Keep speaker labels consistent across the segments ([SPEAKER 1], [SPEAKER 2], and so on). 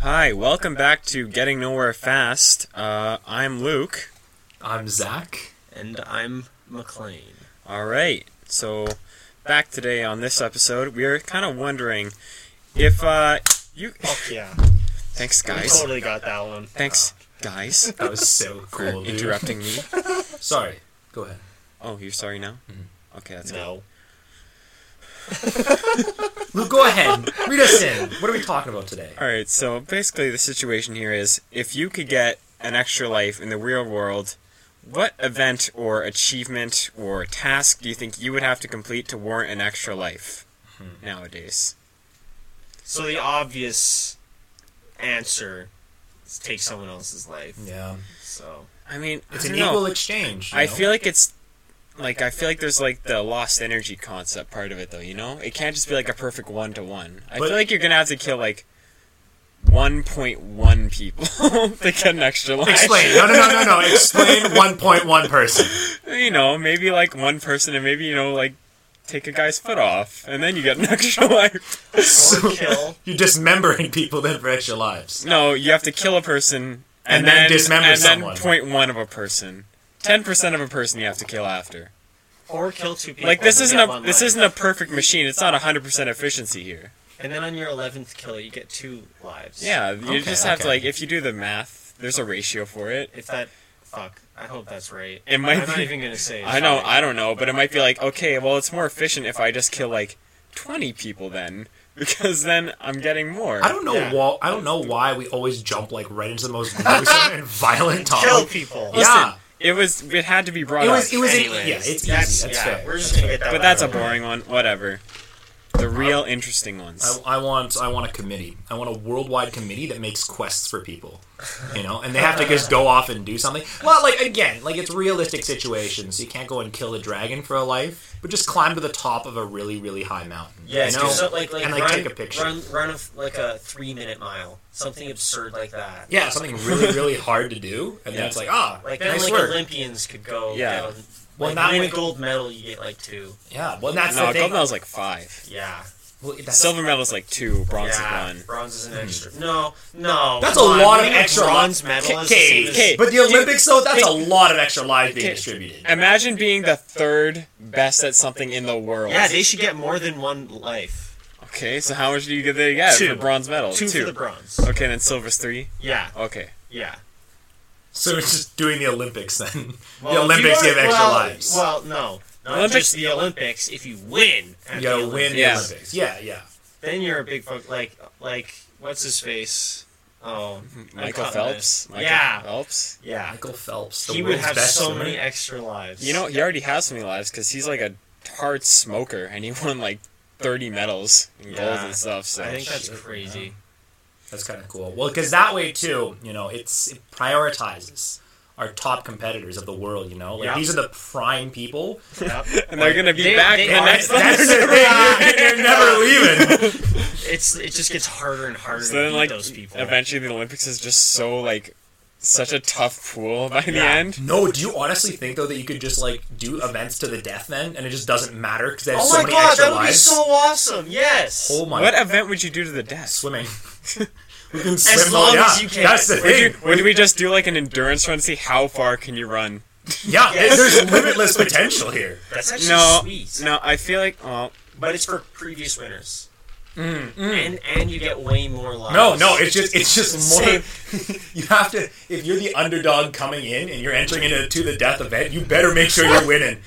[SPEAKER 1] Hi, welcome back to Getting Nowhere Fast. Uh, I'm Luke.
[SPEAKER 2] I'm Zach.
[SPEAKER 3] And I'm McLean.
[SPEAKER 1] All right, so back today on this episode, we are kind of wondering if uh, you.
[SPEAKER 3] Fuck yeah.
[SPEAKER 1] Thanks,
[SPEAKER 3] I
[SPEAKER 1] guys.
[SPEAKER 3] totally got that one.
[SPEAKER 1] Thanks, guys,
[SPEAKER 2] That was so
[SPEAKER 1] for
[SPEAKER 2] cool. dude.
[SPEAKER 1] interrupting me.
[SPEAKER 2] Sorry. Go ahead.
[SPEAKER 1] Oh, you're sorry now? Okay, that's good.
[SPEAKER 3] No.
[SPEAKER 2] Luke, go ahead. Read us in. What are we talking about today?
[SPEAKER 1] All right, so basically the situation here is if you could get an extra life in the real world, what event or achievement or task do you think you would have to complete to warrant an extra life nowadays?
[SPEAKER 3] So the obvious answer is take someone else's life.
[SPEAKER 2] Yeah.
[SPEAKER 3] So
[SPEAKER 1] I mean,
[SPEAKER 2] It's
[SPEAKER 1] I
[SPEAKER 2] an
[SPEAKER 1] don't know.
[SPEAKER 2] equal exchange. you
[SPEAKER 1] I
[SPEAKER 2] know?
[SPEAKER 1] feel like it's like I feel like there's like the lost energy concept part of it though, you know? It can't just be like a perfect one to one. I
[SPEAKER 2] But-
[SPEAKER 1] feel like you're going to have to kill like 1.1 people to get an extra life.
[SPEAKER 2] Explain. No, no, no, no, no. Explain 1.1 person.
[SPEAKER 1] you know, maybe like one person and maybe, you know, like take a guy's foot off and then you get an extra life.
[SPEAKER 3] or kill.
[SPEAKER 2] You're dismembering people then for extra lives.
[SPEAKER 1] No, you have to kill a person and,
[SPEAKER 2] And then dismember
[SPEAKER 1] and
[SPEAKER 2] someone.
[SPEAKER 1] then point one of a person. Ten percent of a person you have to kill after.
[SPEAKER 3] Or kill two people.
[SPEAKER 1] Like this
[SPEAKER 3] and
[SPEAKER 1] isn't
[SPEAKER 3] get
[SPEAKER 1] a
[SPEAKER 3] one
[SPEAKER 1] this
[SPEAKER 3] life.
[SPEAKER 1] isn't a perfect machine. It's not hundred percent efficiency here.
[SPEAKER 3] And then on your eleventh kill you get two lives.
[SPEAKER 1] Yeah, you
[SPEAKER 2] Okay,
[SPEAKER 1] just have to
[SPEAKER 2] okay.
[SPEAKER 1] like if you do the math, there's a ratio for it.
[SPEAKER 3] If that fuck. I hope that's right.
[SPEAKER 1] It might be-
[SPEAKER 3] I'm not even gonna say it.
[SPEAKER 1] I know,
[SPEAKER 3] Sorry.
[SPEAKER 1] I don't know, but it might be like, okay, well, it's more efficient if I just kill like twenty people then, because then I'm getting more.
[SPEAKER 2] I don't know
[SPEAKER 3] Yeah.
[SPEAKER 2] why. I don't know why we always jump like right into the most gruesome and violent topic.
[SPEAKER 3] Kill people.
[SPEAKER 2] Yeah.
[SPEAKER 1] It was. It had to be brought
[SPEAKER 2] It
[SPEAKER 1] up.
[SPEAKER 2] was. It was. an-
[SPEAKER 3] Anyways,
[SPEAKER 2] yeah, it's easy.
[SPEAKER 3] that's-
[SPEAKER 2] That's,
[SPEAKER 3] yeah,
[SPEAKER 2] fair.
[SPEAKER 3] We're just gonna get that.
[SPEAKER 1] but
[SPEAKER 3] one
[SPEAKER 1] that's a
[SPEAKER 3] out of the way.
[SPEAKER 1] boring one. Whatever. The real interesting ones.
[SPEAKER 2] I, I want I want a committee. I want a worldwide committee that makes quests for people, you know, and they have to just go off and do something. Well, like again, like it's realistic situations. You can't go and kill the dragon for a life, but just climb to the top of a really really high mountain.
[SPEAKER 3] Yeah,
[SPEAKER 2] you
[SPEAKER 3] do
[SPEAKER 2] know?
[SPEAKER 3] so- like, like
[SPEAKER 2] and like
[SPEAKER 3] run,
[SPEAKER 2] take a picture.
[SPEAKER 3] Run, run a f like a three minute mile, something absurd like that.
[SPEAKER 2] Yeah, something really really hard to do, and
[SPEAKER 1] Yeah.
[SPEAKER 2] then it's like ah,
[SPEAKER 3] Like then,
[SPEAKER 2] nice
[SPEAKER 3] like
[SPEAKER 2] work.
[SPEAKER 3] Olympians could go.
[SPEAKER 1] Yeah.
[SPEAKER 3] Down,
[SPEAKER 2] Well,
[SPEAKER 3] well, like,
[SPEAKER 2] not
[SPEAKER 3] win a
[SPEAKER 2] like-
[SPEAKER 3] gold medal, you get like two.
[SPEAKER 2] yeah, well that's
[SPEAKER 1] no,
[SPEAKER 2] the
[SPEAKER 1] gold
[SPEAKER 2] thing.
[SPEAKER 1] medal's like five.
[SPEAKER 3] Yeah.
[SPEAKER 2] Well, that's,
[SPEAKER 1] Silver medal's like two. Bronze
[SPEAKER 3] yeah.
[SPEAKER 1] is one.
[SPEAKER 3] Bronze is an extra. No, no.
[SPEAKER 2] Hmm. that's a
[SPEAKER 3] come on,
[SPEAKER 2] lot of
[SPEAKER 3] winning a
[SPEAKER 2] extra
[SPEAKER 3] bronze
[SPEAKER 2] lives.
[SPEAKER 3] medal. is the
[SPEAKER 2] Okay,
[SPEAKER 3] same as-
[SPEAKER 1] okay.
[SPEAKER 2] but the Olympics though, that's a
[SPEAKER 1] Hey.
[SPEAKER 2] lot of extra lives being
[SPEAKER 1] Okay.
[SPEAKER 2] distributed.
[SPEAKER 1] Imagine being the third best at something in the world.
[SPEAKER 3] Yeah, they should get more than one life.
[SPEAKER 1] okay, so how much do you get they get
[SPEAKER 3] Two.
[SPEAKER 1] for bronze medal?
[SPEAKER 2] Oh,
[SPEAKER 3] Two, for the bronze.
[SPEAKER 1] Okay, then silver's three.
[SPEAKER 3] Yeah,
[SPEAKER 1] Okay.
[SPEAKER 3] yeah.
[SPEAKER 2] So we're just doing the Olympics then. the
[SPEAKER 3] Well, if you
[SPEAKER 2] Olympics
[SPEAKER 3] are-
[SPEAKER 2] give extra
[SPEAKER 3] well,
[SPEAKER 2] lives.
[SPEAKER 3] Well, no. Not
[SPEAKER 1] Olympics-
[SPEAKER 3] just the Olympics. If you win, at
[SPEAKER 2] You
[SPEAKER 3] the
[SPEAKER 2] gotta
[SPEAKER 3] Olympics,
[SPEAKER 2] win
[SPEAKER 1] Yeah.
[SPEAKER 2] the Olympics. Yeah, yeah.
[SPEAKER 3] then you're a big fuck. Like, like what's his face? Oh, I'm
[SPEAKER 1] Michael
[SPEAKER 3] cutting
[SPEAKER 1] Phelps.
[SPEAKER 3] this.
[SPEAKER 1] Michael
[SPEAKER 3] yeah,
[SPEAKER 1] Phelps.
[SPEAKER 3] yeah.
[SPEAKER 2] Michael Phelps. The
[SPEAKER 3] He would
[SPEAKER 2] world's
[SPEAKER 3] have
[SPEAKER 2] best
[SPEAKER 3] so
[SPEAKER 2] swimmer.
[SPEAKER 3] many extra lives.
[SPEAKER 1] You know he already has so many lives because he's like a hard smoker and he won like thirty medals and gold
[SPEAKER 3] Yeah.
[SPEAKER 1] and stuff. So
[SPEAKER 3] I think that's
[SPEAKER 2] Shit,
[SPEAKER 3] crazy.
[SPEAKER 2] That's kind of cool. Well, because that way too, you know, it's it prioritizes our top competitors of the world. You know, like
[SPEAKER 3] Yeah.
[SPEAKER 2] these are the prime people.
[SPEAKER 3] Yep.
[SPEAKER 1] and they're gonna be
[SPEAKER 3] They-
[SPEAKER 1] back
[SPEAKER 3] they
[SPEAKER 1] the
[SPEAKER 3] are-
[SPEAKER 1] next.
[SPEAKER 2] That's the thing. You're, you're never leaving.
[SPEAKER 3] It's it just gets harder and harder
[SPEAKER 1] So
[SPEAKER 3] to
[SPEAKER 1] then,
[SPEAKER 3] beat
[SPEAKER 1] like,
[SPEAKER 3] those people.
[SPEAKER 1] eventually the Olympics is just so, like, such a tough pool by the
[SPEAKER 3] Yeah.
[SPEAKER 1] end.
[SPEAKER 2] No, do you honestly think though that you could just like do events to the death then, and it just doesn't matter because they have
[SPEAKER 3] Oh
[SPEAKER 2] so
[SPEAKER 3] my
[SPEAKER 2] many
[SPEAKER 3] god,
[SPEAKER 2] extra
[SPEAKER 3] that would be
[SPEAKER 2] lives?
[SPEAKER 3] so awesome! Yes.
[SPEAKER 2] oh my
[SPEAKER 1] What event would you do to the death?
[SPEAKER 2] swimming. we can swim all-
[SPEAKER 3] long
[SPEAKER 2] yeah,
[SPEAKER 3] as you can.
[SPEAKER 2] That's the
[SPEAKER 3] Would
[SPEAKER 1] Would,
[SPEAKER 2] thing.
[SPEAKER 1] you, would we just do, like, an endurance run to see how far can you run?
[SPEAKER 2] Yeah,
[SPEAKER 3] Yes.
[SPEAKER 2] there's limitless potential here.
[SPEAKER 3] That's actually
[SPEAKER 1] No,
[SPEAKER 3] sweet.
[SPEAKER 1] no, I feel like, well,
[SPEAKER 3] But it's for previous winners.
[SPEAKER 1] Mm,
[SPEAKER 3] And and you get way more lives.
[SPEAKER 2] No, no, it's just it's just more.
[SPEAKER 1] Same.
[SPEAKER 2] you have to if you're the underdog coming in and you're entering into to the death event, you better make sure you're winning.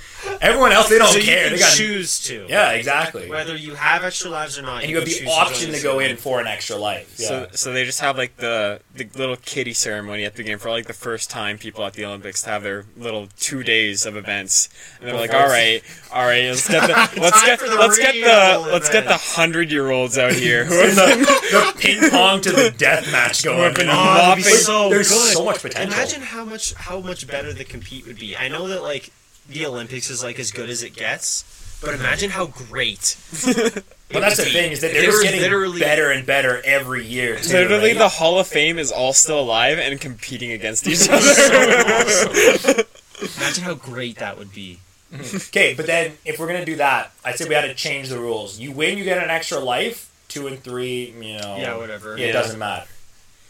[SPEAKER 2] Everyone else they don't
[SPEAKER 3] so you
[SPEAKER 2] care.
[SPEAKER 3] can
[SPEAKER 2] They got
[SPEAKER 3] choose to.
[SPEAKER 2] yeah, exactly. And
[SPEAKER 3] Whether you have extra lives or not,
[SPEAKER 2] you have the
[SPEAKER 3] choose
[SPEAKER 2] option
[SPEAKER 3] join
[SPEAKER 2] to go
[SPEAKER 3] the
[SPEAKER 2] in for an extra life. Yeah.
[SPEAKER 1] so, so they just have, like, the, the little kitty ceremony at the game for, like, the first time people at the Olympics to have their little two days of events. And they're like, all right, all right, let's get the, let's
[SPEAKER 3] Time
[SPEAKER 1] get,
[SPEAKER 3] for the
[SPEAKER 1] let's get
[SPEAKER 3] real
[SPEAKER 1] the, let's get the hundred-year-olds out here who
[SPEAKER 2] And
[SPEAKER 1] are
[SPEAKER 2] the, the ping pong to the death match going
[SPEAKER 1] Whipping
[SPEAKER 2] on.
[SPEAKER 1] on.
[SPEAKER 3] Oh, that'd be
[SPEAKER 1] Mopping.
[SPEAKER 3] so
[SPEAKER 2] There's
[SPEAKER 3] good.
[SPEAKER 2] so much potential.
[SPEAKER 3] Imagine how much how much better the compete would be. I know that like the Olympics is like as good as it gets, but imagine how great.
[SPEAKER 2] But that's the thing is that they're
[SPEAKER 3] They
[SPEAKER 2] just
[SPEAKER 3] were
[SPEAKER 2] getting
[SPEAKER 3] literally-
[SPEAKER 2] better and better every year. Too,
[SPEAKER 1] Literally,
[SPEAKER 2] right?
[SPEAKER 1] the Hall of Fame is all still alive and competing against each other.
[SPEAKER 3] Imagine how great that would be.
[SPEAKER 2] Okay, but then if we're gonna do that, I say we had to change the rules. You win, you get an extra life. Two and three, you know.
[SPEAKER 3] Yeah, whatever.
[SPEAKER 2] It
[SPEAKER 1] Yeah.
[SPEAKER 2] doesn't matter.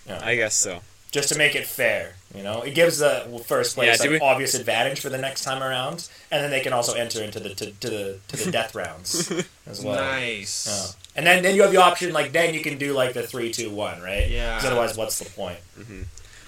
[SPEAKER 1] I guess so.
[SPEAKER 2] just to make it fair. You know, it gives the first
[SPEAKER 1] Yeah,
[SPEAKER 2] place
[SPEAKER 1] do
[SPEAKER 2] an
[SPEAKER 1] we-
[SPEAKER 2] obvious advantage for the next time around, and then they can also enter into the to, to the to the death rounds as well. uh, Yeah.
[SPEAKER 3] Nice.
[SPEAKER 2] And then, then you have the option like then you can do like the three two one right?
[SPEAKER 3] Yeah.
[SPEAKER 2] 'Cause otherwise, what's the point?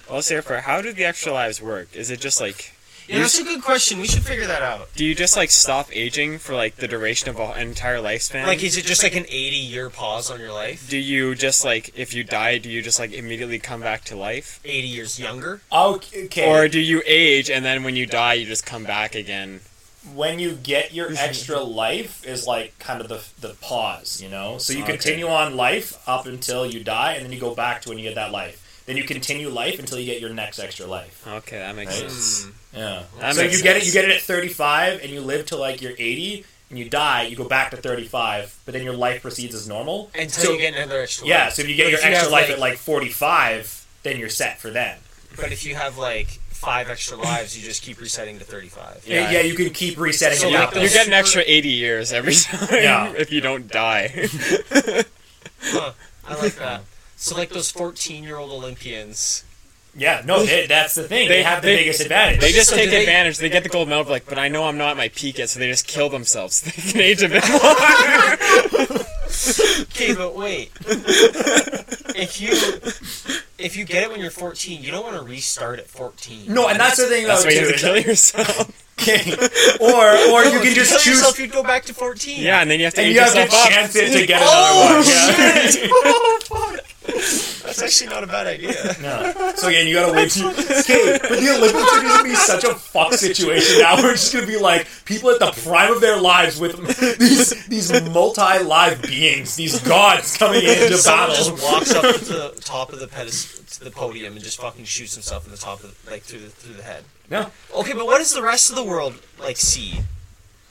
[SPEAKER 1] Also, for how do the extra lives work? Is it just like
[SPEAKER 3] Yeah, that's a good question. We should figure that out.
[SPEAKER 1] do you just like stop aging for like the duration of an entire lifespan?
[SPEAKER 3] Like, is it just like an 80 year pause on your life?
[SPEAKER 1] do you just like if you die, do you just like immediately come back to life,
[SPEAKER 3] 80 years younger?
[SPEAKER 2] Okay.
[SPEAKER 1] or do you age and then when you die, you just come back again?
[SPEAKER 2] when you get your extra life is like kind of the the pause, you know. So you
[SPEAKER 1] Okay.
[SPEAKER 2] continue on life up until you die, and then you go back to when you get that life. Then you continue life until you get your next extra life.
[SPEAKER 1] Okay, that makes
[SPEAKER 2] Right. Mm.
[SPEAKER 1] sense.
[SPEAKER 2] Yeah.
[SPEAKER 1] That
[SPEAKER 2] so you
[SPEAKER 1] makes
[SPEAKER 2] get it.
[SPEAKER 1] sense.
[SPEAKER 2] You get it at thirty five, and you live till like you're eighty, and you die. You go back to thirty five, but then your life proceeds as normal.
[SPEAKER 3] Until
[SPEAKER 2] So-
[SPEAKER 3] you get another extra
[SPEAKER 2] Yeah.
[SPEAKER 3] life.
[SPEAKER 2] So if you get
[SPEAKER 3] But
[SPEAKER 2] your
[SPEAKER 3] if you
[SPEAKER 2] extra
[SPEAKER 3] have,
[SPEAKER 2] life
[SPEAKER 3] like-
[SPEAKER 2] at like forty five, then you're set for then.
[SPEAKER 3] But if you have like five extra lives, you just keep resetting to 35.
[SPEAKER 1] Yeah.
[SPEAKER 2] Yeah. yeah you can keep resetting
[SPEAKER 3] So
[SPEAKER 2] it
[SPEAKER 3] like
[SPEAKER 2] up.
[SPEAKER 1] You
[SPEAKER 3] those-
[SPEAKER 1] get an extra 80 years every time
[SPEAKER 2] Yeah.
[SPEAKER 1] if you don't die.
[SPEAKER 3] Huh, I like that. So, like those 14 year old Olympians.
[SPEAKER 2] yeah. No, they, that's the thing. They,
[SPEAKER 1] They-
[SPEAKER 2] have the
[SPEAKER 1] they-
[SPEAKER 2] biggest advantage.
[SPEAKER 1] They just
[SPEAKER 3] So
[SPEAKER 1] take
[SPEAKER 3] do they-
[SPEAKER 1] advantage. They get the gold medal, but like, but I know I'm not at my peak yet, so they just kill themselves. They can age a bit more.
[SPEAKER 3] Okay, but wait. if you if you get it when you're 14, you don't want to restart at 14.
[SPEAKER 2] no, and that's the thing.
[SPEAKER 1] That's
[SPEAKER 2] though,
[SPEAKER 1] why you
[SPEAKER 2] too,
[SPEAKER 1] have to
[SPEAKER 2] is
[SPEAKER 1] kill yourself.
[SPEAKER 2] Okay. or or you
[SPEAKER 3] If
[SPEAKER 2] can just
[SPEAKER 3] kill
[SPEAKER 2] choose
[SPEAKER 3] yourself, you'd go back to 14.
[SPEAKER 1] Yeah, and then you have to
[SPEAKER 2] and
[SPEAKER 1] age
[SPEAKER 2] you have to
[SPEAKER 1] yourself up.
[SPEAKER 2] chance it to get
[SPEAKER 3] Oh,
[SPEAKER 2] another one. Yeah.
[SPEAKER 3] oh fuck! That's actually not a bad idea.
[SPEAKER 2] No. So again, you gotta wait. till- Okay, but the Olympics are gonna be such a fuck situation now. We're just gonna be like people at the prime of their lives with these these multi live beings, these gods coming into
[SPEAKER 3] Someone
[SPEAKER 2] battle.
[SPEAKER 3] just walks up to the top of the pedestal, to the podium, and just fucking shoots himself in the top of the, like through the through the head.
[SPEAKER 2] No.
[SPEAKER 3] Okay, but what does the rest of the world like see?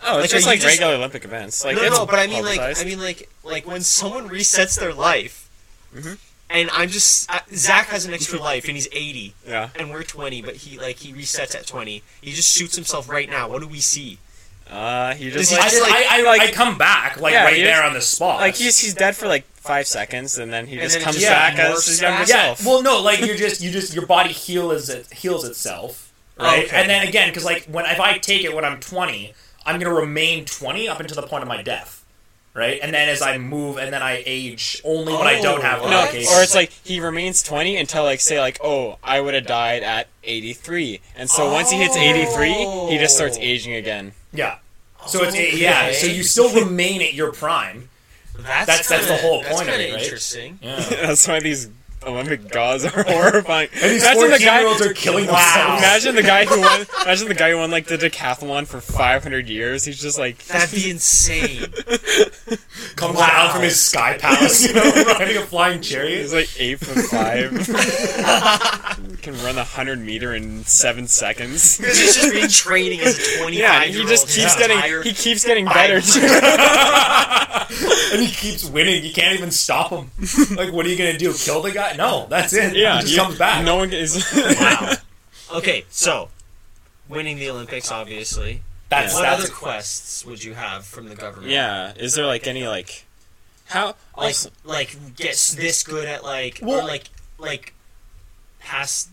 [SPEAKER 1] Oh, it's
[SPEAKER 3] Like,
[SPEAKER 1] just
[SPEAKER 3] are you
[SPEAKER 1] like
[SPEAKER 3] just-
[SPEAKER 1] regular Olympic events. Like,
[SPEAKER 3] no,
[SPEAKER 1] it's
[SPEAKER 3] no, but I mean, like,
[SPEAKER 1] publicized.
[SPEAKER 3] I mean, like, like when someone resets their life,
[SPEAKER 1] Mm-hmm.
[SPEAKER 3] and I'm just uh, Zach has an extra life, and he's 80,
[SPEAKER 1] yeah.
[SPEAKER 3] and we're 20, but he like he resets at 20. He just shoots himself right now. What do we see?
[SPEAKER 1] Uh, he just
[SPEAKER 3] he
[SPEAKER 1] like,
[SPEAKER 2] I, just, I, I,
[SPEAKER 1] like-
[SPEAKER 2] I come back like
[SPEAKER 1] Yeah,
[SPEAKER 2] right
[SPEAKER 1] you
[SPEAKER 2] there
[SPEAKER 1] just-
[SPEAKER 2] on the spot.
[SPEAKER 1] like he's he's dead for like five seconds, and then he
[SPEAKER 3] And
[SPEAKER 1] just
[SPEAKER 3] then it
[SPEAKER 1] comes
[SPEAKER 3] just
[SPEAKER 1] back as
[SPEAKER 3] morphs
[SPEAKER 1] his younger
[SPEAKER 3] back?
[SPEAKER 2] yeah.
[SPEAKER 1] self.
[SPEAKER 2] Well, no, like you're just you just your body heals it heals itself, right?
[SPEAKER 3] Okay.
[SPEAKER 2] And then again, because like when if I take it when I'm 20, I'm gonna remain 20 up until the point of my death, right? And then as I move and then I age only when I don't
[SPEAKER 3] Oh,
[SPEAKER 2] have
[SPEAKER 3] what?
[SPEAKER 1] no,
[SPEAKER 2] complications.
[SPEAKER 1] or it's like he remains twenty until like say like oh I would have died at eighty three, and so once he hits eighty three, he just starts
[SPEAKER 3] Oh.
[SPEAKER 1] aging again.
[SPEAKER 2] yeah. So it's
[SPEAKER 3] Okay.
[SPEAKER 2] yeah. So you still remain at your prime. That's- that's the
[SPEAKER 3] kinda-
[SPEAKER 2] whole
[SPEAKER 3] that's
[SPEAKER 2] point of
[SPEAKER 3] kinda
[SPEAKER 2] it, right?
[SPEAKER 3] Interesting.
[SPEAKER 2] Yeah.
[SPEAKER 1] That's why these Olympic gods are horrifying.
[SPEAKER 2] And these
[SPEAKER 1] Imagine the
[SPEAKER 2] 14
[SPEAKER 1] guy-
[SPEAKER 2] year olds are killing
[SPEAKER 1] Wow.
[SPEAKER 2] themselves.
[SPEAKER 1] Imagine the guy who won. Imagine the guy who won like the decathlon for 500 years. He's just like
[SPEAKER 3] That'd be insane.
[SPEAKER 2] Comes
[SPEAKER 3] Wow.
[SPEAKER 2] down from his sky palace, you know, riding a flying
[SPEAKER 1] he's
[SPEAKER 2] chariot.
[SPEAKER 1] like eight foot five. Can run the hundred meter in seven seconds.
[SPEAKER 3] Because he's just been training as a 25
[SPEAKER 1] Yeah, and he just keeps getting he keeps getting better. Too.
[SPEAKER 2] And he keeps winning. You can't even stop him. Like, what are you gonna do? Kill the guy? No, that's it.
[SPEAKER 1] Yeah,
[SPEAKER 2] he just
[SPEAKER 1] you-
[SPEAKER 2] comes back.
[SPEAKER 1] No one is.
[SPEAKER 3] Wow. Okay, so winning the Olympics, obviously.
[SPEAKER 2] That's
[SPEAKER 3] What
[SPEAKER 2] that's
[SPEAKER 3] other quests would you have from the government?
[SPEAKER 1] yeah, is there like any like how
[SPEAKER 3] like
[SPEAKER 1] also,
[SPEAKER 3] like get s- this good at like or
[SPEAKER 2] Well-
[SPEAKER 3] like like pass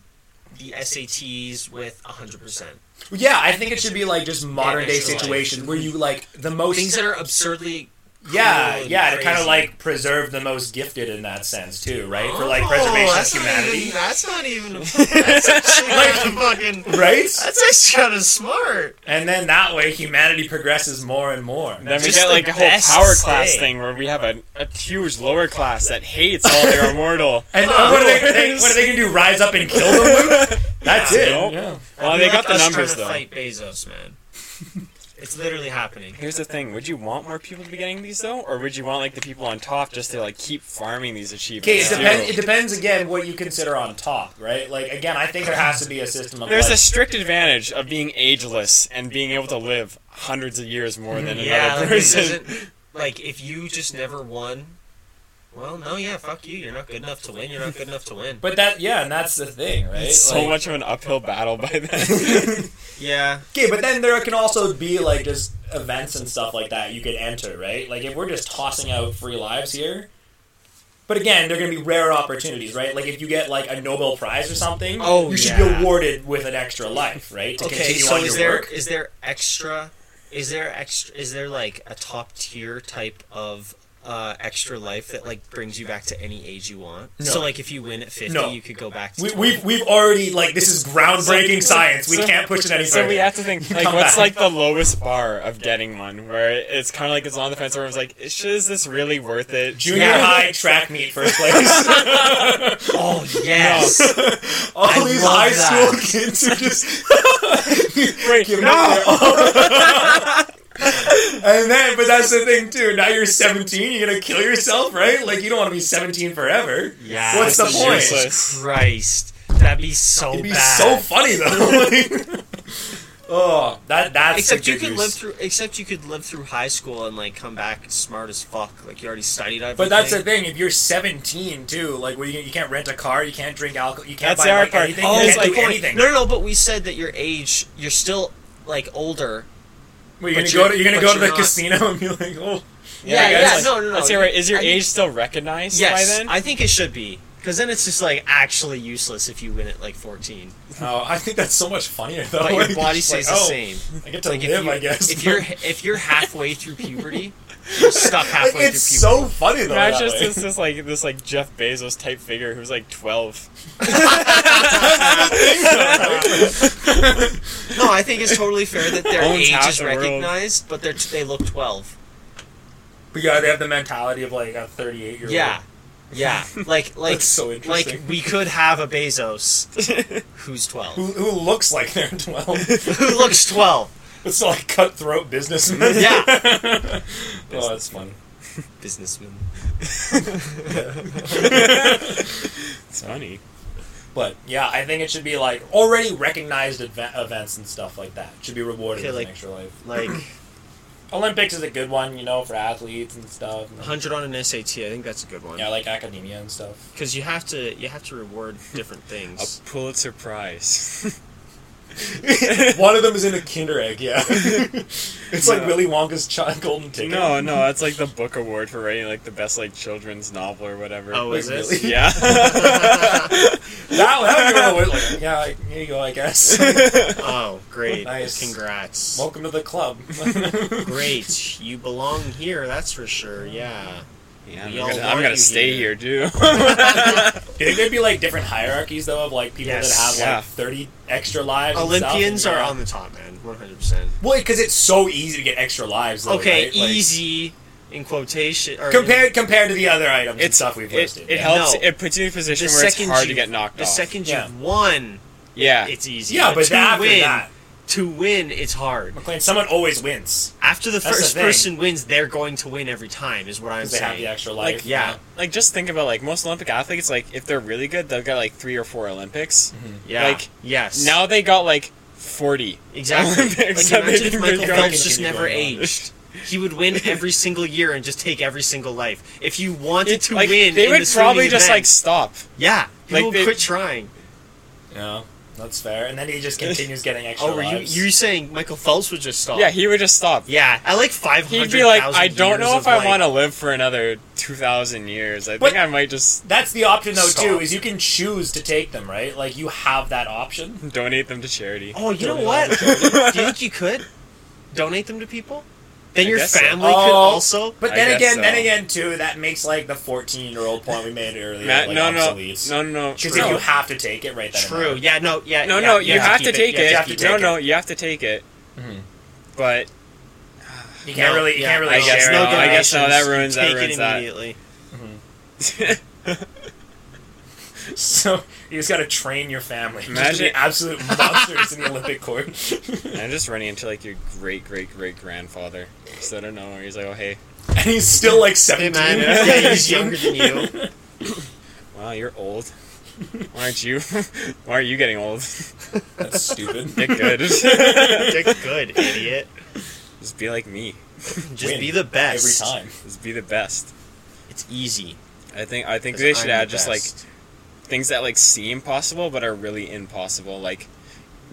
[SPEAKER 3] the SATs with hundred percent.
[SPEAKER 2] Yeah, I think it should be like just modern day
[SPEAKER 3] Extra life.
[SPEAKER 2] situations where you like the most.
[SPEAKER 3] Things that are absurdly
[SPEAKER 2] yeah,
[SPEAKER 3] cruel and
[SPEAKER 2] yeah, to kind
[SPEAKER 3] crazy.
[SPEAKER 2] of like preserve the most gifted in that sense too, right? For like
[SPEAKER 3] Oh,
[SPEAKER 2] preservation of
[SPEAKER 3] that's not
[SPEAKER 2] humanity,
[SPEAKER 3] even- that's not even. That's actually kind of fucking.
[SPEAKER 2] right?
[SPEAKER 3] That's actually kind of smart.
[SPEAKER 2] And then that way humanity progresses more and more.
[SPEAKER 1] then we
[SPEAKER 3] Just
[SPEAKER 1] get
[SPEAKER 3] the
[SPEAKER 1] like a whole
[SPEAKER 3] best
[SPEAKER 1] power class
[SPEAKER 3] thing.
[SPEAKER 1] thing where we have a, a huge lower class that hates all their immortal.
[SPEAKER 2] And uh,
[SPEAKER 3] Oh,
[SPEAKER 2] what, are they, they,
[SPEAKER 1] nice.
[SPEAKER 2] what are they gonna do? Rise up and kill them? That's it.
[SPEAKER 1] Nope.
[SPEAKER 2] Yeah.
[SPEAKER 1] Well,
[SPEAKER 3] Be
[SPEAKER 1] they
[SPEAKER 3] like
[SPEAKER 1] got the
[SPEAKER 3] us
[SPEAKER 1] numbers
[SPEAKER 3] trying
[SPEAKER 1] though.
[SPEAKER 3] to Fight Bezos, man. it's literally happening.
[SPEAKER 1] Here's the thing: Would you want more people to be getting these though, or would you want like the people on top just to like keep farming these
[SPEAKER 2] Okay,
[SPEAKER 1] achievements?
[SPEAKER 2] it
[SPEAKER 1] too?
[SPEAKER 2] depends. It depends again what you consider on top, right? Like again, I think there has to be a system of.
[SPEAKER 1] There's
[SPEAKER 2] like,
[SPEAKER 1] a strict advantage of being ageless and being able to live hundreds of years more than
[SPEAKER 3] Mm-hmm. Yeah,
[SPEAKER 1] another
[SPEAKER 3] like, it
[SPEAKER 1] person.
[SPEAKER 3] doesn't, like if you just never won, well, no, yeah, fuck you. You're not good enough to win. You're not good enough to win.
[SPEAKER 2] but that yeah, and that's the thing, right?
[SPEAKER 1] It's so
[SPEAKER 2] Like-
[SPEAKER 1] much of an uphill battle by then.
[SPEAKER 3] Yeah,
[SPEAKER 2] Okay, but then there can also be like just events and stuff like that you could enter, right? Like if we're just tossing out free lives here, But again, they're going to be rare opportunities, right? Like if you get like a Nobel Prize or something,
[SPEAKER 3] Oh,
[SPEAKER 2] you should
[SPEAKER 3] yeah.
[SPEAKER 2] be awarded with an extra life, right? To
[SPEAKER 3] Okay,
[SPEAKER 2] continue
[SPEAKER 3] so
[SPEAKER 2] on
[SPEAKER 3] is
[SPEAKER 2] your
[SPEAKER 3] there
[SPEAKER 2] work.
[SPEAKER 3] is there extra? Is there extra? Is there like a top tier type of uh, extra life that like brings you back to any age you want?
[SPEAKER 2] No.
[SPEAKER 3] So like if you win at fifty,
[SPEAKER 2] No.
[SPEAKER 3] you could go back to.
[SPEAKER 2] We,
[SPEAKER 3] 20.
[SPEAKER 2] we've we've already like this is groundbreaking science. We
[SPEAKER 1] so-
[SPEAKER 2] can't push it any further.
[SPEAKER 1] So we have to think like
[SPEAKER 2] Come
[SPEAKER 1] what's like
[SPEAKER 2] back.
[SPEAKER 1] the lowest bar of getting one where it's kind of like it's on the fence where it's like is sh- is this really worth it?
[SPEAKER 2] Junior
[SPEAKER 3] Yeah.
[SPEAKER 2] high track meet first place.
[SPEAKER 3] oh yes,
[SPEAKER 2] All
[SPEAKER 3] I
[SPEAKER 2] these
[SPEAKER 3] love
[SPEAKER 2] high
[SPEAKER 3] that.
[SPEAKER 2] school kids are just
[SPEAKER 1] Wait,
[SPEAKER 2] And then, but that's the thing too. Now you're 17. You're gonna kill yourself, right? Like you don't want to be 17 forever.
[SPEAKER 3] yeah.
[SPEAKER 2] What's the
[SPEAKER 1] is
[SPEAKER 2] point?
[SPEAKER 1] useless.
[SPEAKER 3] Christ, that'd be so
[SPEAKER 2] It'd be
[SPEAKER 3] bad.
[SPEAKER 2] so funny though. oh, that that's
[SPEAKER 3] Except
[SPEAKER 2] a
[SPEAKER 3] you
[SPEAKER 2] good
[SPEAKER 3] could
[SPEAKER 2] use.
[SPEAKER 3] live through. Except you could live through high school and like come back smart as fuck. Like you already studied everything.
[SPEAKER 2] But that's the thing. If you're 17 too, like where you, you can't rent a car, you can't drink alcohol, you can't
[SPEAKER 1] That's
[SPEAKER 2] buy
[SPEAKER 1] our
[SPEAKER 2] like,
[SPEAKER 1] part.
[SPEAKER 2] anything,
[SPEAKER 1] Oh,
[SPEAKER 2] you
[SPEAKER 1] it's
[SPEAKER 2] can't
[SPEAKER 1] like
[SPEAKER 2] do
[SPEAKER 1] going-
[SPEAKER 2] anything.
[SPEAKER 3] No, no, no. But we said that your age, you're still like older.
[SPEAKER 2] Well, you're
[SPEAKER 3] but
[SPEAKER 2] gonna go to
[SPEAKER 3] you're-
[SPEAKER 2] you're gonna go
[SPEAKER 3] but
[SPEAKER 2] to the
[SPEAKER 3] you're not.
[SPEAKER 2] casino and be like, oh,
[SPEAKER 3] Yeah,
[SPEAKER 1] guys,
[SPEAKER 3] yeah, no, no, no.
[SPEAKER 1] Let's hear it. Is your
[SPEAKER 3] I think-
[SPEAKER 1] age still recognized
[SPEAKER 3] Yes,
[SPEAKER 1] by then?
[SPEAKER 3] I think it should be because then it's just like actually useless if you win at like 14.
[SPEAKER 2] oh, I think that's so much funnier though.
[SPEAKER 3] But
[SPEAKER 2] Like,
[SPEAKER 3] your body
[SPEAKER 2] it's like,
[SPEAKER 3] stays
[SPEAKER 2] oh,
[SPEAKER 3] the same.
[SPEAKER 2] I get to
[SPEAKER 3] Like if
[SPEAKER 2] live,
[SPEAKER 3] you,
[SPEAKER 2] I guess.
[SPEAKER 3] if you're if you're halfway through puberty, you're stuck
[SPEAKER 2] Like,
[SPEAKER 3] halfway
[SPEAKER 2] it's
[SPEAKER 3] through puberty.
[SPEAKER 2] so funny though.
[SPEAKER 1] Not
[SPEAKER 2] that
[SPEAKER 1] just
[SPEAKER 2] way.
[SPEAKER 1] this, this like this like Jeff Bezos type figure who's like twelve.
[SPEAKER 3] no, I think it's totally fair that their
[SPEAKER 1] Owns
[SPEAKER 3] age
[SPEAKER 1] half
[SPEAKER 3] is
[SPEAKER 1] the world.
[SPEAKER 3] recognized, but they they look 12.
[SPEAKER 2] But yeah, they have the mentality of like a 38 year old.
[SPEAKER 3] Yeah. Yeah, like like
[SPEAKER 2] That's so
[SPEAKER 3] like
[SPEAKER 2] interesting.
[SPEAKER 3] we could have a Bezos who's 12.
[SPEAKER 2] Who, who looks like they're 12.
[SPEAKER 3] Who looks 12?
[SPEAKER 2] it's like cutthroat businessman.
[SPEAKER 3] Yeah.
[SPEAKER 2] Oh, that's fun.
[SPEAKER 3] Businessman.
[SPEAKER 1] It's funny.
[SPEAKER 2] But yeah, I think it should be like already recognized adve- events and stuff like that. Should be rewarded
[SPEAKER 3] Okay,
[SPEAKER 2] with
[SPEAKER 3] like-
[SPEAKER 2] an extra life.
[SPEAKER 3] Like
[SPEAKER 2] Olympics is a good one, you know, for athletes and stuff. and-
[SPEAKER 3] 100 on an SAT, I think that's a good one.
[SPEAKER 2] Yeah, like academia and stuff.
[SPEAKER 3] Cuz you have to you have to reward different
[SPEAKER 1] A
[SPEAKER 3] things.
[SPEAKER 1] Pulitzer Prize.
[SPEAKER 2] one of them is in a Kinder Egg. Yeah, it's like
[SPEAKER 1] Yeah.
[SPEAKER 2] Willy Wonka's ch- golden ticket.
[SPEAKER 1] no, no, that's like the book award for writing like the best like children's novel or whatever.
[SPEAKER 3] Oh, is
[SPEAKER 2] Wait,
[SPEAKER 3] it?
[SPEAKER 2] really?
[SPEAKER 1] yeah.
[SPEAKER 2] that that would go with, like, yeah, like, here you go, I guess.
[SPEAKER 3] Oh, great.
[SPEAKER 2] Nice.
[SPEAKER 3] Congrats.
[SPEAKER 2] Welcome to the club.
[SPEAKER 3] Great. You belong here, that's for sure. Yeah.
[SPEAKER 1] yeah,
[SPEAKER 3] We
[SPEAKER 1] I'm
[SPEAKER 3] all
[SPEAKER 1] gonna,
[SPEAKER 3] want
[SPEAKER 1] I'm gonna
[SPEAKER 3] you
[SPEAKER 1] stay
[SPEAKER 3] here.
[SPEAKER 1] here, dude.
[SPEAKER 2] Do you think there'd be like different hierarchies though of like people
[SPEAKER 3] Yes.
[SPEAKER 2] that have like
[SPEAKER 1] Yeah.
[SPEAKER 2] thirty extra lives?
[SPEAKER 3] Olympians are on the top, man. 100%.
[SPEAKER 2] well because it's so easy to get extra lives. Though,
[SPEAKER 3] Okay,
[SPEAKER 2] right? Like,
[SPEAKER 3] easy in quotation or
[SPEAKER 2] compared compared to the other items and
[SPEAKER 1] It's-
[SPEAKER 2] stuff we've
[SPEAKER 1] It,
[SPEAKER 2] listed.
[SPEAKER 1] it
[SPEAKER 2] yeah.
[SPEAKER 1] helps.
[SPEAKER 3] No.
[SPEAKER 1] It puts you in a position
[SPEAKER 3] the
[SPEAKER 1] where it's
[SPEAKER 3] second
[SPEAKER 1] hard to
[SPEAKER 3] you-
[SPEAKER 1] get knocked
[SPEAKER 3] the
[SPEAKER 1] off.
[SPEAKER 3] second
[SPEAKER 2] Yeah.
[SPEAKER 3] you've won,
[SPEAKER 1] yeah.
[SPEAKER 3] it's easy.
[SPEAKER 2] yeah, but
[SPEAKER 3] to
[SPEAKER 2] after
[SPEAKER 3] win,
[SPEAKER 2] that,
[SPEAKER 3] to win, it's hard.
[SPEAKER 2] McLean, someone always wins
[SPEAKER 3] After the
[SPEAKER 2] That's the
[SPEAKER 3] first
[SPEAKER 2] thing.
[SPEAKER 3] person wins, they're going to win every time. Is what I'm
[SPEAKER 2] because they have
[SPEAKER 3] saying.
[SPEAKER 2] the extra life.
[SPEAKER 1] Like,
[SPEAKER 3] yeah,
[SPEAKER 1] like just think about like most Olympic athletes. Like if they're really good, they've got like three or four Olympics.
[SPEAKER 3] yeah,
[SPEAKER 1] Like,
[SPEAKER 3] yes.
[SPEAKER 1] Now they got like forty.
[SPEAKER 3] exactly.
[SPEAKER 1] Olympics,
[SPEAKER 3] Like,
[SPEAKER 1] I
[SPEAKER 3] imagine
[SPEAKER 1] think
[SPEAKER 3] if
[SPEAKER 1] they're
[SPEAKER 3] Michael
[SPEAKER 1] going
[SPEAKER 3] Phelps
[SPEAKER 2] to
[SPEAKER 3] just
[SPEAKER 2] continue
[SPEAKER 3] never
[SPEAKER 2] going on.
[SPEAKER 3] aged. He would win every single year and just take every single life. If you wanted to
[SPEAKER 1] like
[SPEAKER 3] win,
[SPEAKER 1] they
[SPEAKER 3] in
[SPEAKER 1] would
[SPEAKER 3] the swimming
[SPEAKER 1] probably just like
[SPEAKER 3] event,
[SPEAKER 1] stop.
[SPEAKER 3] yeah, he
[SPEAKER 1] like,
[SPEAKER 3] will
[SPEAKER 1] they-
[SPEAKER 3] quit trying.
[SPEAKER 2] yeah, that's fair. And then he just continues getting extra
[SPEAKER 3] Oh, were you
[SPEAKER 2] lives.
[SPEAKER 3] you were saying Michael Phelps would just stop?
[SPEAKER 1] Yeah, he would just stop.
[SPEAKER 3] yeah. I like five hundred.
[SPEAKER 1] He'd be like, I don't know if I want to live for another two thousand years. I
[SPEAKER 2] But-
[SPEAKER 1] think I might just
[SPEAKER 2] that's the option though too
[SPEAKER 3] Stop.
[SPEAKER 2] is you can choose to take them right like you have that option
[SPEAKER 1] donate them to charity.
[SPEAKER 3] Oh, you know
[SPEAKER 2] Donate
[SPEAKER 3] what?
[SPEAKER 2] them
[SPEAKER 3] Do you think you could donate them to people? Then
[SPEAKER 1] I
[SPEAKER 3] your
[SPEAKER 1] guess so.
[SPEAKER 3] family could
[SPEAKER 2] Oh.
[SPEAKER 3] also.
[SPEAKER 2] But
[SPEAKER 1] I
[SPEAKER 2] then
[SPEAKER 1] guess
[SPEAKER 2] again, then
[SPEAKER 1] so.
[SPEAKER 2] again, too, that makes like the fourteen-year-old point we made earlier
[SPEAKER 1] Matt,
[SPEAKER 2] like
[SPEAKER 1] no, no,
[SPEAKER 2] obsolete.
[SPEAKER 1] no, no, no,
[SPEAKER 2] Because
[SPEAKER 3] True.
[SPEAKER 2] you have to take it right then. and
[SPEAKER 3] True.
[SPEAKER 2] there.
[SPEAKER 3] Yeah. No. Yeah.
[SPEAKER 1] no,
[SPEAKER 3] yeah,
[SPEAKER 1] no. You have
[SPEAKER 3] keep
[SPEAKER 1] to take
[SPEAKER 3] Yeah,
[SPEAKER 1] it.
[SPEAKER 3] you
[SPEAKER 2] have to
[SPEAKER 1] No,
[SPEAKER 2] take
[SPEAKER 1] no, you have to take it.
[SPEAKER 3] Mm-hmm.
[SPEAKER 1] But
[SPEAKER 2] You can't
[SPEAKER 3] No,
[SPEAKER 2] really, you
[SPEAKER 3] yeah,
[SPEAKER 2] can't really.
[SPEAKER 1] I guess
[SPEAKER 2] share
[SPEAKER 1] no,
[SPEAKER 2] it.
[SPEAKER 1] I guess no, that
[SPEAKER 3] donations.
[SPEAKER 1] ruins- that
[SPEAKER 3] Take
[SPEAKER 1] ruins
[SPEAKER 3] it
[SPEAKER 1] that.
[SPEAKER 3] immediately.
[SPEAKER 2] So you just got to train your family. Just to
[SPEAKER 1] Imagine-
[SPEAKER 2] be absolute monsters in the Olympic court.
[SPEAKER 1] I'm just running into like your great great great grandfather. So I don't know. He's like, oh hey,
[SPEAKER 2] and he's still like
[SPEAKER 3] Hey
[SPEAKER 2] seventeen.
[SPEAKER 3] man, yeah, he's younger than you.
[SPEAKER 1] wow, you're old. Why aren't you? Why are you getting old?
[SPEAKER 2] That's stupid.
[SPEAKER 1] Get good. just
[SPEAKER 3] Dick good, idiot.
[SPEAKER 1] be like me.
[SPEAKER 3] Just
[SPEAKER 2] Win
[SPEAKER 3] be the
[SPEAKER 2] Every
[SPEAKER 3] best.
[SPEAKER 2] time.
[SPEAKER 1] Just be the best.
[SPEAKER 3] It's easy.
[SPEAKER 1] I think I think
[SPEAKER 3] 'cause
[SPEAKER 1] they should
[SPEAKER 3] I'm
[SPEAKER 1] add
[SPEAKER 3] the
[SPEAKER 1] just like
[SPEAKER 3] best.
[SPEAKER 1] things that like seem possible but are really impossible. Like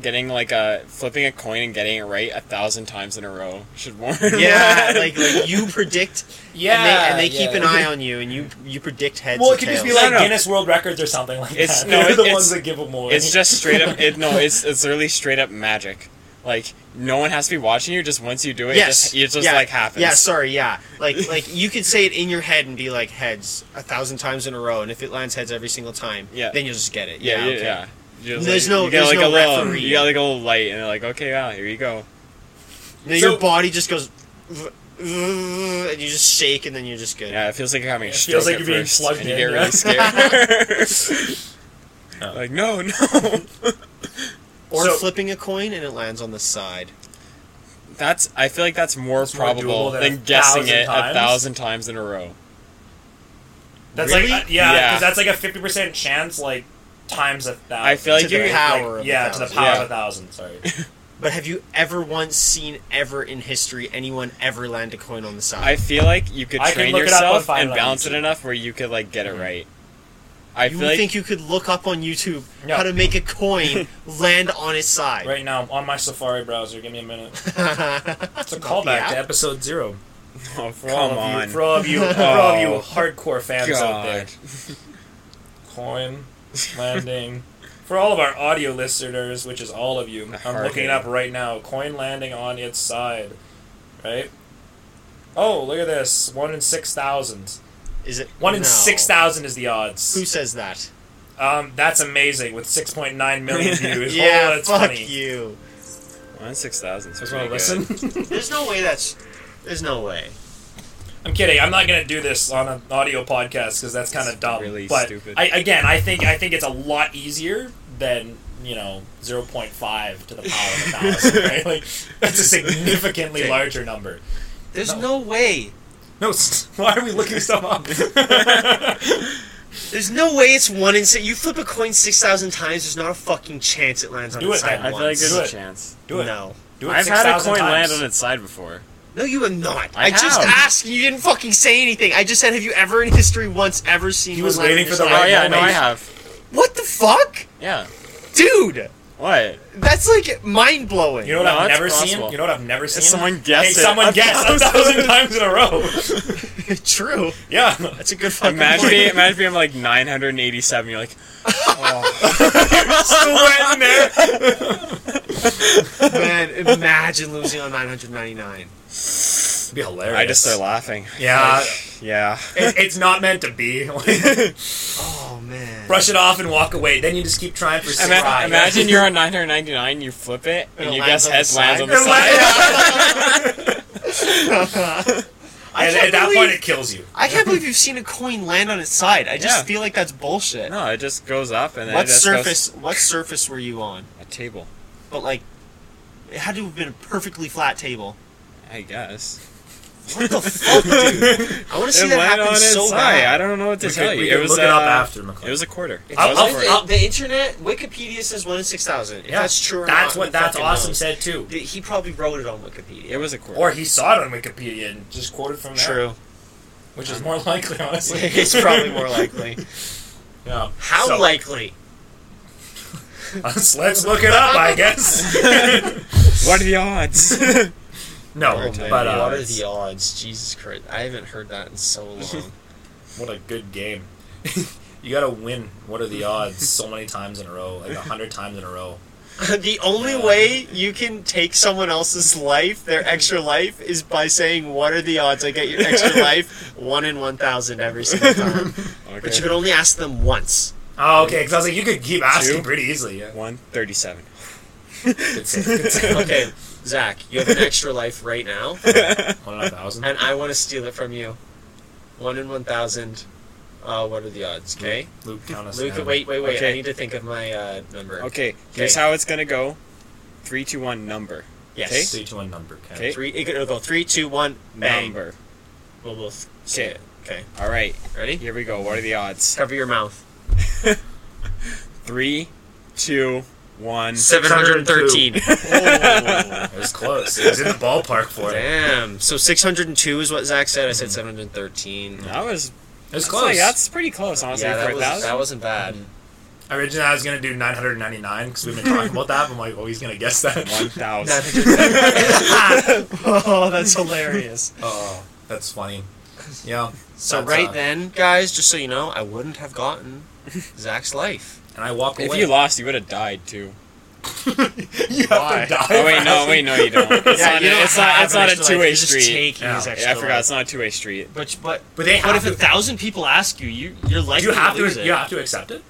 [SPEAKER 1] getting like a flipping a coin and getting it right a thousand times in a row should warrant.
[SPEAKER 3] Yeah,
[SPEAKER 1] that.
[SPEAKER 3] like, like you predict.
[SPEAKER 2] Yeah,
[SPEAKER 3] and they, and they keep
[SPEAKER 2] yeah.
[SPEAKER 3] an eye on you, and you you predict heads.
[SPEAKER 2] Well,
[SPEAKER 3] or
[SPEAKER 2] it could just be
[SPEAKER 3] tails.
[SPEAKER 1] No,
[SPEAKER 2] like
[SPEAKER 1] no.
[SPEAKER 2] Guinness World Records or something like
[SPEAKER 1] It's-
[SPEAKER 2] that.
[SPEAKER 1] no,
[SPEAKER 2] They're
[SPEAKER 1] it-
[SPEAKER 2] the
[SPEAKER 1] it's-
[SPEAKER 2] ones that give them away.
[SPEAKER 1] it's just straight up. It, no, it's it's literally straight up magic. Like no one has to be watching you. Just once you do it,
[SPEAKER 3] yes,
[SPEAKER 1] it just, it just
[SPEAKER 3] yeah.
[SPEAKER 1] like happens.
[SPEAKER 3] Yeah, sorry, yeah, like like you could say it in your head and be like heads a thousand times in a row, and if it lands heads every single time,
[SPEAKER 1] Yeah.
[SPEAKER 3] then you'll just get it.
[SPEAKER 1] yeah, yeah.
[SPEAKER 3] okay.
[SPEAKER 1] yeah. You just,
[SPEAKER 3] There's
[SPEAKER 1] like,
[SPEAKER 3] no-
[SPEAKER 1] you get
[SPEAKER 3] there's
[SPEAKER 1] like a
[SPEAKER 3] no
[SPEAKER 1] little,
[SPEAKER 3] referee.
[SPEAKER 1] You got like a little light, and they're like, okay, wow, here you go.
[SPEAKER 3] Then
[SPEAKER 2] So-
[SPEAKER 3] your body just goes, "V- v- and you just shake, and then you're just good.
[SPEAKER 1] Yeah, it feels like you're having a
[SPEAKER 2] It
[SPEAKER 1] stroke
[SPEAKER 2] feels like
[SPEAKER 1] at
[SPEAKER 2] you're being
[SPEAKER 1] first,
[SPEAKER 2] plugged
[SPEAKER 1] and
[SPEAKER 2] in,
[SPEAKER 1] You get
[SPEAKER 2] yeah.
[SPEAKER 1] really scared.
[SPEAKER 2] Oh.
[SPEAKER 1] Like no, no.
[SPEAKER 3] Or
[SPEAKER 2] So-
[SPEAKER 3] flipping a coin and it lands on the side.
[SPEAKER 1] That's. I feel like that's more
[SPEAKER 2] It's more
[SPEAKER 1] probable
[SPEAKER 2] doable than
[SPEAKER 1] than,
[SPEAKER 2] a
[SPEAKER 1] guessing
[SPEAKER 2] thousand
[SPEAKER 1] it
[SPEAKER 2] times?
[SPEAKER 1] a thousand times in a row.
[SPEAKER 2] that's
[SPEAKER 3] Really?
[SPEAKER 2] like uh, yeah,
[SPEAKER 1] Yeah.
[SPEAKER 2] because that's like a fifty percent chance, like times a thousand.
[SPEAKER 1] I feel like
[SPEAKER 3] to
[SPEAKER 1] you
[SPEAKER 3] the
[SPEAKER 1] could-
[SPEAKER 3] power. of a
[SPEAKER 2] yeah, to the
[SPEAKER 3] thousand.
[SPEAKER 2] power of
[SPEAKER 1] Yeah.
[SPEAKER 2] a thousand. Sorry.
[SPEAKER 3] But have you ever once seen ever in history anyone ever land a coin on the side?
[SPEAKER 1] I feel like you could
[SPEAKER 2] I can
[SPEAKER 1] train
[SPEAKER 2] look it up on
[SPEAKER 1] yourself
[SPEAKER 2] Fine
[SPEAKER 1] and
[SPEAKER 2] Line
[SPEAKER 1] balance it
[SPEAKER 2] YouTube. Mm-hmm.
[SPEAKER 1] enough where you could like get it right. I
[SPEAKER 3] you
[SPEAKER 1] feel like
[SPEAKER 3] think you could look up on YouTube
[SPEAKER 2] No.
[SPEAKER 3] how to make a coin land on its side?
[SPEAKER 2] right now on my Safari browser. Give me a minute.
[SPEAKER 3] it's
[SPEAKER 2] It's a callback to episode zero.
[SPEAKER 1] oh,
[SPEAKER 2] For all
[SPEAKER 1] come
[SPEAKER 2] of
[SPEAKER 1] on.
[SPEAKER 2] you, for all of you, for all of you
[SPEAKER 1] Oh.
[SPEAKER 2] hardcore fans out there.
[SPEAKER 1] God.
[SPEAKER 2] Coin landing. For all of our audio listeners, which is all of you, I'm
[SPEAKER 1] hard
[SPEAKER 2] looking it
[SPEAKER 1] hit.
[SPEAKER 2] up right now. Coin landing on its side, right? Oh, look at this! One in six thousand.
[SPEAKER 3] Is it
[SPEAKER 2] One in
[SPEAKER 3] no.
[SPEAKER 2] six thousand is the
[SPEAKER 3] Who
[SPEAKER 2] odds.
[SPEAKER 3] says that?
[SPEAKER 2] Um, that's amazing with six point nine million views. oh,
[SPEAKER 3] yeah,
[SPEAKER 2] that's
[SPEAKER 3] fuck
[SPEAKER 2] funny.
[SPEAKER 3] you.
[SPEAKER 1] One in six thousand. So
[SPEAKER 2] Just want to listen.
[SPEAKER 3] There's no way that's. There's no way.
[SPEAKER 2] I'm kidding. I'm not gonna do this on an audio podcast because that's kind of
[SPEAKER 1] It's
[SPEAKER 2] dumb.
[SPEAKER 1] really
[SPEAKER 2] but
[SPEAKER 1] stupid.
[SPEAKER 2] I, again, I think I think it's a lot easier than you know 0.5 to the power of a thousand. right? Like that's a significantly
[SPEAKER 3] Okay.
[SPEAKER 2] larger number.
[SPEAKER 3] There's
[SPEAKER 2] No.
[SPEAKER 3] no way.
[SPEAKER 2] No, why are we looking stuff up?
[SPEAKER 3] There's no way it's one in six. You flip a coin six thousand times. There's not a fucking chance it lands on
[SPEAKER 2] Do
[SPEAKER 3] its
[SPEAKER 2] it
[SPEAKER 3] side
[SPEAKER 2] then.
[SPEAKER 1] I
[SPEAKER 3] once.
[SPEAKER 1] feel like there's
[SPEAKER 2] Do
[SPEAKER 1] a
[SPEAKER 2] it.
[SPEAKER 1] chance.
[SPEAKER 2] do it.
[SPEAKER 3] No.
[SPEAKER 2] Do it.
[SPEAKER 1] I've had a
[SPEAKER 2] 6,000
[SPEAKER 1] coin
[SPEAKER 2] times.
[SPEAKER 1] land on its side before.
[SPEAKER 3] No, you have not.
[SPEAKER 1] I
[SPEAKER 3] I, just
[SPEAKER 1] have.
[SPEAKER 3] asked and you didn't fucking say anything. I just said, have you ever in history once ever seen?
[SPEAKER 2] He was
[SPEAKER 3] one land
[SPEAKER 2] waiting
[SPEAKER 3] on
[SPEAKER 2] for
[SPEAKER 3] your
[SPEAKER 2] the
[SPEAKER 3] side?
[SPEAKER 1] Oh
[SPEAKER 2] right
[SPEAKER 1] yeah, no,
[SPEAKER 2] moment.
[SPEAKER 1] I have.
[SPEAKER 3] What the fuck,
[SPEAKER 1] Yeah.
[SPEAKER 3] dude?
[SPEAKER 1] What?
[SPEAKER 3] That's like mind blowing.
[SPEAKER 2] You know what
[SPEAKER 1] No,
[SPEAKER 2] I've
[SPEAKER 1] that's
[SPEAKER 2] never seen?
[SPEAKER 1] possible.
[SPEAKER 2] You know what I've never seen?
[SPEAKER 1] someone guess
[SPEAKER 2] hey,
[SPEAKER 1] it
[SPEAKER 2] someone
[SPEAKER 1] a
[SPEAKER 2] guess a
[SPEAKER 1] thousand.
[SPEAKER 2] thousand times in a row.
[SPEAKER 3] True.
[SPEAKER 2] yeah.
[SPEAKER 3] That's a good fucking
[SPEAKER 1] Imagine
[SPEAKER 3] point.
[SPEAKER 1] being, imagine being like 987. You're like, "Oh."
[SPEAKER 2] Still went in there.
[SPEAKER 3] Man, imagine losing on 999.
[SPEAKER 2] It'd be hilarious.
[SPEAKER 1] I just start laughing.
[SPEAKER 2] Yeah,
[SPEAKER 1] Yeah.
[SPEAKER 2] uh, it, it's not meant to be.
[SPEAKER 3] Oh man.
[SPEAKER 2] brush it off and walk away. Then you just keep trying for
[SPEAKER 1] Ima-
[SPEAKER 2] surprise.
[SPEAKER 1] imagine you're on 999, you flip it,
[SPEAKER 3] it
[SPEAKER 1] and you guess
[SPEAKER 3] lands on the
[SPEAKER 1] heads lands
[SPEAKER 3] side.
[SPEAKER 1] on the
[SPEAKER 2] You're
[SPEAKER 1] side.
[SPEAKER 2] like-
[SPEAKER 3] I
[SPEAKER 2] and
[SPEAKER 3] can't
[SPEAKER 2] at that
[SPEAKER 3] believe-
[SPEAKER 2] point, it kills you.
[SPEAKER 3] I can't believe you've seen a coin land on its side. I just
[SPEAKER 1] Yeah.
[SPEAKER 3] feel like that's bullshit.
[SPEAKER 1] No, it just goes up and then
[SPEAKER 3] what
[SPEAKER 1] it just goes-
[SPEAKER 3] surface? What surface were you on?
[SPEAKER 1] a table,
[SPEAKER 3] But like, it had to have been a perfectly flat table.
[SPEAKER 1] I guess.
[SPEAKER 3] What the fuck, dude? I want to see
[SPEAKER 1] It
[SPEAKER 3] that
[SPEAKER 1] landed
[SPEAKER 3] happen so
[SPEAKER 1] side. I
[SPEAKER 3] bad.
[SPEAKER 1] don't know what to
[SPEAKER 2] We
[SPEAKER 1] tell
[SPEAKER 2] could-
[SPEAKER 1] you.
[SPEAKER 2] we
[SPEAKER 1] it
[SPEAKER 2] could
[SPEAKER 1] was
[SPEAKER 2] look
[SPEAKER 1] uh,
[SPEAKER 2] it up after, McClellan.
[SPEAKER 1] It was a quarter.
[SPEAKER 2] I'll-
[SPEAKER 1] It was
[SPEAKER 2] I'll-
[SPEAKER 1] a quarter.
[SPEAKER 2] I'll-
[SPEAKER 3] The, the internet, Wikipedia says one in six thousand. If that's true or
[SPEAKER 2] that's
[SPEAKER 3] not,
[SPEAKER 2] what
[SPEAKER 3] who
[SPEAKER 2] that's
[SPEAKER 3] fucking
[SPEAKER 2] awesome
[SPEAKER 3] knows?
[SPEAKER 2] said too.
[SPEAKER 3] Th- He probably wrote it on Wikipedia.
[SPEAKER 1] it was a quarter.
[SPEAKER 2] Or he saw it on Wikipedia and just quoted from there,
[SPEAKER 3] True.
[SPEAKER 2] which is more likely, honestly.
[SPEAKER 3] it's probably more likely.
[SPEAKER 2] Yeah.
[SPEAKER 3] How
[SPEAKER 2] So,
[SPEAKER 3] likely?
[SPEAKER 2] Let's, let's look it up, I guess.
[SPEAKER 1] what are the odds?
[SPEAKER 2] no,
[SPEAKER 3] Oh, man,
[SPEAKER 2] but
[SPEAKER 3] what
[SPEAKER 2] uh,
[SPEAKER 3] are the odds? Jesus Christ! I haven't heard that in so long.
[SPEAKER 2] what a good game. you gotta win. What are the odds? So many times in a row, like a hundred times in a row.
[SPEAKER 3] the only way you can take someone else's life, their extra life, is by saying, "What are the odds I get your extra life? One in one thousand every single time." But you
[SPEAKER 1] okay.
[SPEAKER 3] could only ask them once.
[SPEAKER 2] Oh, okay. Because I was like, you could keep asking
[SPEAKER 1] Two.
[SPEAKER 2] pretty easily. Yeah.
[SPEAKER 1] One thirty-seven.
[SPEAKER 2] Good save, good save.
[SPEAKER 3] Okay, Zach, you have an extra life right now,
[SPEAKER 2] One in a thousand.
[SPEAKER 3] and I want to steal it from you. One in one thousand. Uh, what are the odds? Okay,
[SPEAKER 2] Luke, count us
[SPEAKER 3] Luke.
[SPEAKER 2] down.
[SPEAKER 3] Wait, wait, wait. I
[SPEAKER 1] Okay.
[SPEAKER 3] need to think of my uh, number.
[SPEAKER 1] Okay. Here's
[SPEAKER 3] Okay.
[SPEAKER 1] how it's gonna go. Three, two, one. Number.
[SPEAKER 3] Yes.
[SPEAKER 2] Three to one number. count.
[SPEAKER 1] Okay.
[SPEAKER 3] Three. It, it'll go three, two, one. Bang.
[SPEAKER 1] Number.
[SPEAKER 3] We'll both say
[SPEAKER 1] Okay.
[SPEAKER 3] it. Okay.
[SPEAKER 1] All right.
[SPEAKER 3] Ready?
[SPEAKER 1] Here we go. What are the odds?
[SPEAKER 3] Cover your mouth.
[SPEAKER 1] Three, two, one.
[SPEAKER 3] 713.
[SPEAKER 2] It was close. It was in the ballpark for it.
[SPEAKER 3] Damn. So 602 is what Zach said. I said 713.
[SPEAKER 1] Mm-hmm. That was
[SPEAKER 2] It was
[SPEAKER 1] that's, like,
[SPEAKER 2] close.
[SPEAKER 1] that's pretty close, honestly,
[SPEAKER 3] Yeah,
[SPEAKER 1] for
[SPEAKER 3] that,
[SPEAKER 1] a
[SPEAKER 3] was,
[SPEAKER 1] thousand. Mm.
[SPEAKER 3] that wasn't bad.
[SPEAKER 2] Originally, I was gonna do 999 because we've been talking about that. But I'm like, oh, he's gonna guess that.
[SPEAKER 1] One thousand.
[SPEAKER 3] oh, that's hilarious.
[SPEAKER 2] Oh, that's funny. Yeah.
[SPEAKER 3] So
[SPEAKER 2] that's,
[SPEAKER 3] right
[SPEAKER 2] uh,
[SPEAKER 3] then, guys, just so you know, I wouldn't have gotten Zach's life.
[SPEAKER 2] and I walk
[SPEAKER 1] If
[SPEAKER 2] away.
[SPEAKER 1] you lost, you would have died too.
[SPEAKER 2] you
[SPEAKER 3] Why?
[SPEAKER 2] have to die.
[SPEAKER 1] Oh wait, no, wait, no, you don't. It's
[SPEAKER 3] Yeah,
[SPEAKER 1] not.
[SPEAKER 3] you
[SPEAKER 1] A,
[SPEAKER 3] don't
[SPEAKER 1] it's not.
[SPEAKER 3] have
[SPEAKER 1] It's
[SPEAKER 3] an
[SPEAKER 1] not a
[SPEAKER 3] extra life,
[SPEAKER 1] two-way
[SPEAKER 3] you're just
[SPEAKER 1] street.
[SPEAKER 3] taking
[SPEAKER 2] Yeah,
[SPEAKER 3] his
[SPEAKER 1] Yeah, I
[SPEAKER 3] extra
[SPEAKER 1] forgot. It's
[SPEAKER 3] life.
[SPEAKER 1] not a two-way street.
[SPEAKER 3] But but
[SPEAKER 2] But they
[SPEAKER 3] what
[SPEAKER 2] have
[SPEAKER 3] if a
[SPEAKER 2] to-
[SPEAKER 3] thousand people ask you? You you're
[SPEAKER 2] Do
[SPEAKER 3] like
[SPEAKER 2] you have to.
[SPEAKER 3] lose it.
[SPEAKER 2] You have to accept it.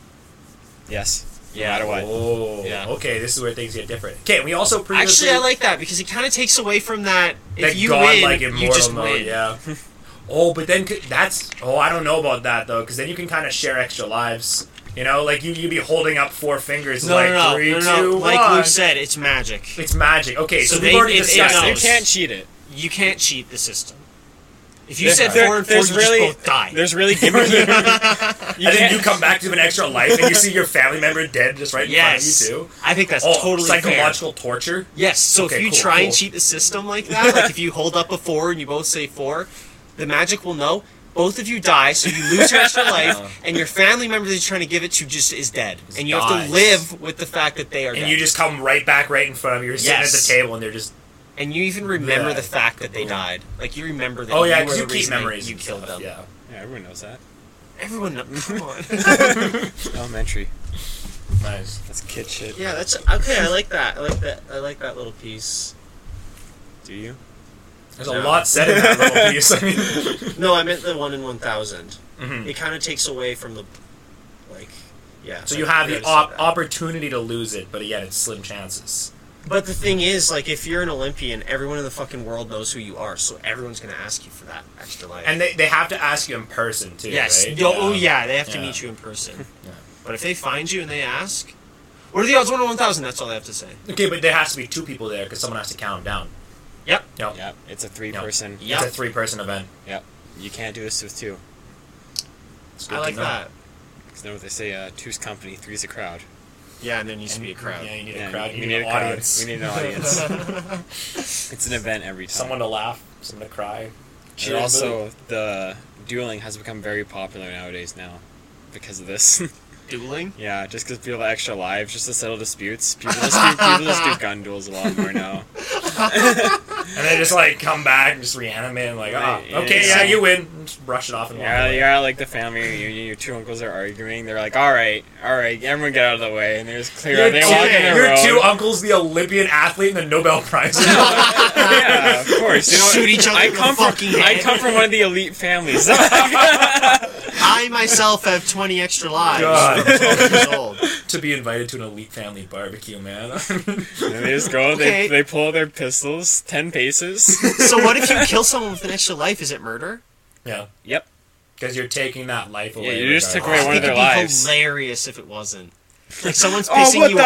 [SPEAKER 1] Yes. No matter what.
[SPEAKER 2] Oh,
[SPEAKER 1] Yeah.
[SPEAKER 2] okay. This is where things get different. Okay, we also previously
[SPEAKER 3] Actually, I like that because it kind of takes away from that. If
[SPEAKER 2] that
[SPEAKER 3] you win,
[SPEAKER 2] godlike
[SPEAKER 3] you
[SPEAKER 2] immortal
[SPEAKER 3] just
[SPEAKER 2] mode.
[SPEAKER 3] win.
[SPEAKER 2] Yeah. oh, but then c- that's oh, I don't know about that though, because then you can kind of share extra lives. You know, like you you be holding up four fingers,
[SPEAKER 3] No,
[SPEAKER 2] like
[SPEAKER 3] no, no,
[SPEAKER 2] three,
[SPEAKER 3] no, no,
[SPEAKER 2] two,
[SPEAKER 3] Like
[SPEAKER 2] one.
[SPEAKER 3] Lou said, it's magic.
[SPEAKER 2] It's magic. Okay, so,
[SPEAKER 3] So
[SPEAKER 2] we've
[SPEAKER 3] they-
[SPEAKER 2] already
[SPEAKER 3] it- it
[SPEAKER 2] discussed
[SPEAKER 3] knows.
[SPEAKER 1] You
[SPEAKER 2] this.
[SPEAKER 1] can't cheat it.
[SPEAKER 3] You can't cheat the system. If you
[SPEAKER 1] There-
[SPEAKER 3] said
[SPEAKER 1] there-
[SPEAKER 3] four and four, you
[SPEAKER 1] there's
[SPEAKER 3] just
[SPEAKER 1] really-
[SPEAKER 3] both die.
[SPEAKER 1] There's really gimmicky. you
[SPEAKER 2] and then you
[SPEAKER 1] can't.
[SPEAKER 2] come back to an extra life, and you see your family member dead just right in
[SPEAKER 3] yes,
[SPEAKER 2] front of you too.
[SPEAKER 3] I think that's
[SPEAKER 2] Oh,
[SPEAKER 3] totally fair.
[SPEAKER 2] psychological torture.
[SPEAKER 3] Yes. So
[SPEAKER 2] Okay,
[SPEAKER 3] if you
[SPEAKER 2] cool,
[SPEAKER 3] try and
[SPEAKER 2] cool.
[SPEAKER 3] cheat the system like that, like if you hold up a four and you both say four, the magic will know. Both of you die, so you lose your extra life, and your family member that you're trying to give it to just is dead, and you have
[SPEAKER 2] dies.
[SPEAKER 3] to live with the fact that they are
[SPEAKER 2] And
[SPEAKER 3] dead,
[SPEAKER 2] you just come right back, right in front of you. You're sitting at
[SPEAKER 3] Yes.
[SPEAKER 2] the table, and they're just
[SPEAKER 3] and you even remember
[SPEAKER 2] Yeah.
[SPEAKER 3] the fact that they died. Like you remember that.
[SPEAKER 2] oh yeah,
[SPEAKER 3] you, were
[SPEAKER 2] because you,
[SPEAKER 3] the
[SPEAKER 2] keep
[SPEAKER 3] reason that
[SPEAKER 2] memories.
[SPEAKER 3] You
[SPEAKER 2] and
[SPEAKER 3] killed
[SPEAKER 2] stuff,
[SPEAKER 3] them.
[SPEAKER 2] Yeah.
[SPEAKER 1] Yeah, everyone knows that.
[SPEAKER 3] Everyone, kno- come on.
[SPEAKER 1] Elementary.
[SPEAKER 2] Nice.
[SPEAKER 1] That's kid shit.
[SPEAKER 3] yeah, that's okay. I like that. I like that. I like that little piece.
[SPEAKER 1] Do you?
[SPEAKER 2] There's
[SPEAKER 3] No.
[SPEAKER 2] a lot said in that little piece. I mean,
[SPEAKER 3] No, I meant the one in one thousand.
[SPEAKER 2] Mhm.
[SPEAKER 3] It kind of takes away from the, like, yeah.
[SPEAKER 2] so
[SPEAKER 3] like,
[SPEAKER 2] you have the
[SPEAKER 3] already
[SPEAKER 2] op-
[SPEAKER 3] said that.
[SPEAKER 2] opportunity to lose it, but again, it's slim chances.
[SPEAKER 3] But the thing is, like, if you're an Olympian, everyone in the fucking world knows who you are, so everyone's gonna ask you for that extra life.
[SPEAKER 2] And they, they have to ask you in person too.
[SPEAKER 3] yes,
[SPEAKER 2] right?
[SPEAKER 3] yo- oh yeah, they have to
[SPEAKER 2] Yeah.
[SPEAKER 3] meet you in person.
[SPEAKER 2] Yeah.
[SPEAKER 3] But if they find you and they ask, what are the odds? One in one thousand. That's all they have to say.
[SPEAKER 2] Okay, but there has to be two people there because someone has to count them down.
[SPEAKER 3] Yep.
[SPEAKER 2] No,
[SPEAKER 1] Yeah. It's a
[SPEAKER 2] No.
[SPEAKER 1] three-person.
[SPEAKER 3] Yeah.
[SPEAKER 2] it's a three-person event.
[SPEAKER 1] Yep. You can't do this with two.
[SPEAKER 2] It's good
[SPEAKER 3] I
[SPEAKER 2] to
[SPEAKER 3] like
[SPEAKER 2] know.
[SPEAKER 3] that.
[SPEAKER 1] Because know what they say: uh, two's company, three's a crowd.
[SPEAKER 3] Yeah, and there needs to be a crowd.
[SPEAKER 2] Yeah, you need
[SPEAKER 1] Yeah,
[SPEAKER 2] a crowd.
[SPEAKER 1] we
[SPEAKER 2] You
[SPEAKER 1] need
[SPEAKER 2] need,
[SPEAKER 1] a
[SPEAKER 2] an
[SPEAKER 1] crowd.
[SPEAKER 2] audience.
[SPEAKER 1] We need an audience. It's an event every time.
[SPEAKER 2] someone to laugh, someone to cry.
[SPEAKER 1] And
[SPEAKER 2] Cheer
[SPEAKER 1] also, the dueling has become very popular nowadays now because of this.
[SPEAKER 3] Dueling.
[SPEAKER 1] yeah, just because people have extra lives just to settle disputes. People just do, people just do gun duels a lot more now.
[SPEAKER 2] and they just like come back and just reanimate and like, ah,
[SPEAKER 1] Yeah,
[SPEAKER 2] okay,
[SPEAKER 1] yeah.
[SPEAKER 2] yeah, you win. And Just brush it off and walk
[SPEAKER 1] Yeah,
[SPEAKER 2] away.
[SPEAKER 1] you're at like the family reunion. Your two uncles are arguing. They're like, "All right, all right, everyone get out of the way," and they're just clear.
[SPEAKER 2] Your
[SPEAKER 1] out. They walk in
[SPEAKER 2] two,
[SPEAKER 1] the
[SPEAKER 2] your
[SPEAKER 1] road.
[SPEAKER 2] two uncles, the Olympian athlete and the Nobel Prize.
[SPEAKER 1] yeah, of course. You know what?
[SPEAKER 3] Shoot each other
[SPEAKER 1] I
[SPEAKER 3] in the
[SPEAKER 1] come
[SPEAKER 3] fucking
[SPEAKER 1] from I
[SPEAKER 3] head.
[SPEAKER 1] come from one of the elite families.
[SPEAKER 3] I myself have twenty extra lives.
[SPEAKER 2] God.
[SPEAKER 3] I'm 12 years old.
[SPEAKER 2] to be invited to an elite family barbecue, man.
[SPEAKER 1] And they just go. They
[SPEAKER 3] Okay.
[SPEAKER 1] they pull out their pistols ten paces.
[SPEAKER 3] So what if you kill someone with an extra life? Is it murder?
[SPEAKER 2] yeah,
[SPEAKER 1] yep.
[SPEAKER 2] because you're taking that life away.
[SPEAKER 1] Yeah, you just took
[SPEAKER 2] regardless.
[SPEAKER 1] away one of their
[SPEAKER 3] It'd be
[SPEAKER 1] lives.
[SPEAKER 3] hilarious if it wasn't. Like someone's
[SPEAKER 1] Oh,
[SPEAKER 3] pissing
[SPEAKER 1] what
[SPEAKER 3] you
[SPEAKER 1] the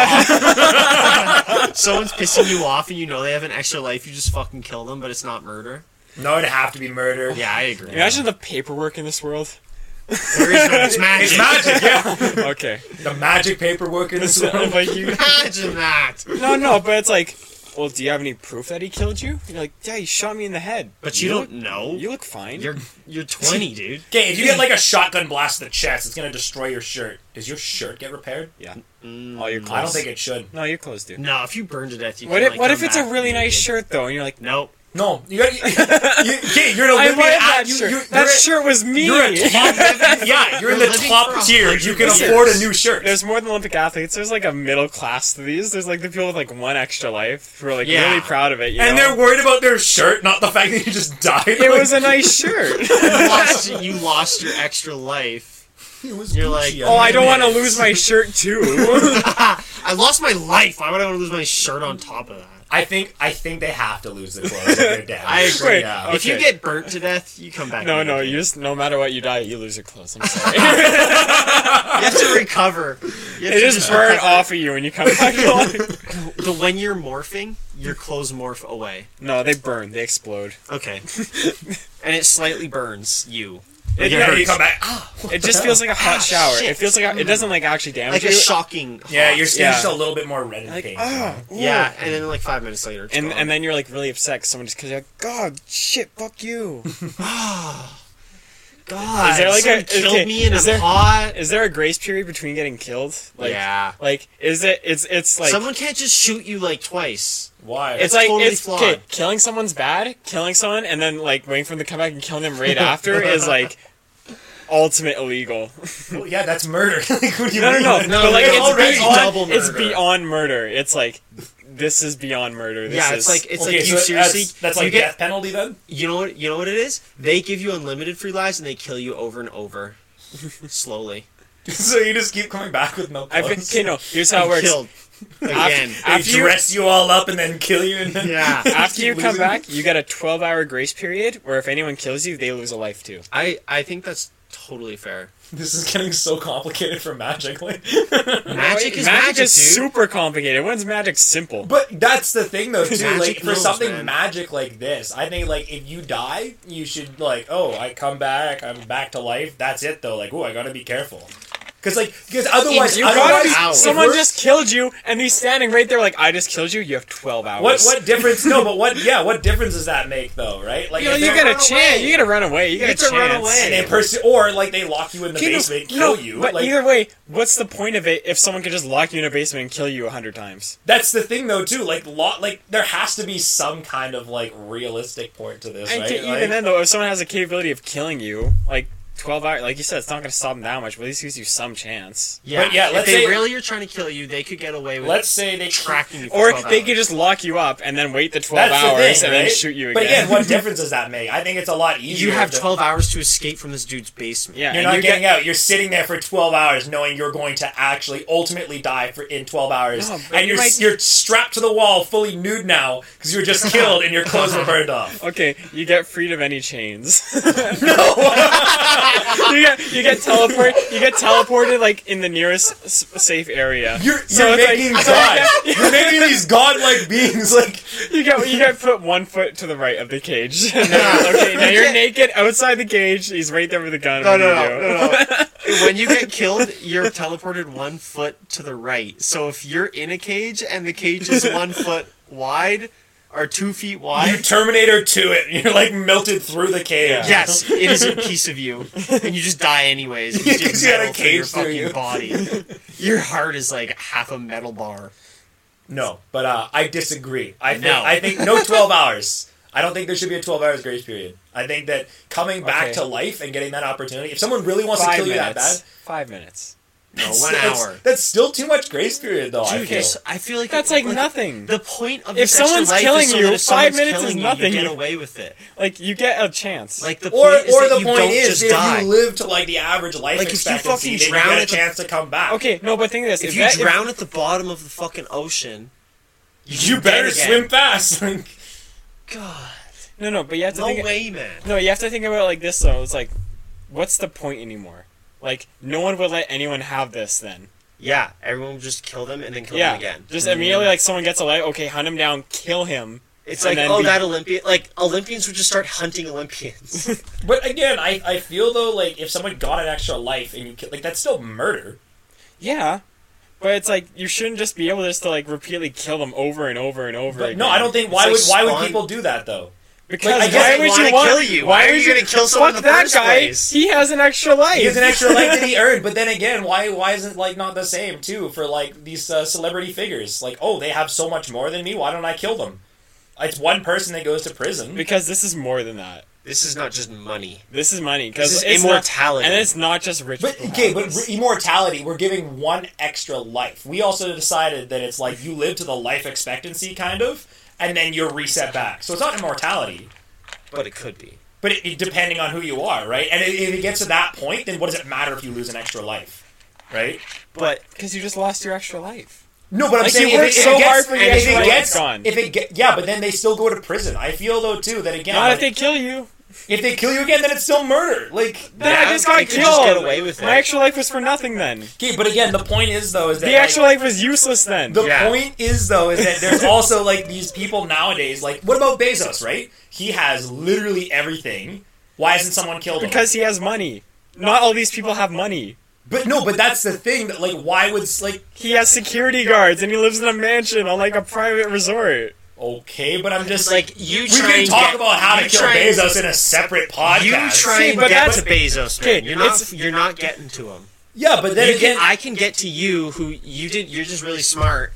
[SPEAKER 3] off. someone's pissing you off, and you know they have an extra life. You just fucking kill them, but it's not murder.
[SPEAKER 2] No, it'd have to be murder.
[SPEAKER 3] Yeah, I agree.
[SPEAKER 1] Imagine the paperwork in this world.
[SPEAKER 3] There is no, it's
[SPEAKER 2] It's
[SPEAKER 3] magic.
[SPEAKER 2] magic, yeah.
[SPEAKER 1] Okay.
[SPEAKER 2] the magic paperwork in this world.
[SPEAKER 1] like you.
[SPEAKER 3] Imagine that.
[SPEAKER 1] No, no, but it's like, well, do you have any proof that he killed you? You're like, yeah, he shot me in the head.
[SPEAKER 3] But you don't know.
[SPEAKER 1] Look, you look fine.
[SPEAKER 3] You're you're 20, dude.
[SPEAKER 2] Okay, if you get like a shotgun blast to the chest, it's gonna destroy your shirt. Does your shirt get repaired?
[SPEAKER 1] yeah. All your clothes.
[SPEAKER 2] I don't think it should.
[SPEAKER 1] No, your clothes do.
[SPEAKER 3] No, if you burn to death, you.
[SPEAKER 1] What
[SPEAKER 3] can,
[SPEAKER 1] if
[SPEAKER 3] like,
[SPEAKER 1] What
[SPEAKER 3] come
[SPEAKER 1] if it's a
[SPEAKER 3] back
[SPEAKER 1] really nice
[SPEAKER 3] naked.
[SPEAKER 1] shirt though, and you're like,
[SPEAKER 3] Nope.
[SPEAKER 2] No, you got. You, you, okay, you're an
[SPEAKER 1] I love
[SPEAKER 2] Olympian
[SPEAKER 1] that
[SPEAKER 2] athlete. You-
[SPEAKER 1] shirt.
[SPEAKER 2] you-
[SPEAKER 1] that
[SPEAKER 2] you're a-
[SPEAKER 1] shirt was me.
[SPEAKER 2] You're a top. yeah, you're in the
[SPEAKER 3] You're living for a
[SPEAKER 2] top tier. You
[SPEAKER 3] hundred
[SPEAKER 2] can
[SPEAKER 1] years.
[SPEAKER 2] afford a new shirt.
[SPEAKER 1] There's more than Olympic athletes. There's like a middle class to these. There's like the people with like one extra life who are like
[SPEAKER 3] Yeah.
[SPEAKER 1] really proud of it. You
[SPEAKER 2] and
[SPEAKER 1] know?
[SPEAKER 2] they're worried about their shirt, not the fact that you just died.
[SPEAKER 1] It was a nice shirt.
[SPEAKER 3] You lost, you lost your extra life.
[SPEAKER 2] It was
[SPEAKER 3] You're
[SPEAKER 2] Gucci, I
[SPEAKER 3] like,
[SPEAKER 1] oh, I don't
[SPEAKER 2] mean.
[SPEAKER 1] want to lose my shirt too.
[SPEAKER 3] I lost my life. Why would I want to lose my shirt on top of that?
[SPEAKER 2] I think I think they have to lose the clothes. if they're dead.
[SPEAKER 3] I agree.
[SPEAKER 1] Wait,
[SPEAKER 2] Yeah.
[SPEAKER 1] okay.
[SPEAKER 3] If you get burnt to death, you come back.
[SPEAKER 1] no,
[SPEAKER 3] naked.
[SPEAKER 1] no, you just no matter what you die, you lose your clothes. I'm sorry.
[SPEAKER 3] You have to recover. You have
[SPEAKER 1] It
[SPEAKER 3] to
[SPEAKER 1] just burn
[SPEAKER 3] recover.
[SPEAKER 1] off of you when you come back to life.
[SPEAKER 3] But when you're morphing, your clothes morph away.
[SPEAKER 1] No, they burn. They explode.
[SPEAKER 3] Okay. and it slightly burns you.
[SPEAKER 1] It,
[SPEAKER 2] You know, you come back. Ah,
[SPEAKER 1] It just feels like a hot shower.
[SPEAKER 3] Oh, shit.
[SPEAKER 1] It feels like a, it doesn't like actually damage
[SPEAKER 3] Like a
[SPEAKER 1] you.
[SPEAKER 3] shocking.
[SPEAKER 2] yeah,
[SPEAKER 3] hot.
[SPEAKER 2] your skin's
[SPEAKER 1] Yeah.
[SPEAKER 2] just a little bit more red and
[SPEAKER 1] like
[SPEAKER 2] pink.
[SPEAKER 1] oh,
[SPEAKER 3] Yeah, and then like five minutes later, it's
[SPEAKER 1] And
[SPEAKER 3] gone.
[SPEAKER 1] and then you're like really upset. 'cause Someone just because you're like, God, shit, fuck you.
[SPEAKER 3] God,
[SPEAKER 1] Is there like
[SPEAKER 3] someone
[SPEAKER 1] a-
[SPEAKER 3] killed
[SPEAKER 1] okay,
[SPEAKER 3] me in
[SPEAKER 1] is
[SPEAKER 3] a
[SPEAKER 1] there-
[SPEAKER 3] pot.
[SPEAKER 1] Is there a grace period between getting killed? Like,
[SPEAKER 2] yeah.
[SPEAKER 1] Like, is it? It's it's like
[SPEAKER 3] someone can't just shoot you like twice.
[SPEAKER 2] Why?
[SPEAKER 1] It's
[SPEAKER 3] It's
[SPEAKER 1] like
[SPEAKER 3] totally
[SPEAKER 1] it's okay.
[SPEAKER 3] flawed.
[SPEAKER 1] Killing someone's bad. Killing someone and then like waiting for them to come back and kill them right after is like ultimate illegal.
[SPEAKER 2] Well, yeah, that's murder. like, what do you
[SPEAKER 1] No, no,
[SPEAKER 2] mean?
[SPEAKER 1] no.
[SPEAKER 3] No,
[SPEAKER 1] but like
[SPEAKER 3] it's
[SPEAKER 1] it's
[SPEAKER 3] already
[SPEAKER 1] beyond,
[SPEAKER 3] double
[SPEAKER 1] It's
[SPEAKER 3] murder.
[SPEAKER 1] beyond murder. It's like this is beyond murder. This
[SPEAKER 3] Yeah,
[SPEAKER 1] is,
[SPEAKER 3] it's like it's
[SPEAKER 2] Okay,
[SPEAKER 3] like you
[SPEAKER 2] so that's-
[SPEAKER 3] seriously.
[SPEAKER 2] That's, like
[SPEAKER 3] you get,
[SPEAKER 2] death penalty then.
[SPEAKER 3] You know what? You know what it is? They give you unlimited free lives and they kill you over and over, slowly.
[SPEAKER 2] so you just keep coming back with no
[SPEAKER 1] I
[SPEAKER 2] clothes.
[SPEAKER 1] think okay. No, here's how it works.
[SPEAKER 3] Killed again.
[SPEAKER 2] They
[SPEAKER 1] After you-
[SPEAKER 2] dress you all up and then kill you. And then
[SPEAKER 3] yeah.
[SPEAKER 1] After
[SPEAKER 2] Keep
[SPEAKER 1] you come
[SPEAKER 2] losing.
[SPEAKER 1] back, you get a 12-hour grace period, where if anyone kills you, they lose a life too.
[SPEAKER 3] I I think that's totally fair.
[SPEAKER 2] This is getting so complicated for Magic Link.
[SPEAKER 3] Magic
[SPEAKER 1] magic
[SPEAKER 3] is magic,
[SPEAKER 1] is
[SPEAKER 3] dude.
[SPEAKER 1] super complicated. When's magic simple?
[SPEAKER 2] But that's the thing, though, too.
[SPEAKER 3] Magic
[SPEAKER 2] like for
[SPEAKER 3] knows,
[SPEAKER 2] something
[SPEAKER 3] man.
[SPEAKER 2] magic like this, I think like if you die, you should like, oh, I come back, I'm back to life. That's it, though. Like, oh, I gotta be careful, because like, because otherwise,
[SPEAKER 1] You
[SPEAKER 2] otherwise,
[SPEAKER 1] gotta be-
[SPEAKER 3] hours.
[SPEAKER 1] someone
[SPEAKER 2] We're-
[SPEAKER 1] just killed you, and he's standing right there like, I just killed you. You have 12 hours.
[SPEAKER 2] What what difference? No, but what? Yeah, what difference does that make, though? Right? Like,
[SPEAKER 1] You, know,
[SPEAKER 2] if
[SPEAKER 1] you
[SPEAKER 2] they're-
[SPEAKER 1] get a
[SPEAKER 3] run away.
[SPEAKER 1] chance. You get to run away. You get,
[SPEAKER 3] get
[SPEAKER 1] a
[SPEAKER 3] to run
[SPEAKER 1] chance.
[SPEAKER 3] away.
[SPEAKER 2] and they pers- or like they lock you in the
[SPEAKER 1] You know,
[SPEAKER 2] basement,
[SPEAKER 1] no,
[SPEAKER 2] kill you.
[SPEAKER 1] But
[SPEAKER 2] like,
[SPEAKER 1] either way, what's the point of it if someone could just lock you in a basement and kill you a hundred times?
[SPEAKER 2] That's the thing, though, too. Like, lo- like there has to be some kind of like realistic point to this,
[SPEAKER 1] And
[SPEAKER 2] right?
[SPEAKER 1] to-
[SPEAKER 2] Like-
[SPEAKER 1] even then, though, if someone has the capability of killing you, like twelve hours, like you said, it's not going to stop them that much. But at least gives you some chance.
[SPEAKER 3] Yeah.
[SPEAKER 2] But yeah,
[SPEAKER 3] if
[SPEAKER 2] let's
[SPEAKER 3] they
[SPEAKER 2] say-
[SPEAKER 3] really are trying to kill you, they could get away with.
[SPEAKER 2] let's say they
[SPEAKER 3] tracking you. For
[SPEAKER 1] Or
[SPEAKER 3] 12
[SPEAKER 1] they
[SPEAKER 3] hours.
[SPEAKER 1] could just lock you up and then wait the twelve hours and then shoot you again.
[SPEAKER 2] But again, what difference does that make? I think it's a lot easier.
[SPEAKER 3] You have
[SPEAKER 2] to-
[SPEAKER 3] twelve hours to escape from this dude's basement.
[SPEAKER 1] yeah,
[SPEAKER 2] You're
[SPEAKER 1] and
[SPEAKER 2] not
[SPEAKER 1] you
[SPEAKER 2] getting
[SPEAKER 1] get-
[SPEAKER 2] out. You're sitting there for 12 hours, knowing you're going to actually ultimately die for in 12 hours,
[SPEAKER 1] No, but
[SPEAKER 2] and
[SPEAKER 1] you
[SPEAKER 2] you're
[SPEAKER 1] might-
[SPEAKER 2] you're strapped to the wall, fully nude now, because you were just killed and your clothes were burned off.
[SPEAKER 1] Okay, you get freed of any chains. no, you get you get teleport you get teleported like in the nearest s- safe area.
[SPEAKER 2] You're, you're
[SPEAKER 1] So it's like-
[SPEAKER 2] making
[SPEAKER 1] so
[SPEAKER 2] God.
[SPEAKER 1] you
[SPEAKER 2] you're making these godlike beings like.
[SPEAKER 1] get- you get you get put one foot to the right of the cage. And then- okay, now you're
[SPEAKER 3] can't-
[SPEAKER 1] naked outside the cage. He's right there with a gun.
[SPEAKER 3] No,
[SPEAKER 1] what do
[SPEAKER 3] no,
[SPEAKER 1] you
[SPEAKER 3] no,
[SPEAKER 1] do?
[SPEAKER 3] when you get killed, you're teleported one foot to the right. So if you're in a cage and the cage is one foot wide or two feet
[SPEAKER 2] You
[SPEAKER 3] wide,
[SPEAKER 2] Terminator 2 it. You're like melted through the cage.
[SPEAKER 3] yes, it is a piece of you, and you just die anyways. You
[SPEAKER 2] Yeah, 'cause
[SPEAKER 3] just
[SPEAKER 2] you had a
[SPEAKER 3] metal through your
[SPEAKER 2] cage through
[SPEAKER 3] fucking
[SPEAKER 2] you.
[SPEAKER 3] body. Your heart is like half a metal bar.
[SPEAKER 2] No, but uh, I disagree. I think,
[SPEAKER 3] No.
[SPEAKER 2] I think no 12 hours. I don't think there should be a 12 hours grace period. I think that coming back
[SPEAKER 1] Okay.
[SPEAKER 2] to life and getting that opportunity, if someone really wants to
[SPEAKER 1] Five
[SPEAKER 2] kill you that
[SPEAKER 1] minutes.
[SPEAKER 2] bad,
[SPEAKER 1] Five minutes.
[SPEAKER 3] No,
[SPEAKER 2] it's-
[SPEAKER 3] Oh, one
[SPEAKER 2] it's-
[SPEAKER 3] hour.
[SPEAKER 2] That's still too much grace period, though. I
[SPEAKER 3] Dude,
[SPEAKER 2] feel.
[SPEAKER 3] it's- I feel like
[SPEAKER 1] That's like nothing.
[SPEAKER 3] The point of
[SPEAKER 1] If
[SPEAKER 3] this extra
[SPEAKER 1] someone's
[SPEAKER 3] life is
[SPEAKER 1] killing
[SPEAKER 3] so
[SPEAKER 1] you,
[SPEAKER 3] that if
[SPEAKER 1] five
[SPEAKER 3] someone's
[SPEAKER 1] minutes is
[SPEAKER 3] killing you,
[SPEAKER 1] nothing.
[SPEAKER 3] You get away with it.
[SPEAKER 1] Like you get a chance.
[SPEAKER 3] Like the
[SPEAKER 2] Or,
[SPEAKER 3] point is
[SPEAKER 2] or
[SPEAKER 3] that
[SPEAKER 2] the
[SPEAKER 3] you
[SPEAKER 2] point
[SPEAKER 3] don't
[SPEAKER 2] is,
[SPEAKER 3] just
[SPEAKER 2] if
[SPEAKER 3] die.
[SPEAKER 2] you live to like the average life
[SPEAKER 3] Like, if you
[SPEAKER 2] expectancy,
[SPEAKER 3] fucking
[SPEAKER 2] then you
[SPEAKER 3] drown
[SPEAKER 2] get a
[SPEAKER 3] at the-
[SPEAKER 2] chance to come back.
[SPEAKER 1] okay, no, but think of this:
[SPEAKER 3] if
[SPEAKER 1] if
[SPEAKER 3] you
[SPEAKER 1] that- if-
[SPEAKER 3] drown at the bottom of the fucking ocean,
[SPEAKER 2] you
[SPEAKER 3] you're
[SPEAKER 2] better
[SPEAKER 3] dead again.
[SPEAKER 2] swim fast. Like,
[SPEAKER 3] God,
[SPEAKER 1] no, no, but you have to
[SPEAKER 3] no
[SPEAKER 1] think.
[SPEAKER 3] way, man.
[SPEAKER 1] No, you have to think about it like this though. It's like, what's the point anymore? Like, no one would let anyone have this then.
[SPEAKER 3] Yeah, everyone would just kill them and then kill
[SPEAKER 1] yeah,
[SPEAKER 3] them again.
[SPEAKER 1] just immediately like someone gets a light. Okay, hunt him down, kill him.
[SPEAKER 3] It's
[SPEAKER 1] and
[SPEAKER 3] like,
[SPEAKER 1] then
[SPEAKER 3] oh,
[SPEAKER 1] be-
[SPEAKER 3] that Olympian. Like, Olympians would just start hunting Olympians.
[SPEAKER 2] but again, I, I feel though like if someone got an extra life and you ki- like that's still murder.
[SPEAKER 1] Yeah, but it's like you shouldn't just be able just to like repeatedly kill them over and over and over.
[SPEAKER 2] But
[SPEAKER 1] again.
[SPEAKER 2] no, I don't think. Why
[SPEAKER 3] like
[SPEAKER 2] would why would
[SPEAKER 3] spawn-
[SPEAKER 2] people do that though?
[SPEAKER 1] Because
[SPEAKER 2] I guess
[SPEAKER 1] why
[SPEAKER 2] they
[SPEAKER 1] would
[SPEAKER 3] wanna
[SPEAKER 1] you want
[SPEAKER 3] kill you. Why are
[SPEAKER 1] would
[SPEAKER 3] you gonna kill someone
[SPEAKER 1] Fuck
[SPEAKER 3] in the
[SPEAKER 1] that
[SPEAKER 3] first
[SPEAKER 1] guy.
[SPEAKER 3] place?
[SPEAKER 1] He has an extra life.
[SPEAKER 2] He has an extra life that he earned, but then again, why why is it like not the same too for like these uh, celebrity figures? Like, oh, they have so much more than me. Why don't I kill them? It's one person that goes to prison.
[SPEAKER 1] because this is more than that.
[SPEAKER 3] this is not just money.
[SPEAKER 1] This is money. Because
[SPEAKER 3] This is
[SPEAKER 1] it's
[SPEAKER 3] immortality.
[SPEAKER 1] not, and it's not just rich.
[SPEAKER 2] But
[SPEAKER 1] people
[SPEAKER 2] okay,
[SPEAKER 1] have
[SPEAKER 2] but
[SPEAKER 1] this.
[SPEAKER 2] re- immortality, we're giving one extra life. We also decided that it's like you live to the life expectancy kind of, and then you're reset back. So it's not immortality,
[SPEAKER 3] But it could be.
[SPEAKER 2] but it, it- depending on who you are, right? And if it gets to that point, then what does it matter if you lose an extra life, right?
[SPEAKER 3] But
[SPEAKER 1] because you just lost your extra life.
[SPEAKER 2] No, but I'm
[SPEAKER 1] Like,
[SPEAKER 2] saying
[SPEAKER 1] you
[SPEAKER 2] if
[SPEAKER 1] worked
[SPEAKER 2] it, if
[SPEAKER 1] so
[SPEAKER 2] it gets,
[SPEAKER 1] hard for
[SPEAKER 2] and
[SPEAKER 1] your
[SPEAKER 2] if
[SPEAKER 1] extra
[SPEAKER 2] it
[SPEAKER 1] life,
[SPEAKER 2] gets,
[SPEAKER 1] it's gone.
[SPEAKER 2] if it get, yeah, but then they still go to prison. I feel though too that again,
[SPEAKER 1] Not
[SPEAKER 2] like,
[SPEAKER 1] if they kill you.
[SPEAKER 2] if they kill you again, then it's still murder. Like,
[SPEAKER 1] Then I
[SPEAKER 3] Yeah,
[SPEAKER 1] just got
[SPEAKER 3] they could just
[SPEAKER 1] killed.
[SPEAKER 3] get away with
[SPEAKER 1] My
[SPEAKER 3] it.
[SPEAKER 1] extra life was for nothing then.
[SPEAKER 2] okay, but again, the point is though is that
[SPEAKER 1] The
[SPEAKER 2] like,
[SPEAKER 1] extra life was useless then.
[SPEAKER 2] The
[SPEAKER 3] Yeah.
[SPEAKER 2] point is though is that there's also like these people nowadays. Like, what about Bezos? Right? He has literally everything. Why hasn't someone killed him?
[SPEAKER 1] because he has money. Not all these people have money.
[SPEAKER 2] but no, but that's the thing. That like, why would like
[SPEAKER 1] He has security guards and he lives in a mansion on like a private resort.
[SPEAKER 2] okay, but I'm just
[SPEAKER 3] Like you
[SPEAKER 2] we
[SPEAKER 3] try
[SPEAKER 2] can
[SPEAKER 3] and
[SPEAKER 2] talk
[SPEAKER 3] get-
[SPEAKER 2] about how to
[SPEAKER 3] you
[SPEAKER 2] kill
[SPEAKER 3] try and-
[SPEAKER 2] Bezos in a separate podcast.
[SPEAKER 3] You try
[SPEAKER 1] See,
[SPEAKER 3] and
[SPEAKER 1] but
[SPEAKER 3] get
[SPEAKER 1] that's-
[SPEAKER 3] to Bezos, man.
[SPEAKER 1] Dude,
[SPEAKER 3] You're not,
[SPEAKER 1] it's-
[SPEAKER 3] you're not getting to him.
[SPEAKER 2] yeah, but then
[SPEAKER 3] You
[SPEAKER 2] again,
[SPEAKER 3] can, I can get to you, who you did. You're just really smart,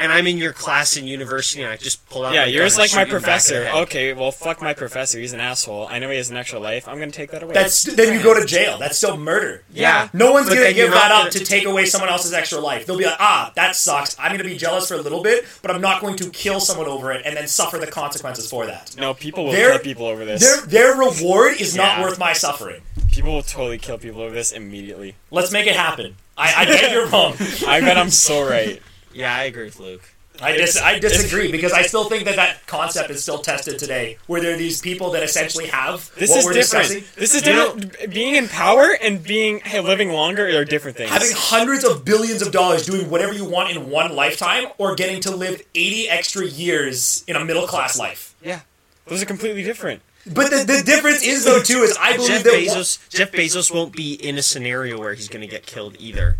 [SPEAKER 3] and I'm in your class in university, and I just pull out.
[SPEAKER 1] Yeah,
[SPEAKER 3] my gun
[SPEAKER 1] yours
[SPEAKER 3] and
[SPEAKER 1] like
[SPEAKER 3] shoot
[SPEAKER 1] my
[SPEAKER 3] you in the back of the
[SPEAKER 1] professor.
[SPEAKER 3] head.
[SPEAKER 1] Okay, well, fuck my professor. He's an asshole. I know he has an extra life. I'm gonna take that away.
[SPEAKER 2] that's then you go to jail. That's still murder.
[SPEAKER 3] Yeah.
[SPEAKER 2] No one's
[SPEAKER 3] But
[SPEAKER 2] gonna
[SPEAKER 3] then
[SPEAKER 2] give
[SPEAKER 3] you're not
[SPEAKER 2] that up to
[SPEAKER 3] gonna-
[SPEAKER 2] take away someone else's extra life. They'll be like, ah, that sucks. I'm gonna be jealous for a little bit, but I'm not going to kill someone over it and then suffer the consequences for that.
[SPEAKER 1] no, people will
[SPEAKER 2] They're-
[SPEAKER 1] kill people over this.
[SPEAKER 2] Their their reward is not
[SPEAKER 1] Yeah.
[SPEAKER 2] worth my suffering.
[SPEAKER 1] People will totally kill people over this immediately.
[SPEAKER 2] Let's make it happen. I, I get you're wrong.
[SPEAKER 1] I bet I'm so right.
[SPEAKER 3] Yeah, I agree with Luke.
[SPEAKER 2] I, dis- I disagree because I still think that that concept is still tested today, where there are these people that essentially have
[SPEAKER 1] This
[SPEAKER 2] what
[SPEAKER 1] is
[SPEAKER 2] we're
[SPEAKER 1] different.
[SPEAKER 2] discussing.
[SPEAKER 1] This is
[SPEAKER 3] You know-
[SPEAKER 1] different. being in power and being hey, living longer are different things.
[SPEAKER 2] Having hundreds of billions of dollars doing whatever you want in one lifetime, or getting to live 80 extra years in a middle class life.
[SPEAKER 1] yeah, those are completely different.
[SPEAKER 2] But the, the difference is, though, too, is I believe
[SPEAKER 3] Jeff
[SPEAKER 2] that. one-
[SPEAKER 3] Bezos. Jeff Bezos won't be in a scenario where he's going to get killed either.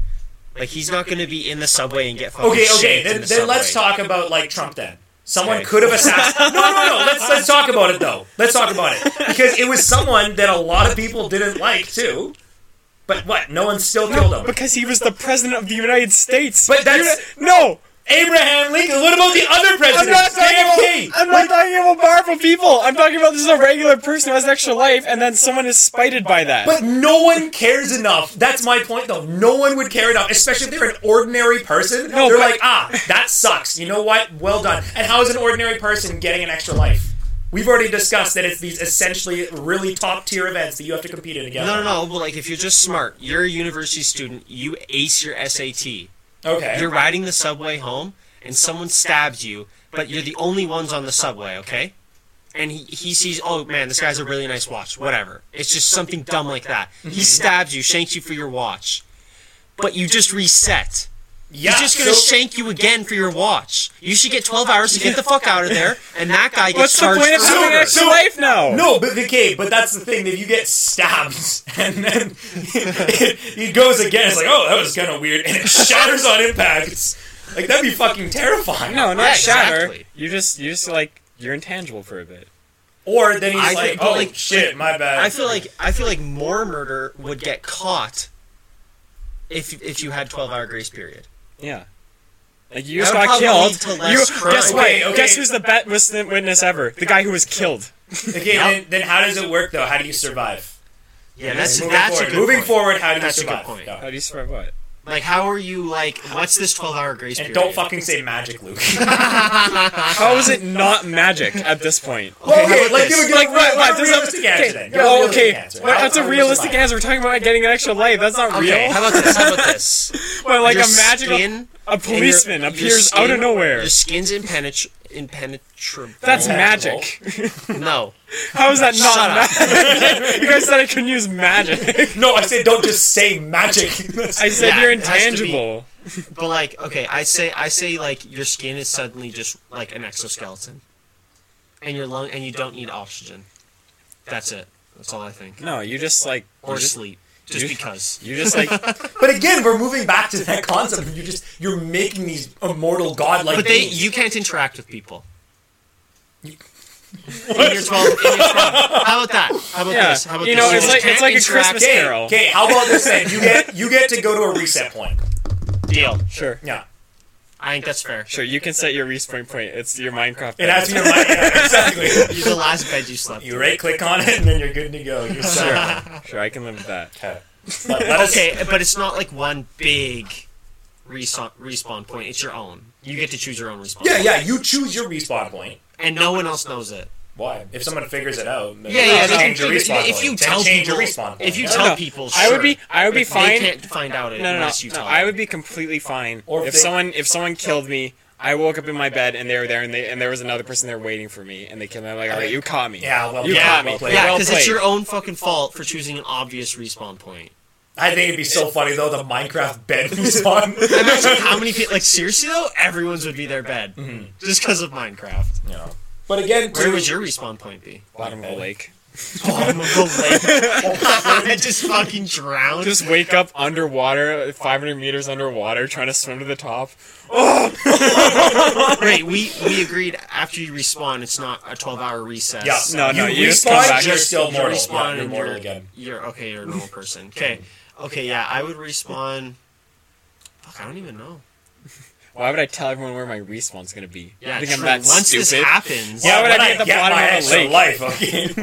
[SPEAKER 3] Like he's not going to be in the subway and get fucking
[SPEAKER 2] Okay, okay.
[SPEAKER 3] shanked in
[SPEAKER 2] Then,
[SPEAKER 3] the
[SPEAKER 2] then let's
[SPEAKER 3] subway.
[SPEAKER 2] talk about like Trump then. Someone
[SPEAKER 3] Okay.
[SPEAKER 2] could have assassinated. No, no, no. Let's let's talk about it though. Let's talk about it because it was someone that a lot of people didn't like too. But what? No one still killed him.
[SPEAKER 1] Because he was the president of the United States.
[SPEAKER 2] But that's-
[SPEAKER 1] You're not- no.
[SPEAKER 2] Abraham Lincoln. What about the other
[SPEAKER 1] I'm
[SPEAKER 2] president?
[SPEAKER 1] not talking
[SPEAKER 2] JFK.
[SPEAKER 1] about. I'm not talking about powerful people. I'm talking about this is a regular person who has an extra life, and then someone is spited by that.
[SPEAKER 2] But no one cares enough. That's my point, though. No one would care enough, especially if they're an ordinary person.
[SPEAKER 1] No,
[SPEAKER 2] they're
[SPEAKER 1] but-
[SPEAKER 2] like, ah, that sucks. You know what? Well done. And how is an ordinary person getting an extra life? We've already discussed that it's these essentially really top tier events that you have to compete in again.
[SPEAKER 3] No, no, no. But like, if you're just smart, you're a university student. You ace your SAT.
[SPEAKER 2] Okay.
[SPEAKER 3] You're riding the subway home, and someone stabs you, but you're the only ones on the subway, okay? And he, he sees, oh man, this guy's a really nice watch, whatever. It's just something dumb like that.
[SPEAKER 1] Mm-hmm.
[SPEAKER 3] He stabs you, shanks you for your watch, but you just reset.
[SPEAKER 2] yeah.
[SPEAKER 3] He's just gonna
[SPEAKER 2] so-
[SPEAKER 3] shank you again for your watch. You should get 12 hours to get the fuck out of there, and that guy gets
[SPEAKER 1] What's the
[SPEAKER 3] charged
[SPEAKER 1] point of having an
[SPEAKER 3] forever.
[SPEAKER 1] extra
[SPEAKER 2] So-
[SPEAKER 1] life now?
[SPEAKER 2] No, but okay, but that's the thing. If you get stabbed and then it, it goes again, it's like, oh, that was kind of weird, and it shatters on impact. It's- like that'd be fucking terrifying.
[SPEAKER 1] No, not
[SPEAKER 3] Yeah,
[SPEAKER 1] shatter.
[SPEAKER 3] exactly.
[SPEAKER 1] You just, you just like, you're intangible for a bit.
[SPEAKER 2] Or then he's
[SPEAKER 3] I
[SPEAKER 2] like,
[SPEAKER 3] think-
[SPEAKER 2] oh
[SPEAKER 3] like-
[SPEAKER 2] shit, my bad.
[SPEAKER 3] I feel like I feel like more murder would get caught if if you had 12 hour grace period.
[SPEAKER 1] Yeah. Like you
[SPEAKER 3] That
[SPEAKER 1] just
[SPEAKER 3] would
[SPEAKER 1] got
[SPEAKER 3] probably
[SPEAKER 1] killed.
[SPEAKER 3] lead to less
[SPEAKER 1] You,
[SPEAKER 3] crime.
[SPEAKER 1] guess what?
[SPEAKER 2] Okay, okay.
[SPEAKER 1] Guess who's the best witness- witness ever? The guy who was killed.
[SPEAKER 2] okay, then, then how does it work though? How do you survive?
[SPEAKER 3] Yeah, that's
[SPEAKER 2] moving
[SPEAKER 3] that's
[SPEAKER 2] forward.
[SPEAKER 3] a good
[SPEAKER 2] moving
[SPEAKER 3] point.
[SPEAKER 2] forward. How do
[SPEAKER 3] That's a
[SPEAKER 2] you
[SPEAKER 3] good
[SPEAKER 2] survive?
[SPEAKER 3] point.
[SPEAKER 2] Yeah.
[SPEAKER 1] How do you survive what?
[SPEAKER 3] Like, how are you like? What's this twelve-hour grace
[SPEAKER 2] And
[SPEAKER 3] period?
[SPEAKER 2] don't fucking say magic, Luke.
[SPEAKER 1] How is it not magic at this point?
[SPEAKER 2] Well,
[SPEAKER 3] how about
[SPEAKER 2] like,
[SPEAKER 3] this?
[SPEAKER 2] give a- give a-
[SPEAKER 1] Like what?
[SPEAKER 2] give
[SPEAKER 1] What?
[SPEAKER 2] a realistic
[SPEAKER 1] okay.
[SPEAKER 2] answer then. Give a
[SPEAKER 1] Oh,
[SPEAKER 2] realistic
[SPEAKER 1] okay.
[SPEAKER 2] answer.
[SPEAKER 1] What,
[SPEAKER 2] How-
[SPEAKER 1] that's
[SPEAKER 2] how
[SPEAKER 1] a
[SPEAKER 2] do you
[SPEAKER 1] realistic
[SPEAKER 2] survive?
[SPEAKER 1] answer. We're talking about getting an extra life. That's not
[SPEAKER 3] Okay,
[SPEAKER 1] real.
[SPEAKER 3] how about this? How about this?
[SPEAKER 1] But like
[SPEAKER 3] Your
[SPEAKER 1] a magical,
[SPEAKER 3] skin
[SPEAKER 1] a
[SPEAKER 3] and your-
[SPEAKER 1] policeman
[SPEAKER 3] your
[SPEAKER 1] appears out of
[SPEAKER 3] skin-
[SPEAKER 1] nowhere.
[SPEAKER 3] Your skin's impenetra- impenetrable.
[SPEAKER 1] That's
[SPEAKER 2] Yeah.
[SPEAKER 1] magic.
[SPEAKER 3] no.
[SPEAKER 1] How is that
[SPEAKER 3] Shut
[SPEAKER 1] not magic? you guys said I couldn't use magic.
[SPEAKER 2] No, I said don't just say magic. That's-
[SPEAKER 1] I said
[SPEAKER 3] Yeah,
[SPEAKER 1] you're
[SPEAKER 3] it has to be-
[SPEAKER 1] intangible.
[SPEAKER 3] But like, okay, I say I say like your skin is suddenly just like an exoskeleton, and your lung and you don't need oxygen. That's it. That's all I think.
[SPEAKER 1] No, you just like
[SPEAKER 3] Or
[SPEAKER 1] you just-
[SPEAKER 3] sleep, just
[SPEAKER 1] you-
[SPEAKER 3] because.
[SPEAKER 1] You just like
[SPEAKER 2] but again, we're moving back to that concept. of You just you're making these immortal godlike.
[SPEAKER 3] But they,
[SPEAKER 2] beings.
[SPEAKER 3] you can't interact with people. In your 12, in your 12. How about that? How about
[SPEAKER 1] Yeah.
[SPEAKER 3] this? How about
[SPEAKER 1] You
[SPEAKER 3] this?
[SPEAKER 1] know, it's
[SPEAKER 3] just
[SPEAKER 1] like- it's
[SPEAKER 3] can't
[SPEAKER 1] like a
[SPEAKER 3] interact-
[SPEAKER 1] Christmas
[SPEAKER 2] Okay,
[SPEAKER 1] Carol.
[SPEAKER 2] okay. How about this then? You get you get to go to a reset point.
[SPEAKER 3] deal.
[SPEAKER 1] sure.
[SPEAKER 2] Yeah.
[SPEAKER 3] I think that's fair.
[SPEAKER 1] Sure, you can set your respawn point. It's your Minecraft.
[SPEAKER 2] It has to be your mind. Yeah, exactly.
[SPEAKER 3] You're the last bed you slept.
[SPEAKER 2] You
[SPEAKER 3] in.
[SPEAKER 2] right click on it and then you're good to go. You're set.
[SPEAKER 1] Sure, sure, I can live with that.
[SPEAKER 2] Okay. Let- let us-
[SPEAKER 3] Okay, but it's not like one big respawn, respawn point. It's your own. You get to choose your own respawn.
[SPEAKER 2] Yeah,
[SPEAKER 3] point.
[SPEAKER 2] yeah. You choose your respawn point.
[SPEAKER 3] And no one else knows it.
[SPEAKER 2] Why? If someone figures it out, then
[SPEAKER 3] Yeah,
[SPEAKER 2] they'll
[SPEAKER 3] yeah. They can
[SPEAKER 2] change your
[SPEAKER 3] figure,
[SPEAKER 2] respawn
[SPEAKER 3] if
[SPEAKER 2] point.
[SPEAKER 3] you
[SPEAKER 2] They
[SPEAKER 3] tell
[SPEAKER 2] change
[SPEAKER 3] people,
[SPEAKER 2] your respawn point.
[SPEAKER 3] if you
[SPEAKER 2] No,
[SPEAKER 3] tell
[SPEAKER 2] no.
[SPEAKER 3] people,
[SPEAKER 1] I would
[SPEAKER 3] sure.
[SPEAKER 1] be. I would be
[SPEAKER 3] If They
[SPEAKER 1] fine.
[SPEAKER 3] can't find out it
[SPEAKER 1] No, no, no.
[SPEAKER 3] unless you
[SPEAKER 1] no
[SPEAKER 3] tell.
[SPEAKER 1] I
[SPEAKER 3] them.
[SPEAKER 1] would be completely fine
[SPEAKER 2] Or if
[SPEAKER 1] if
[SPEAKER 2] they-
[SPEAKER 1] someone if someone killed me. I woke up in my bed and they were there and they and there was another person there waiting for me and they killed me. I'm like, all right, you caught me.
[SPEAKER 2] Yeah, well,
[SPEAKER 1] you
[SPEAKER 2] yeah,
[SPEAKER 1] caught
[SPEAKER 2] well
[SPEAKER 1] me.
[SPEAKER 2] played.
[SPEAKER 3] Yeah,
[SPEAKER 1] well
[SPEAKER 3] because it's
[SPEAKER 1] played.
[SPEAKER 3] your own fucking fault for choosing an obvious respawn point.
[SPEAKER 2] I think it'd be so funny though the Minecraft bed respawn.
[SPEAKER 3] Imagine how many people, like, seriously though, everyone's would be their bed. Just because of Minecraft.
[SPEAKER 2] no. But again,
[SPEAKER 3] Where
[SPEAKER 2] to-
[SPEAKER 3] would your respawn point be?
[SPEAKER 1] bottom of the lake.
[SPEAKER 3] bottom of the lake. and just fucking drowned.
[SPEAKER 1] Just wake up underwater, 500 meters underwater, trying to swim to the top.
[SPEAKER 3] Wait, we, we agreed after you respawn, it's not a 12 hour recess.
[SPEAKER 2] Yeah,
[SPEAKER 1] No, no, you just
[SPEAKER 2] respawn,
[SPEAKER 1] come back.
[SPEAKER 2] You're
[SPEAKER 1] You're
[SPEAKER 2] still
[SPEAKER 3] You
[SPEAKER 2] mortal.
[SPEAKER 3] respawn
[SPEAKER 2] Yeah, you're
[SPEAKER 3] and
[SPEAKER 2] mortal
[SPEAKER 3] you're,
[SPEAKER 2] again.
[SPEAKER 3] You're okay. You're a normal person. Okay. Okay. Yeah, I would respawn. Fuck, I don't even know.
[SPEAKER 1] Why would I tell everyone where my respawn's gonna be?
[SPEAKER 3] Yeah,
[SPEAKER 1] I think I'm
[SPEAKER 3] true.
[SPEAKER 1] that
[SPEAKER 3] once
[SPEAKER 1] stupid.
[SPEAKER 3] this happens,
[SPEAKER 1] Why
[SPEAKER 2] Yeah,
[SPEAKER 1] would I
[SPEAKER 2] when
[SPEAKER 1] be
[SPEAKER 2] I
[SPEAKER 1] at the
[SPEAKER 2] get
[SPEAKER 1] bottom
[SPEAKER 2] my
[SPEAKER 1] of the
[SPEAKER 2] extra
[SPEAKER 1] lake?
[SPEAKER 2] life, okay.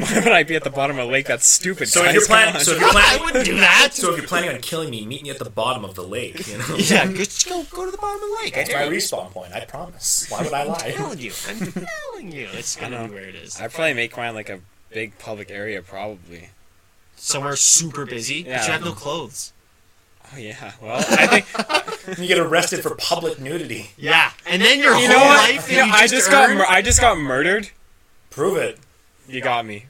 [SPEAKER 1] Why would I be at the bottom of a lake? That's stupid.
[SPEAKER 2] So if
[SPEAKER 1] guys,
[SPEAKER 2] you're
[SPEAKER 1] come
[SPEAKER 2] planning,
[SPEAKER 1] on.
[SPEAKER 2] so if you're
[SPEAKER 3] I
[SPEAKER 2] planning,
[SPEAKER 3] wouldn't do that.
[SPEAKER 2] so if you're planning on killing me, meet me at the bottom of the lake. You know,
[SPEAKER 3] yeah, just go go to the bottom of the lake. I
[SPEAKER 2] that's my
[SPEAKER 3] dare you.
[SPEAKER 2] respawn point. I promise. Why would I
[SPEAKER 3] I'm
[SPEAKER 2] lie?
[SPEAKER 3] telling you. I'm telling you. It's gonna be where it is.
[SPEAKER 1] I'd probably make mine like a big public area, probably.
[SPEAKER 3] Somewhere super busy. But
[SPEAKER 1] Yeah.
[SPEAKER 3] you have no clothes.
[SPEAKER 1] Oh yeah. Well, I think
[SPEAKER 2] You get arrested for public nudity.
[SPEAKER 3] Yeah, and then your
[SPEAKER 1] you
[SPEAKER 3] whole
[SPEAKER 1] know what?
[SPEAKER 3] life.
[SPEAKER 1] You know,
[SPEAKER 3] that you
[SPEAKER 1] Oh, I just got
[SPEAKER 3] earned-
[SPEAKER 1] mur- I just got murdered.
[SPEAKER 2] Prove it.
[SPEAKER 1] You got me.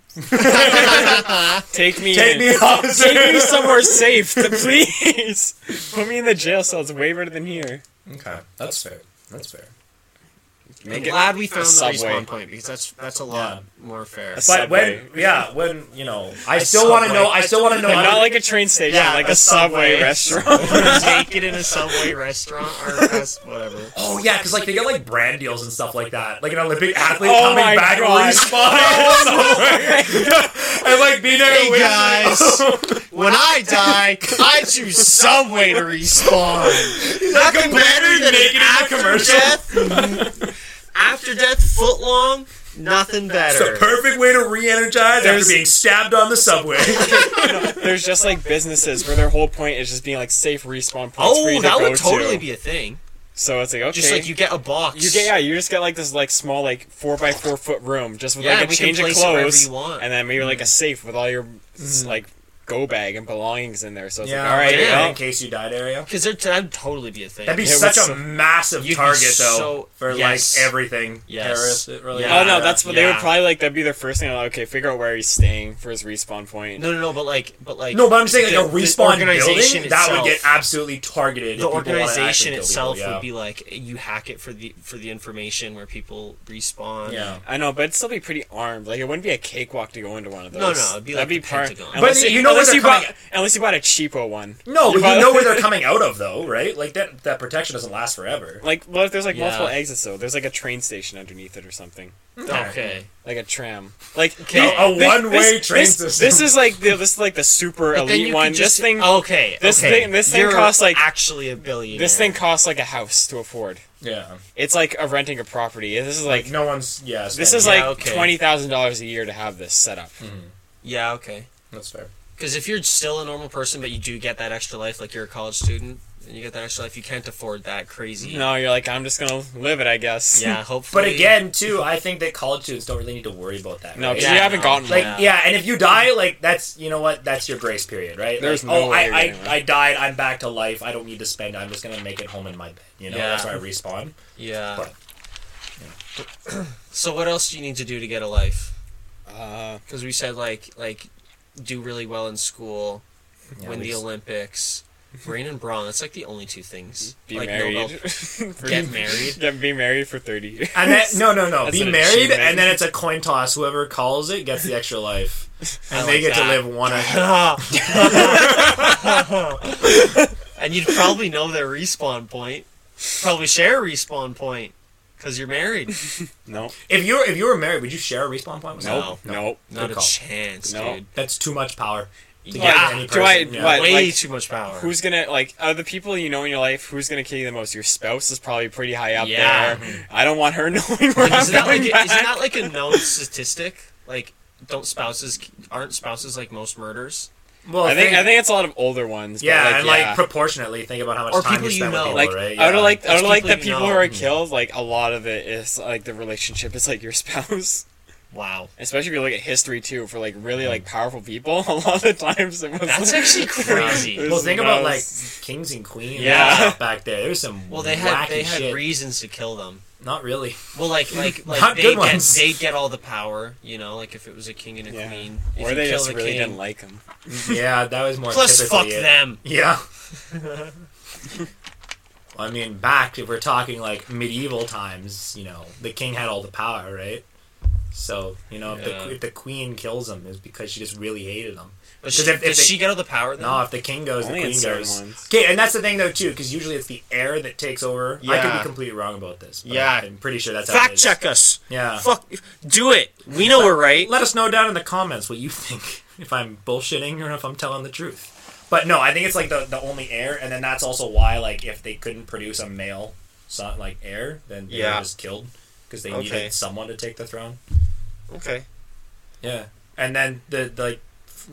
[SPEAKER 1] Take me.
[SPEAKER 2] Take
[SPEAKER 1] in.
[SPEAKER 2] me, officer.
[SPEAKER 1] Take me somewhere safe, to- please. Put me in the jail cell. It's way better than here.
[SPEAKER 2] Okay, that's fair. That's fair.
[SPEAKER 1] Make
[SPEAKER 3] I'm glad we
[SPEAKER 1] a
[SPEAKER 3] found the
[SPEAKER 1] subway.
[SPEAKER 3] respawn point because that's that's a lot more fair.
[SPEAKER 1] A
[SPEAKER 2] But when, yeah, when you know, I still want to know. I still want to know.
[SPEAKER 1] And not like a train station,
[SPEAKER 3] Yeah,
[SPEAKER 1] like
[SPEAKER 3] a
[SPEAKER 1] a subway,
[SPEAKER 3] subway.
[SPEAKER 1] restaurant.
[SPEAKER 3] Take it in a subway restaurant or a rest- whatever.
[SPEAKER 2] oh yeah, because like they get like brand deals and stuff like that. Like an Olympic athlete
[SPEAKER 1] Oh
[SPEAKER 2] coming
[SPEAKER 1] my
[SPEAKER 2] back
[SPEAKER 1] God.
[SPEAKER 2] respawn somewhere, and like being there.
[SPEAKER 3] Hey,
[SPEAKER 2] with-
[SPEAKER 3] guys. When I die, I choose some way to respawn. Nothing better than
[SPEAKER 2] Make it
[SPEAKER 3] an
[SPEAKER 2] in the
[SPEAKER 3] after
[SPEAKER 2] commercial.
[SPEAKER 3] death. After death foot long, nothing
[SPEAKER 2] It's the
[SPEAKER 3] better.
[SPEAKER 2] perfect way to re-energize
[SPEAKER 1] There's-
[SPEAKER 2] after being stabbed on the subway.
[SPEAKER 1] There's just like businesses where their whole point is just being like safe respawn points for you
[SPEAKER 3] oh,
[SPEAKER 1] to
[SPEAKER 3] that
[SPEAKER 1] go
[SPEAKER 3] would totally
[SPEAKER 1] to.
[SPEAKER 3] be a thing.
[SPEAKER 1] so it's like okay,
[SPEAKER 3] Just like you get a box.
[SPEAKER 1] You get yeah, you just get like this like small like four by four foot room just with
[SPEAKER 3] Yeah,
[SPEAKER 1] like
[SPEAKER 3] and
[SPEAKER 1] a
[SPEAKER 3] we can
[SPEAKER 1] change of
[SPEAKER 3] place it wherever
[SPEAKER 1] clothes
[SPEAKER 3] you want. Mm.
[SPEAKER 1] and then maybe like a safe with all your s- like go bag and belongings in there. So it's like
[SPEAKER 2] yeah,
[SPEAKER 1] all right,
[SPEAKER 3] yeah.
[SPEAKER 1] well,
[SPEAKER 2] in case you died area.
[SPEAKER 3] Because that would totally be a thing.
[SPEAKER 2] That'd be
[SPEAKER 1] It
[SPEAKER 2] such
[SPEAKER 1] was-
[SPEAKER 2] a massive
[SPEAKER 3] You'd be
[SPEAKER 2] target,
[SPEAKER 3] so-
[SPEAKER 2] though, for
[SPEAKER 3] yes.
[SPEAKER 2] like everything.
[SPEAKER 3] Yes.
[SPEAKER 2] Terrorists, it really.
[SPEAKER 3] Yeah.
[SPEAKER 1] oh no, that's what they
[SPEAKER 3] Uh, yeah.
[SPEAKER 1] would probably like. That'd be their first thing. Like, okay, figure out where he's staying for his respawn point.
[SPEAKER 3] no, no, no. But like, but like,
[SPEAKER 2] No, but I'm saying like a
[SPEAKER 3] The- the
[SPEAKER 2] respawn
[SPEAKER 3] organization
[SPEAKER 2] building that would
[SPEAKER 3] itself-
[SPEAKER 2] get absolutely targeted.
[SPEAKER 3] the
[SPEAKER 2] if people wanted to actually
[SPEAKER 3] organization
[SPEAKER 2] kill
[SPEAKER 3] itself
[SPEAKER 2] people, yeah.
[SPEAKER 3] would be like you hack it for the for the information where people respawn.
[SPEAKER 2] Yeah.
[SPEAKER 1] I know, but it'd still be pretty armed. Like it wouldn't be a cakewalk to go into one of those.
[SPEAKER 3] No, no, it'd be like the Pentagon. But
[SPEAKER 1] unless
[SPEAKER 2] you know where
[SPEAKER 1] unless
[SPEAKER 2] they're
[SPEAKER 1] you bought,
[SPEAKER 2] coming-
[SPEAKER 1] unless you bought a cheapo one.
[SPEAKER 2] No, but
[SPEAKER 1] bought-
[SPEAKER 2] you know where they're coming out of, though, right? Like that that protection doesn't last forever.
[SPEAKER 1] Like, well, if there's like
[SPEAKER 3] Yeah.
[SPEAKER 1] multiple exits though, there's like a train station underneath it or something,
[SPEAKER 3] Okay.
[SPEAKER 1] like a tram, like
[SPEAKER 3] Okay.
[SPEAKER 1] the-
[SPEAKER 2] A
[SPEAKER 1] thi-
[SPEAKER 2] one-way
[SPEAKER 1] this-
[SPEAKER 2] train
[SPEAKER 1] this,
[SPEAKER 2] system.
[SPEAKER 1] This is like the, this is like the super
[SPEAKER 3] But then you
[SPEAKER 1] elite
[SPEAKER 3] could
[SPEAKER 1] one.
[SPEAKER 3] just-
[SPEAKER 1] this thing,
[SPEAKER 3] Okay.
[SPEAKER 1] this
[SPEAKER 3] okay.
[SPEAKER 1] thing- this thing
[SPEAKER 3] You're
[SPEAKER 1] costs, like-
[SPEAKER 3] actually a billion.
[SPEAKER 1] this thing costs like a house to afford.
[SPEAKER 2] Yeah,
[SPEAKER 1] It's like a renting a property. This is like
[SPEAKER 2] no one's. Yeah,
[SPEAKER 1] this is
[SPEAKER 2] spending-
[SPEAKER 1] like
[SPEAKER 3] Yeah, okay. Mm-hmm.
[SPEAKER 1] twenty thousand dollars a year to have this set up.
[SPEAKER 3] Yeah. Okay.
[SPEAKER 2] that's fair.
[SPEAKER 3] Because if you're still a normal person, but you do get that extra life, like you're a college student and you get that extra life, you can't afford that crazy.
[SPEAKER 1] No, you're like I'm just gonna live it, I guess.
[SPEAKER 3] Yeah. Hopefully.
[SPEAKER 2] But again, too, I think that college students don't really need to worry about that.
[SPEAKER 1] no,
[SPEAKER 2] right?
[SPEAKER 1] 'cause
[SPEAKER 3] Yeah,
[SPEAKER 1] you haven't
[SPEAKER 3] no.
[SPEAKER 1] gotten
[SPEAKER 2] Like
[SPEAKER 1] one.
[SPEAKER 2] yeah. and if you die, like that's you know what, that's your grace period, right?
[SPEAKER 1] There's
[SPEAKER 2] Like,
[SPEAKER 1] no
[SPEAKER 2] oh,
[SPEAKER 1] way
[SPEAKER 2] I
[SPEAKER 1] you're
[SPEAKER 2] I,
[SPEAKER 1] getting away.
[SPEAKER 2] I died, I'm back to life. I don't need to spend. I'm just gonna make it home in my bed. You know,
[SPEAKER 3] Yeah.
[SPEAKER 2] that's why I respawn.
[SPEAKER 3] Yeah.
[SPEAKER 2] But-
[SPEAKER 3] so what else do you need to do to get a life?
[SPEAKER 1] Uh,
[SPEAKER 3] Because we said like like do really well in school,
[SPEAKER 2] Yeah,
[SPEAKER 3] win
[SPEAKER 2] we
[SPEAKER 3] the
[SPEAKER 2] just-
[SPEAKER 3] Olympics, reign and brawn. That's like the only two things.
[SPEAKER 1] be
[SPEAKER 3] like
[SPEAKER 1] married.
[SPEAKER 3] Nobel-
[SPEAKER 1] For-
[SPEAKER 3] Get married.
[SPEAKER 1] Yeah, be married for thirty years.
[SPEAKER 2] And then no, no, no.
[SPEAKER 1] That's
[SPEAKER 2] Be
[SPEAKER 1] an
[SPEAKER 2] married,
[SPEAKER 1] achievement.
[SPEAKER 2] and then it's a coin toss. Whoever calls it gets the extra life, and
[SPEAKER 3] I
[SPEAKER 2] they
[SPEAKER 3] like
[SPEAKER 2] get
[SPEAKER 3] that.
[SPEAKER 2] to live one. extra-
[SPEAKER 3] and you'd probably know their respawn point. Probably share a respawn point because you're married.
[SPEAKER 1] No,
[SPEAKER 2] If you were if you were married, would you share a respawn point? with
[SPEAKER 1] no,
[SPEAKER 2] someone?
[SPEAKER 1] no.
[SPEAKER 3] Not
[SPEAKER 2] Good
[SPEAKER 3] a
[SPEAKER 2] call.
[SPEAKER 3] chance,
[SPEAKER 1] No.
[SPEAKER 3] dude.
[SPEAKER 2] That's too much power. To
[SPEAKER 3] Yeah.
[SPEAKER 2] give any
[SPEAKER 1] Do I-
[SPEAKER 2] person.
[SPEAKER 1] do I-
[SPEAKER 3] Way
[SPEAKER 1] like,
[SPEAKER 3] too much power.
[SPEAKER 1] Who's gonna like of the people you know in your life? Who's gonna kill you the most? Your spouse is probably pretty high up
[SPEAKER 3] Yeah. Mm-hmm.
[SPEAKER 1] there. I don't want her knowing where I'm
[SPEAKER 3] isn't, that like
[SPEAKER 1] going.
[SPEAKER 3] a,
[SPEAKER 1] back.
[SPEAKER 3] isn't that like a known statistic? Like, don't spouses aren't spouses like most murders?
[SPEAKER 2] well,
[SPEAKER 1] I think I think it's a lot of older ones.
[SPEAKER 2] yeah,
[SPEAKER 1] but, like,
[SPEAKER 2] and
[SPEAKER 1] yeah.
[SPEAKER 2] like proportionately, think about how much
[SPEAKER 3] Or
[SPEAKER 2] time
[SPEAKER 3] people
[SPEAKER 2] you
[SPEAKER 3] you
[SPEAKER 2] spend
[SPEAKER 3] know.
[SPEAKER 2] with people,
[SPEAKER 1] like
[SPEAKER 2] right?
[SPEAKER 1] out of like
[SPEAKER 3] That's
[SPEAKER 1] out of like the
[SPEAKER 3] people you
[SPEAKER 1] people
[SPEAKER 3] know.
[SPEAKER 1] who are killed, like a lot of it is like the relationship is like your spouse.
[SPEAKER 3] Wow.
[SPEAKER 1] Especially if you look at history too, for like really like powerful people, a lot of the times it was
[SPEAKER 3] That's actually crazy.
[SPEAKER 1] There's
[SPEAKER 2] well, think about like
[SPEAKER 1] mouse.
[SPEAKER 2] kings and queens.
[SPEAKER 1] Yeah.
[SPEAKER 2] Yeah, back there, there's some
[SPEAKER 3] Well, they
[SPEAKER 2] wacky
[SPEAKER 3] had they had
[SPEAKER 2] shit.
[SPEAKER 3] reasons to kill them.
[SPEAKER 2] Not really.
[SPEAKER 3] Well, like like like
[SPEAKER 2] Not
[SPEAKER 3] they
[SPEAKER 2] good
[SPEAKER 3] get
[SPEAKER 2] ones.
[SPEAKER 3] they get all the power, you know. Like if it was a king and a
[SPEAKER 1] Yeah.
[SPEAKER 3] queen, if
[SPEAKER 1] or
[SPEAKER 3] you
[SPEAKER 1] they
[SPEAKER 3] kill
[SPEAKER 1] just
[SPEAKER 3] the
[SPEAKER 1] really
[SPEAKER 3] king,
[SPEAKER 1] didn't like him.
[SPEAKER 2] Yeah, that was more.
[SPEAKER 3] Plus,
[SPEAKER 2] typically
[SPEAKER 3] fuck
[SPEAKER 2] it.
[SPEAKER 3] them.
[SPEAKER 2] Yeah. Well, I mean, back if we're talking like medieval times, you know, the king had all the power, right? So you know, if,
[SPEAKER 3] Yeah.
[SPEAKER 2] the, if the queen kills him, is because she just really hated him.
[SPEAKER 3] But
[SPEAKER 2] 'Cause
[SPEAKER 3] she,
[SPEAKER 2] if- if
[SPEAKER 3] does
[SPEAKER 2] they-
[SPEAKER 3] she get all the power? Then?
[SPEAKER 2] No, if the king goes, the
[SPEAKER 1] Only in
[SPEAKER 2] queen
[SPEAKER 1] certain
[SPEAKER 2] goes.
[SPEAKER 1] ones.
[SPEAKER 2] Okay, and that's the thing though too, because usually it's the heir that takes over. I could
[SPEAKER 3] Yeah.
[SPEAKER 2] be completely wrong about this. But
[SPEAKER 3] Yeah.
[SPEAKER 2] I'm pretty sure that's how it
[SPEAKER 3] Fact
[SPEAKER 2] is.
[SPEAKER 3] check us.
[SPEAKER 2] Yeah.
[SPEAKER 3] Fuck, do it. We know we're right.
[SPEAKER 2] Let us know down in the comments what you think if I'm bullshitting or if I'm telling the truth. But no, I think it's like the the only heir, and then that's also why like if they couldn't produce a male son like heir, then they
[SPEAKER 3] Yeah.
[SPEAKER 2] were just killed because they
[SPEAKER 3] Okay.
[SPEAKER 2] needed someone to take the throne.
[SPEAKER 3] Okay.
[SPEAKER 2] Yeah, and then the, the like.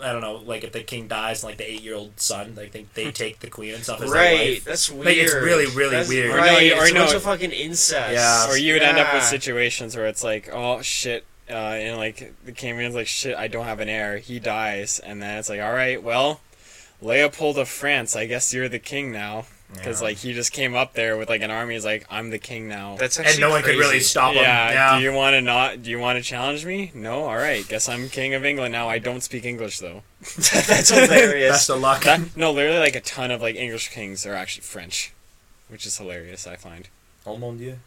[SPEAKER 2] I don't know, like if the king dies, like the eight-year-old son, like they, they take the queen and stuff as their
[SPEAKER 3] Right.
[SPEAKER 2] wife.
[SPEAKER 3] That's weird.
[SPEAKER 2] Like, it's really, really
[SPEAKER 3] That's-
[SPEAKER 2] weird.
[SPEAKER 1] Or no,
[SPEAKER 3] Right.
[SPEAKER 1] you- or
[SPEAKER 3] it's a
[SPEAKER 1] no.
[SPEAKER 3] bunch of fucking incest.
[SPEAKER 2] Yeah.
[SPEAKER 1] Or you would end up with
[SPEAKER 3] Yeah.
[SPEAKER 1] situations where it's like, oh shit, uh, and like the cameraman's like, shit, I don't have an heir. He dies, and then it's like, all right, well, Leopold of France, I guess you're the king now, because
[SPEAKER 2] Yeah.
[SPEAKER 1] like he just came up there with like an army. He's like, I'm the king now.
[SPEAKER 3] That's actually
[SPEAKER 2] and no one
[SPEAKER 3] crazy.
[SPEAKER 2] could really stop him.
[SPEAKER 1] yeah,
[SPEAKER 2] Yeah,
[SPEAKER 1] Do you want to not? Do you want to challenge me? No. All right. Guess I'm king of England now. I don't speak English though.
[SPEAKER 3] That's hilarious.
[SPEAKER 2] best of luck.
[SPEAKER 1] That, no, literally, like a ton of like English kings are actually French, which is hilarious. I find.
[SPEAKER 2] Oh mon dieu.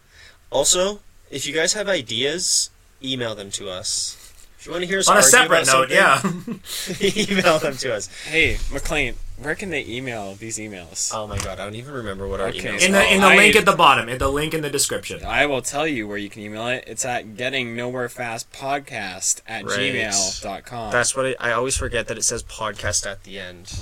[SPEAKER 3] also, if you guys have ideas, email them to us. If you want to hear us
[SPEAKER 2] On a
[SPEAKER 3] argue
[SPEAKER 2] separate note,
[SPEAKER 3] about
[SPEAKER 2] yeah.
[SPEAKER 3] something, email them to us.
[SPEAKER 1] Hey, McLean, where can they email these emails?
[SPEAKER 2] Um,
[SPEAKER 3] Oh my god, I don't even remember what our
[SPEAKER 1] Okay.
[SPEAKER 3] emails
[SPEAKER 2] In the in the
[SPEAKER 1] I-
[SPEAKER 2] link at the bottom, in the link in the description.
[SPEAKER 1] I will tell you where you can email it. It's at getting nowhere fast podcast at
[SPEAKER 3] Right.
[SPEAKER 1] gmail.com.
[SPEAKER 3] That's what I, I always forget that it says podcast at the end.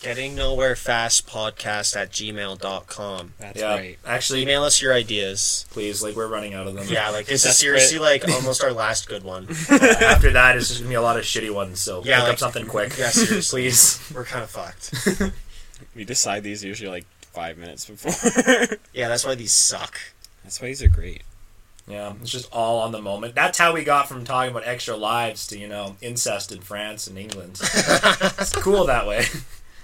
[SPEAKER 3] Getting nowhere fast podcast at gmail.com.
[SPEAKER 1] That's
[SPEAKER 2] yeah,
[SPEAKER 1] right.
[SPEAKER 2] actually,
[SPEAKER 3] Email us your ideas.
[SPEAKER 2] please, like we're running out of them.
[SPEAKER 3] Yeah, like this is
[SPEAKER 1] Desperate.
[SPEAKER 3] seriously like almost our last good one.
[SPEAKER 2] After that, it's just gonna be a lot of shitty ones. So
[SPEAKER 3] Yeah,
[SPEAKER 2] look
[SPEAKER 3] like-
[SPEAKER 2] up something quick.
[SPEAKER 3] Yeah, seriously.
[SPEAKER 2] please.
[SPEAKER 3] We're kind of fucked.
[SPEAKER 1] We decide these usually like five minutes before.
[SPEAKER 3] Yeah, that's why these suck.
[SPEAKER 1] That's why these are great.
[SPEAKER 2] Yeah, it's just all on the moment. That's how we got from talking about extra lives to you know incest in France and England. it's cool that way.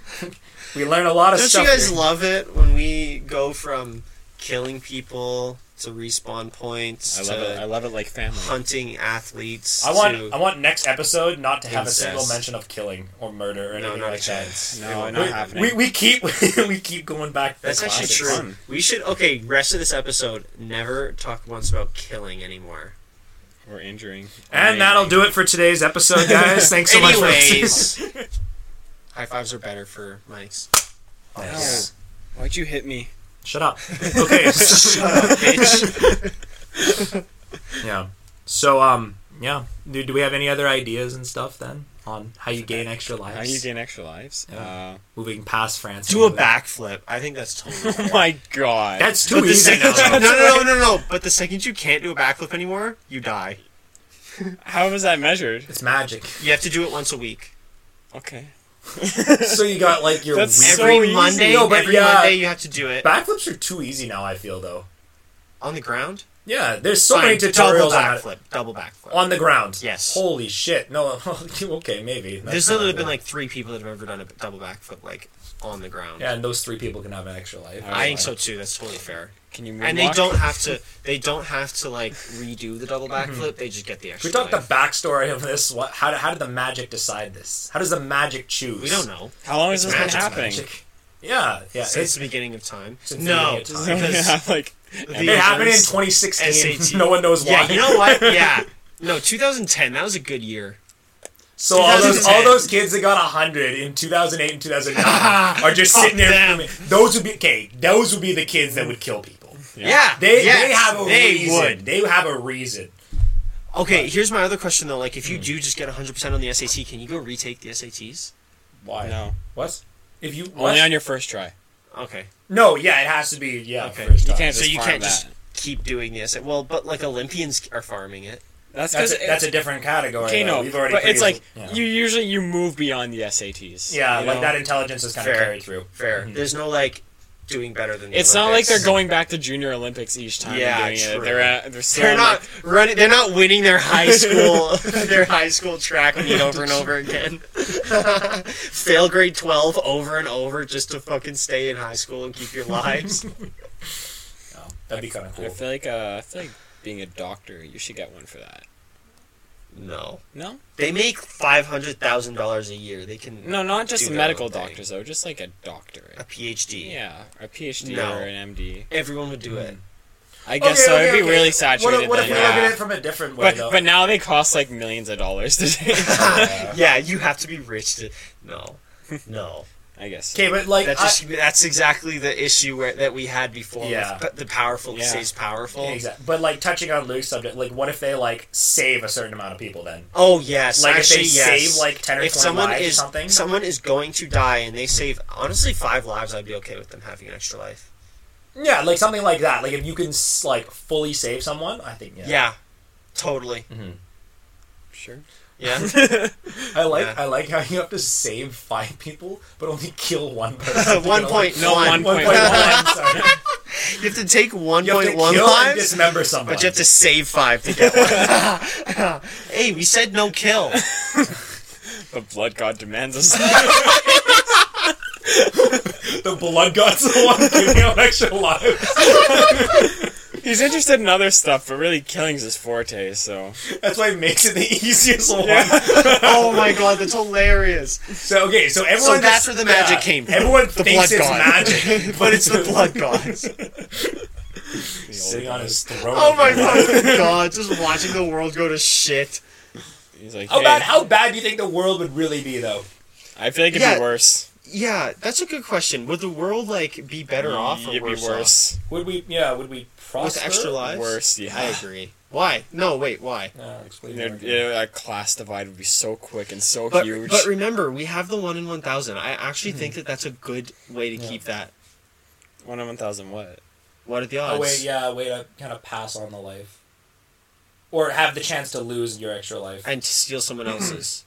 [SPEAKER 2] we learn a lot of
[SPEAKER 3] Don't
[SPEAKER 2] stuff.
[SPEAKER 3] you guys
[SPEAKER 2] here.
[SPEAKER 3] love it when we go from killing people to respawn points
[SPEAKER 1] I
[SPEAKER 3] to
[SPEAKER 1] love
[SPEAKER 2] uh,
[SPEAKER 1] it. I love it like family.
[SPEAKER 3] hunting athletes
[SPEAKER 2] I want
[SPEAKER 3] to
[SPEAKER 2] I want next episode not to have
[SPEAKER 3] Incest.
[SPEAKER 2] a single mention of killing or murder or
[SPEAKER 3] no,
[SPEAKER 2] anything
[SPEAKER 3] not a
[SPEAKER 2] like that.
[SPEAKER 3] chance.
[SPEAKER 1] No,
[SPEAKER 3] It
[SPEAKER 1] not
[SPEAKER 3] won't.
[SPEAKER 1] happening.
[SPEAKER 2] We, we keep we keep going back. to
[SPEAKER 3] That's actually
[SPEAKER 2] classics.
[SPEAKER 3] true.
[SPEAKER 1] Fun.
[SPEAKER 3] We should okay. Rest of this episode, never talk once about killing anymore.
[SPEAKER 1] We're injuring.
[SPEAKER 2] And that'll do it for today's episode, guys. Thanks so much for listening.
[SPEAKER 3] Anyways, high fives are better for mics.
[SPEAKER 2] Nice.
[SPEAKER 1] Why'd you hit me?
[SPEAKER 2] Shut up. Okay. so-
[SPEAKER 3] Bitch.
[SPEAKER 2] yeah. So um yeah. Do, do we have any other ideas and stuff then on how you gain extra lives?
[SPEAKER 1] How you gain extra lives?
[SPEAKER 2] Yeah.
[SPEAKER 1] Uh,
[SPEAKER 2] moving past France.
[SPEAKER 3] Do a backflip. I think that's totally.
[SPEAKER 1] oh my god.
[SPEAKER 2] That's too
[SPEAKER 3] The
[SPEAKER 2] easy.
[SPEAKER 3] second,
[SPEAKER 2] Now,
[SPEAKER 3] no, no,
[SPEAKER 2] though.
[SPEAKER 3] no, no, no. But the second you can't do a backflip anymore, you die.
[SPEAKER 1] How was that measured?
[SPEAKER 2] It's magic.
[SPEAKER 3] You have to do it once a week.
[SPEAKER 1] Okay.
[SPEAKER 2] So you got like your
[SPEAKER 1] That's
[SPEAKER 2] weird-
[SPEAKER 1] So
[SPEAKER 3] Every
[SPEAKER 1] easy.
[SPEAKER 3] Monday,
[SPEAKER 2] No, but
[SPEAKER 3] every
[SPEAKER 2] yeah.
[SPEAKER 3] Monday you have to do it
[SPEAKER 2] backflips are too easy now. I feel though.
[SPEAKER 3] on the ground.
[SPEAKER 2] Yeah, there's so many
[SPEAKER 3] Fine, double
[SPEAKER 2] tutorials on, how to-
[SPEAKER 3] backflip, double backflip.
[SPEAKER 2] on the ground.
[SPEAKER 3] Yes.
[SPEAKER 2] Holy shit. No. okay, maybe. That's
[SPEAKER 3] There's
[SPEAKER 2] not
[SPEAKER 3] literally been
[SPEAKER 2] cool.
[SPEAKER 3] like three people that have ever done a double backflip like on the ground.
[SPEAKER 2] Yeah, and those three people can have an extra life.
[SPEAKER 1] All
[SPEAKER 3] I
[SPEAKER 1] right.
[SPEAKER 3] think so too. That's totally fair.
[SPEAKER 1] Can you
[SPEAKER 3] And they
[SPEAKER 1] moonwalk?
[SPEAKER 3] don't have to. They don't have to like redo the double backflip. They just get the extra.
[SPEAKER 2] We talked the
[SPEAKER 3] life.
[SPEAKER 2] backstory of this. What? How, how did the magic decide this? How does the magic choose?
[SPEAKER 3] We don't know.
[SPEAKER 1] How long has this been
[SPEAKER 3] Magic's
[SPEAKER 1] happening?
[SPEAKER 2] Magic. Yeah, yeah.
[SPEAKER 3] Since
[SPEAKER 2] It's,
[SPEAKER 3] the beginning of time.
[SPEAKER 2] Since the
[SPEAKER 3] No,
[SPEAKER 2] beginning of time.
[SPEAKER 3] because
[SPEAKER 1] Yeah, like
[SPEAKER 2] it happened in
[SPEAKER 3] Because
[SPEAKER 2] 2016.
[SPEAKER 3] SAT.
[SPEAKER 2] No one knows why.
[SPEAKER 3] yeah, you know what? Yeah, no, 2010. That was a good year.
[SPEAKER 2] so all those
[SPEAKER 3] 2010.
[SPEAKER 2] all those kids that got 100 in 2008 and 2009 are just sitting there.
[SPEAKER 3] them.
[SPEAKER 2] Those would be okay. Those would be the kids that would kill people.
[SPEAKER 3] Yeah,
[SPEAKER 2] They they
[SPEAKER 3] yes,
[SPEAKER 2] have a
[SPEAKER 3] they
[SPEAKER 2] reason.
[SPEAKER 3] would.
[SPEAKER 2] They have a reason.
[SPEAKER 3] Okay, here's my other question though. Like,
[SPEAKER 1] Hmm.
[SPEAKER 3] if you do just get 100 percent on the SAT, can you go retake the SATs?
[SPEAKER 2] Why?
[SPEAKER 1] no.
[SPEAKER 2] What? If you
[SPEAKER 1] Only
[SPEAKER 2] what?
[SPEAKER 1] on your first try.
[SPEAKER 3] Okay,
[SPEAKER 2] no, yeah, it has to be yeah.
[SPEAKER 3] Okay.
[SPEAKER 2] First
[SPEAKER 1] You
[SPEAKER 2] time.
[SPEAKER 1] can't
[SPEAKER 3] so
[SPEAKER 1] just
[SPEAKER 3] you
[SPEAKER 1] farm
[SPEAKER 3] can't
[SPEAKER 1] that.
[SPEAKER 3] just keep doing the SAT. Well, but like Olympians are farming it.
[SPEAKER 1] That's because
[SPEAKER 2] That's a, that's a different category.
[SPEAKER 1] Okay,
[SPEAKER 2] though.
[SPEAKER 1] no,
[SPEAKER 2] We've already
[SPEAKER 1] but it's like
[SPEAKER 2] produced- yeah.
[SPEAKER 1] you usually you move beyond the SATs.
[SPEAKER 2] Yeah,
[SPEAKER 1] you
[SPEAKER 2] like
[SPEAKER 1] know?
[SPEAKER 2] that intelligence is kind of
[SPEAKER 3] Fair.
[SPEAKER 2] carried through.
[SPEAKER 3] Fair. There's no like doing better than. The
[SPEAKER 1] Mm-hmm. It's not like they're
[SPEAKER 3] Olympics.
[SPEAKER 1] going back to Junior Olympics each time.
[SPEAKER 3] Yeah,
[SPEAKER 1] and doing
[SPEAKER 3] true.
[SPEAKER 1] It. They're at, they're still
[SPEAKER 3] They're
[SPEAKER 1] on,
[SPEAKER 3] not
[SPEAKER 1] like-
[SPEAKER 3] running. They're not winning their high school their high school track meet over and over again. Fail grade twelve over and over just to fucking stay in high school and keep your lives.
[SPEAKER 2] Oh, that'd be kind of
[SPEAKER 1] I
[SPEAKER 2] cool.
[SPEAKER 1] feel like uh, I feel like being a doctor, you should get one for that.
[SPEAKER 3] no,
[SPEAKER 1] No,
[SPEAKER 3] they make five hundred thousand dollars a year. They can
[SPEAKER 1] no, not just
[SPEAKER 3] Do
[SPEAKER 1] a
[SPEAKER 3] their
[SPEAKER 1] medical
[SPEAKER 3] own thing.
[SPEAKER 1] doctors though, just like a doctorate.
[SPEAKER 3] a PhD.
[SPEAKER 1] Yeah, a PhD
[SPEAKER 3] No.
[SPEAKER 1] or an MD.
[SPEAKER 3] Everyone would do it.
[SPEAKER 1] I guess so. It'd be really saturated
[SPEAKER 2] What, if- what if
[SPEAKER 1] then.
[SPEAKER 2] we
[SPEAKER 4] yeah.
[SPEAKER 2] look at it from a different way,
[SPEAKER 1] But,
[SPEAKER 2] though?
[SPEAKER 1] but now they cost like millions of dollars to change.
[SPEAKER 2] Mm.
[SPEAKER 3] yeah, you have to be rich to no, no.
[SPEAKER 1] I guess.
[SPEAKER 2] okay, but like,
[SPEAKER 3] That just that's exactly the issue where, that we had before.
[SPEAKER 2] Yeah.
[SPEAKER 3] with, but the powerful
[SPEAKER 1] Yeah.
[SPEAKER 3] stays powerful.
[SPEAKER 2] I, exactly. But like, touching on Luke's subject, like, what if they like save a certain amount of people then?
[SPEAKER 3] Oh yes,
[SPEAKER 2] Like,
[SPEAKER 3] actually
[SPEAKER 2] if they
[SPEAKER 3] yes.
[SPEAKER 2] save like ten or
[SPEAKER 3] if
[SPEAKER 2] twenty
[SPEAKER 3] someone
[SPEAKER 2] lives
[SPEAKER 3] is
[SPEAKER 2] or something.
[SPEAKER 3] someone is going to die and they save honestly five lives, I'd be okay with them having an extra life.
[SPEAKER 2] yeah, like something like that. Like if you can s- like fully save someone, I think yeah. Mm.
[SPEAKER 3] Yeah, totally.
[SPEAKER 1] Sure.
[SPEAKER 3] Yeah,
[SPEAKER 2] I like
[SPEAKER 3] Yeah.
[SPEAKER 2] I like how you have to save five people but only kill one person. You
[SPEAKER 3] one
[SPEAKER 2] know,
[SPEAKER 3] point
[SPEAKER 2] like-
[SPEAKER 1] No,
[SPEAKER 3] one.
[SPEAKER 1] one
[SPEAKER 2] One
[SPEAKER 1] point
[SPEAKER 2] point
[SPEAKER 1] one.
[SPEAKER 2] one. I'm sorry.
[SPEAKER 3] You have to take one
[SPEAKER 2] You have to
[SPEAKER 3] point one
[SPEAKER 2] kill and
[SPEAKER 3] lives,
[SPEAKER 2] dismember someone.
[SPEAKER 3] but you have to save five to get one. hey, we said no kill.
[SPEAKER 1] But Blood God demands us.
[SPEAKER 2] the blood god's the one giving out extra lives.
[SPEAKER 1] He's interested in other stuff, but really killing's his forte, so.
[SPEAKER 2] That's why it makes it the easiest one.
[SPEAKER 3] oh my god, that's hilarious.
[SPEAKER 2] So okay, so everyone.
[SPEAKER 3] So that's
[SPEAKER 2] just-
[SPEAKER 3] where the magic
[SPEAKER 2] yeah,
[SPEAKER 3] came from.
[SPEAKER 2] Everyone
[SPEAKER 3] The
[SPEAKER 2] thinks
[SPEAKER 3] blood
[SPEAKER 2] it's
[SPEAKER 3] god.
[SPEAKER 2] magic,
[SPEAKER 3] But it's the blood gods.
[SPEAKER 2] sitting on his throne.
[SPEAKER 3] Oh my fucking god, just watching the world go to shit.
[SPEAKER 1] uh, He's like,
[SPEAKER 3] Oh,
[SPEAKER 2] How
[SPEAKER 1] hey,
[SPEAKER 2] bad? How bad do you think the world would really be though?
[SPEAKER 1] I feel like it'd
[SPEAKER 3] Yeah.
[SPEAKER 1] be worse.
[SPEAKER 3] Yeah, that's a good question. Would the world like be better off or
[SPEAKER 1] It'd
[SPEAKER 3] worse,
[SPEAKER 1] be worse.
[SPEAKER 2] Would we? Yeah, would we
[SPEAKER 3] off?
[SPEAKER 2] prosper?
[SPEAKER 3] with extra lives?
[SPEAKER 1] Worse, yeah.
[SPEAKER 3] I agree. Why? No, wait, why?
[SPEAKER 2] No, explain
[SPEAKER 1] There'd-
[SPEAKER 2] that.
[SPEAKER 1] yeah, that class divide would be so quick and so
[SPEAKER 3] But,
[SPEAKER 1] huge.
[SPEAKER 3] but remember, we have the one in one thousand. I actually
[SPEAKER 2] Mm-hmm.
[SPEAKER 3] think that that's a good way to keep that.
[SPEAKER 1] one in one thousand, what?
[SPEAKER 3] What are the odds?
[SPEAKER 2] a way, Oh, yeah, a way to kind of pass on the life, or have the chance to lose your extra life.
[SPEAKER 3] And to steal someone else's.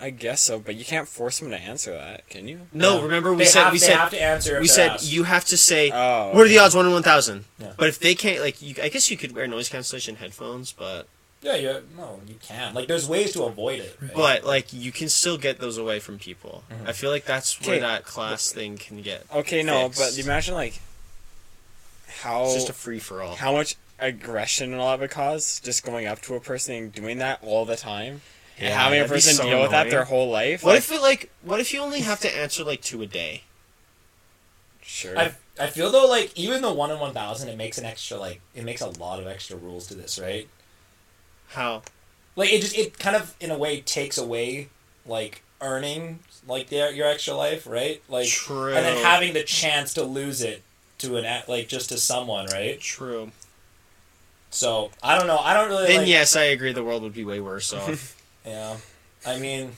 [SPEAKER 1] I guess so, but you can't force him to answer that, can you?
[SPEAKER 3] No,
[SPEAKER 2] Yeah.
[SPEAKER 3] remember we
[SPEAKER 2] They
[SPEAKER 3] said
[SPEAKER 2] have-
[SPEAKER 3] we
[SPEAKER 2] they
[SPEAKER 3] said
[SPEAKER 2] have to answer. if
[SPEAKER 3] we
[SPEAKER 2] they're
[SPEAKER 3] said
[SPEAKER 2] asked.
[SPEAKER 3] you have to say
[SPEAKER 1] Oh.
[SPEAKER 3] what are the odds one in one thousand.
[SPEAKER 2] Yeah.
[SPEAKER 3] But if they can't, like, you, I guess you could wear noise cancellation headphones, but
[SPEAKER 2] Yeah, yeah. No, you can. Like, there's ways to avoid it. Right?
[SPEAKER 3] but like you can still get those away from people.
[SPEAKER 1] Mm-hmm.
[SPEAKER 3] I feel like that's where
[SPEAKER 1] Okay.
[SPEAKER 3] that class thing can get.
[SPEAKER 1] Okay, no,
[SPEAKER 3] fixed.
[SPEAKER 1] but imagine like how
[SPEAKER 3] It's just a free for all.
[SPEAKER 1] Oh. how much aggression and all that would cause just going up to a person and doing that all the time and
[SPEAKER 3] Yeah,
[SPEAKER 1] having a
[SPEAKER 3] that'd be
[SPEAKER 1] person
[SPEAKER 3] so
[SPEAKER 1] deal with that their
[SPEAKER 3] annoying.
[SPEAKER 1] whole life.
[SPEAKER 3] What
[SPEAKER 1] like,
[SPEAKER 3] if it like? What if you only have to answer like two a day?
[SPEAKER 1] sure?
[SPEAKER 2] I I feel though like even the one in one thousand, it makes an extra like it makes a lot of extra rules to this, right?
[SPEAKER 3] How?
[SPEAKER 2] Like it just it kind of in a way takes away like earning like their your extra life, right? Like
[SPEAKER 3] True.
[SPEAKER 2] and then having the chance to lose it to an a- like just to someone, right?
[SPEAKER 3] True.
[SPEAKER 2] So I don't know. I don't really.
[SPEAKER 3] Then
[SPEAKER 2] like,
[SPEAKER 3] yes, I agree. The world would be way worse off.
[SPEAKER 2] Yeah. I mean,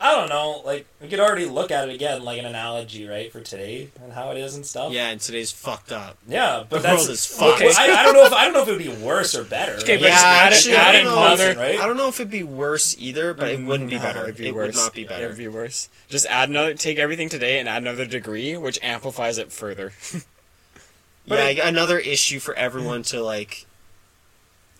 [SPEAKER 2] I don't know. Like, we could already look at it again, like an analogy, right, for today and how it is and stuff.
[SPEAKER 3] yeah, and today's fucked up.
[SPEAKER 2] Yeah, but
[SPEAKER 3] The
[SPEAKER 2] that's
[SPEAKER 3] world is fucked.
[SPEAKER 2] Okay, I, I don't know if I don't know if it would be worse or better.
[SPEAKER 1] Okay, but
[SPEAKER 2] Like,
[SPEAKER 3] yeah,
[SPEAKER 1] just add it-
[SPEAKER 3] actually,
[SPEAKER 1] add
[SPEAKER 3] I don't
[SPEAKER 1] it
[SPEAKER 3] know.
[SPEAKER 1] another- Mm,
[SPEAKER 2] Right?
[SPEAKER 3] I don't know if it'd be worse either, but it wouldn't be
[SPEAKER 2] No,
[SPEAKER 3] better.
[SPEAKER 1] Oh, it'd be
[SPEAKER 3] it
[SPEAKER 1] worse.
[SPEAKER 3] would not be better.
[SPEAKER 1] It'd be worse. Just add another. Take everything today and add another degree, which amplifies it further.
[SPEAKER 2] But
[SPEAKER 3] yeah,
[SPEAKER 2] it-
[SPEAKER 3] like, another issue for everyone to like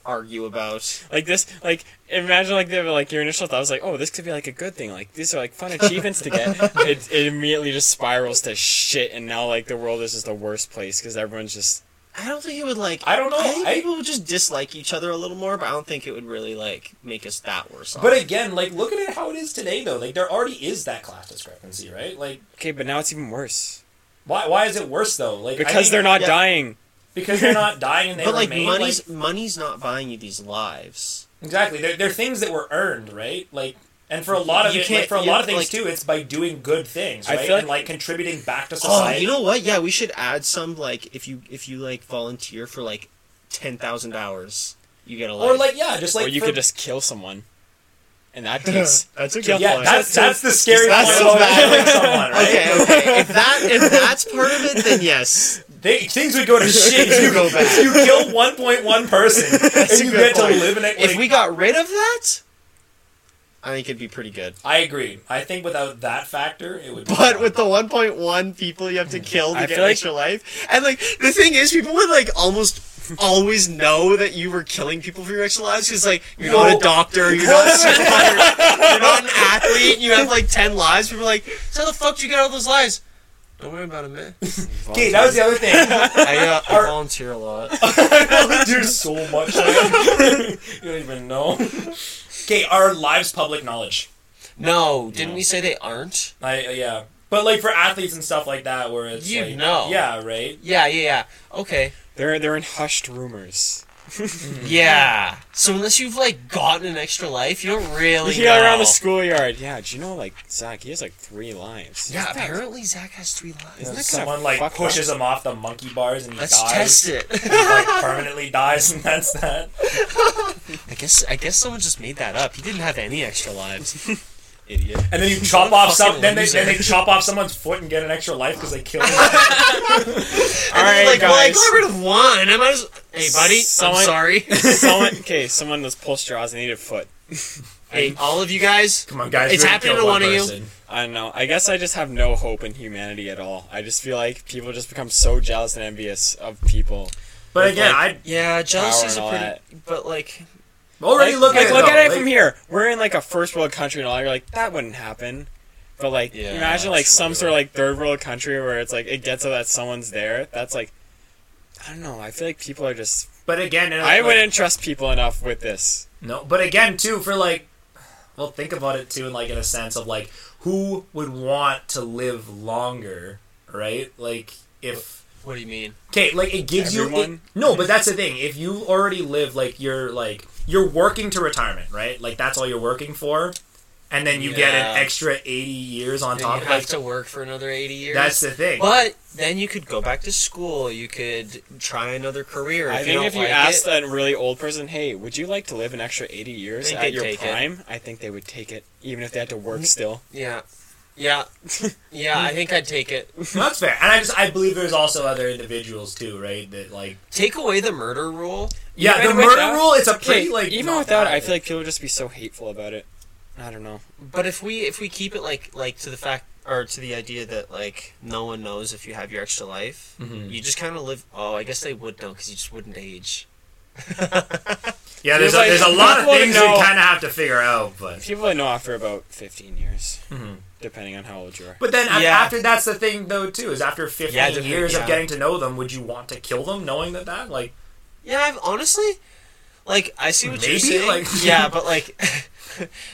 [SPEAKER 3] argue about.
[SPEAKER 1] like this, like imagine like the, like your initial thought was like, oh, this could be like a good thing. Like these are like fun achievements to get. It, it immediately just spirals to shit, and now like the world is just the worst place because everyone's just
[SPEAKER 3] I don't think it would like.
[SPEAKER 2] I don't know.
[SPEAKER 3] I think
[SPEAKER 2] I-
[SPEAKER 3] people would just dislike each other a little more, but I don't think it would really like make us that worse off.
[SPEAKER 2] But again, like look at it how it is today though. Like there already is that class discrepancy, right? Like
[SPEAKER 1] okay. But now it's even worse
[SPEAKER 2] why why is it worse though? Like I
[SPEAKER 1] because
[SPEAKER 2] think-
[SPEAKER 1] they're not
[SPEAKER 3] yeah.
[SPEAKER 1] dying.
[SPEAKER 2] because they're not dying and they
[SPEAKER 3] but like
[SPEAKER 2] remain
[SPEAKER 3] money's money's not buying you these lives.
[SPEAKER 2] Exactly. They're, they're things that were earned, right? Like, and for a lot of
[SPEAKER 3] You
[SPEAKER 2] it,
[SPEAKER 3] can't-
[SPEAKER 2] like, for a
[SPEAKER 3] you-
[SPEAKER 2] lot of things
[SPEAKER 3] like-
[SPEAKER 2] too, it's by doing good things,
[SPEAKER 1] I
[SPEAKER 2] right?
[SPEAKER 1] feel
[SPEAKER 2] and like contributing back to
[SPEAKER 3] Oh,
[SPEAKER 2] society.
[SPEAKER 3] you know what? Yeah, we should add some like if you if you like volunteer for like ten thousand hours, you get a life.
[SPEAKER 2] or like yeah, just like
[SPEAKER 1] or you
[SPEAKER 2] for-
[SPEAKER 1] could just kill someone, and that takes
[SPEAKER 3] that's a good
[SPEAKER 1] Kill-
[SPEAKER 2] yeah. That's that's the scary
[SPEAKER 3] That's
[SPEAKER 2] part
[SPEAKER 3] so
[SPEAKER 2] about
[SPEAKER 3] bad.
[SPEAKER 2] killing someone, right?
[SPEAKER 3] okay, okay. If that if that's part of it, then yes.
[SPEAKER 2] They, things would go to shit.
[SPEAKER 3] Things
[SPEAKER 2] if You
[SPEAKER 3] would go bad.
[SPEAKER 2] if You kill one point one person, and
[SPEAKER 3] a
[SPEAKER 2] you
[SPEAKER 3] good
[SPEAKER 2] get
[SPEAKER 3] point.
[SPEAKER 2] to live in it.
[SPEAKER 3] If
[SPEAKER 2] like-
[SPEAKER 3] we got rid of that, I think it'd be pretty good.
[SPEAKER 2] I agree. I think without that factor, it would. be
[SPEAKER 3] But
[SPEAKER 2] fine.
[SPEAKER 3] with the 1.1 people you have to kill to
[SPEAKER 1] I
[SPEAKER 3] get
[SPEAKER 1] feel like-
[SPEAKER 3] extra life, and like the thing is, people would like almost always know that you were killing people for your extra lives because like you're not
[SPEAKER 2] No.
[SPEAKER 3] a doctor, you're not, a swimmer, you're not an athlete, you have like 10 lives. People are like, "So how the fuck did you get all those lives? Don't worry about it, man.
[SPEAKER 2] okay, that was the other thing.
[SPEAKER 3] I, uh, I
[SPEAKER 2] Or-
[SPEAKER 3] volunteer a lot.
[SPEAKER 2] do so much. like, you don't even know. Okay, our lives public knowledge.
[SPEAKER 3] No, didn't we say they aren't?
[SPEAKER 2] I uh, yeah.
[SPEAKER 5] But like for athletes and stuff like that, where it's
[SPEAKER 3] You
[SPEAKER 5] like,
[SPEAKER 3] know.
[SPEAKER 5] yeah, right.
[SPEAKER 3] Yeah, yeah, yeah. Okay.
[SPEAKER 1] They're they're in hushed rumors.
[SPEAKER 3] Yeah. So unless you've like gotten an extra life, you don't really.
[SPEAKER 1] yeah,
[SPEAKER 3] know.
[SPEAKER 1] around the schoolyard. Yeah, do you know like Zach? He has like three lives.
[SPEAKER 3] Yeah,
[SPEAKER 1] Isn't that-
[SPEAKER 3] apparently Zach has three lives.
[SPEAKER 1] Isn't that kinda
[SPEAKER 5] Someone like
[SPEAKER 1] fucked
[SPEAKER 5] pushes
[SPEAKER 1] up?
[SPEAKER 5] him off the monkey bars and he
[SPEAKER 3] Let's
[SPEAKER 5] dies.
[SPEAKER 3] test it.
[SPEAKER 5] He, like permanently dies, and that's that.
[SPEAKER 3] I guess I guess someone just made that up. He didn't have any extra lives.
[SPEAKER 1] idiot.
[SPEAKER 5] And then you chop off some.
[SPEAKER 3] Fucking
[SPEAKER 5] Then they, then they
[SPEAKER 3] loser.
[SPEAKER 5] chop off someone's foot and get an extra life because they killed him.
[SPEAKER 1] All right,
[SPEAKER 3] like,
[SPEAKER 1] guys.
[SPEAKER 3] well, I got rid of one. I might as. Hey, buddy.
[SPEAKER 1] Someone-
[SPEAKER 3] I'm sorry.
[SPEAKER 1] someone, okay, someone was pulled straws and needed a foot.
[SPEAKER 3] hey, all of you guys.
[SPEAKER 2] Come on, guys.
[SPEAKER 3] It's
[SPEAKER 2] we already
[SPEAKER 3] happening
[SPEAKER 2] killed
[SPEAKER 3] to one of you.
[SPEAKER 2] person.
[SPEAKER 1] I don't know. I guess I just have no hope in humanity at all. I just feel like people just become so jealous and envious of people.
[SPEAKER 2] But
[SPEAKER 1] With,
[SPEAKER 2] again,
[SPEAKER 1] like,
[SPEAKER 2] I
[SPEAKER 3] Yeah, jealousy's a
[SPEAKER 1] Power and all
[SPEAKER 3] pretty. But like,
[SPEAKER 2] already
[SPEAKER 1] Like,
[SPEAKER 2] look
[SPEAKER 1] like,
[SPEAKER 2] at it.
[SPEAKER 1] look
[SPEAKER 2] though,
[SPEAKER 1] at it
[SPEAKER 2] like-
[SPEAKER 1] from here. We're in like a first world country and all. You're like, that wouldn't happen. But like,
[SPEAKER 2] Yeah,
[SPEAKER 1] imagine like
[SPEAKER 2] that's
[SPEAKER 1] some
[SPEAKER 2] true.
[SPEAKER 1] sort of like third world country where it's like it gets so that someone's there. That's like, I don't know. I feel like people are just.
[SPEAKER 2] But again, and
[SPEAKER 1] I
[SPEAKER 2] like-
[SPEAKER 1] wouldn't trust people enough with this.
[SPEAKER 2] No, but again, too, for like, well, think about it too, in like in a sense of like, who would want to live longer, right? Like, if
[SPEAKER 3] what do you mean?
[SPEAKER 2] okay, like it gives you it-
[SPEAKER 1] Everyone?
[SPEAKER 2] no, but that's the thing. If you already live, like you're like you're working to retirement, right? Like that's all you're working for, and then you get an
[SPEAKER 3] Yeah.
[SPEAKER 2] extra eighty years on
[SPEAKER 3] Then
[SPEAKER 2] top.
[SPEAKER 3] you
[SPEAKER 2] of
[SPEAKER 3] have
[SPEAKER 2] like,
[SPEAKER 3] to work for another eighty years.
[SPEAKER 2] that's the thing.
[SPEAKER 3] But then you could go back to school. You could try another career. If
[SPEAKER 1] I
[SPEAKER 3] you
[SPEAKER 1] think
[SPEAKER 3] don't
[SPEAKER 1] if you
[SPEAKER 3] like
[SPEAKER 1] asked
[SPEAKER 3] it,
[SPEAKER 1] a really old person, "Hey, would you like to live an extra 80 years
[SPEAKER 3] Think
[SPEAKER 1] at
[SPEAKER 3] they'd
[SPEAKER 1] your
[SPEAKER 3] take it.
[SPEAKER 1] prime?" I think they would take it, even if they had to work still.
[SPEAKER 3] yeah, yeah, yeah. I think I'd take it.
[SPEAKER 2] No, that's fair, and I just I believe there's also other individuals too, right? That like
[SPEAKER 3] Take away the murder rule.
[SPEAKER 2] yeah,
[SPEAKER 1] Even
[SPEAKER 2] the
[SPEAKER 1] with
[SPEAKER 2] murder
[SPEAKER 1] that-
[SPEAKER 2] rule. It's a pretty
[SPEAKER 1] Okay,
[SPEAKER 2] like
[SPEAKER 1] even
[SPEAKER 2] not
[SPEAKER 1] without it,
[SPEAKER 2] bad.
[SPEAKER 1] I feel like people would just be so hateful about it. I don't know.
[SPEAKER 3] But if we if we keep it like like to the fact or to the idea that like no one knows if you have your extra life,
[SPEAKER 2] Mm-hmm.
[SPEAKER 3] you just kind of live. Oh, I guess they would know because you just wouldn't age.
[SPEAKER 2] yeah. There's a,
[SPEAKER 1] Like,
[SPEAKER 2] there's a lot of
[SPEAKER 1] people
[SPEAKER 2] things
[SPEAKER 1] know-
[SPEAKER 2] we kind of have to figure out, but
[SPEAKER 1] People would know after about 15 years, depending on how old you are.
[SPEAKER 2] But then af
[SPEAKER 3] Yeah.
[SPEAKER 2] after that's the thing though too is after 15
[SPEAKER 3] Yeah, different-
[SPEAKER 2] years
[SPEAKER 3] yeah.
[SPEAKER 2] of getting to know them, would you want to kill them knowing that that like
[SPEAKER 3] Yeah, I've honestly, like I see what you're
[SPEAKER 2] Maybe,
[SPEAKER 3] saying.
[SPEAKER 2] like-
[SPEAKER 3] yeah, but like,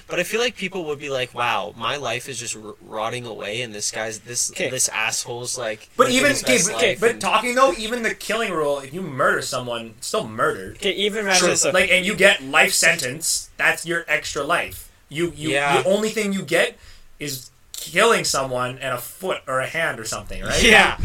[SPEAKER 3] but I feel like people would be like, "Wow, my life is just r- rotting away," and this guy's this
[SPEAKER 1] 'Kay.
[SPEAKER 3] this asshole's like.
[SPEAKER 2] but
[SPEAKER 3] living
[SPEAKER 2] even
[SPEAKER 3] his
[SPEAKER 2] okay,
[SPEAKER 3] best
[SPEAKER 2] but,
[SPEAKER 3] life,
[SPEAKER 2] okay, but
[SPEAKER 3] and-
[SPEAKER 2] talking though even the killing rule if you murder someone it's still murder
[SPEAKER 1] Okay, even imagine
[SPEAKER 3] Sure,
[SPEAKER 1] this. uh,
[SPEAKER 2] like and you get life sentence that's your extra life you you
[SPEAKER 3] Yeah.
[SPEAKER 2] the only thing you get is killing someone and a foot or a hand or something right
[SPEAKER 3] yeah,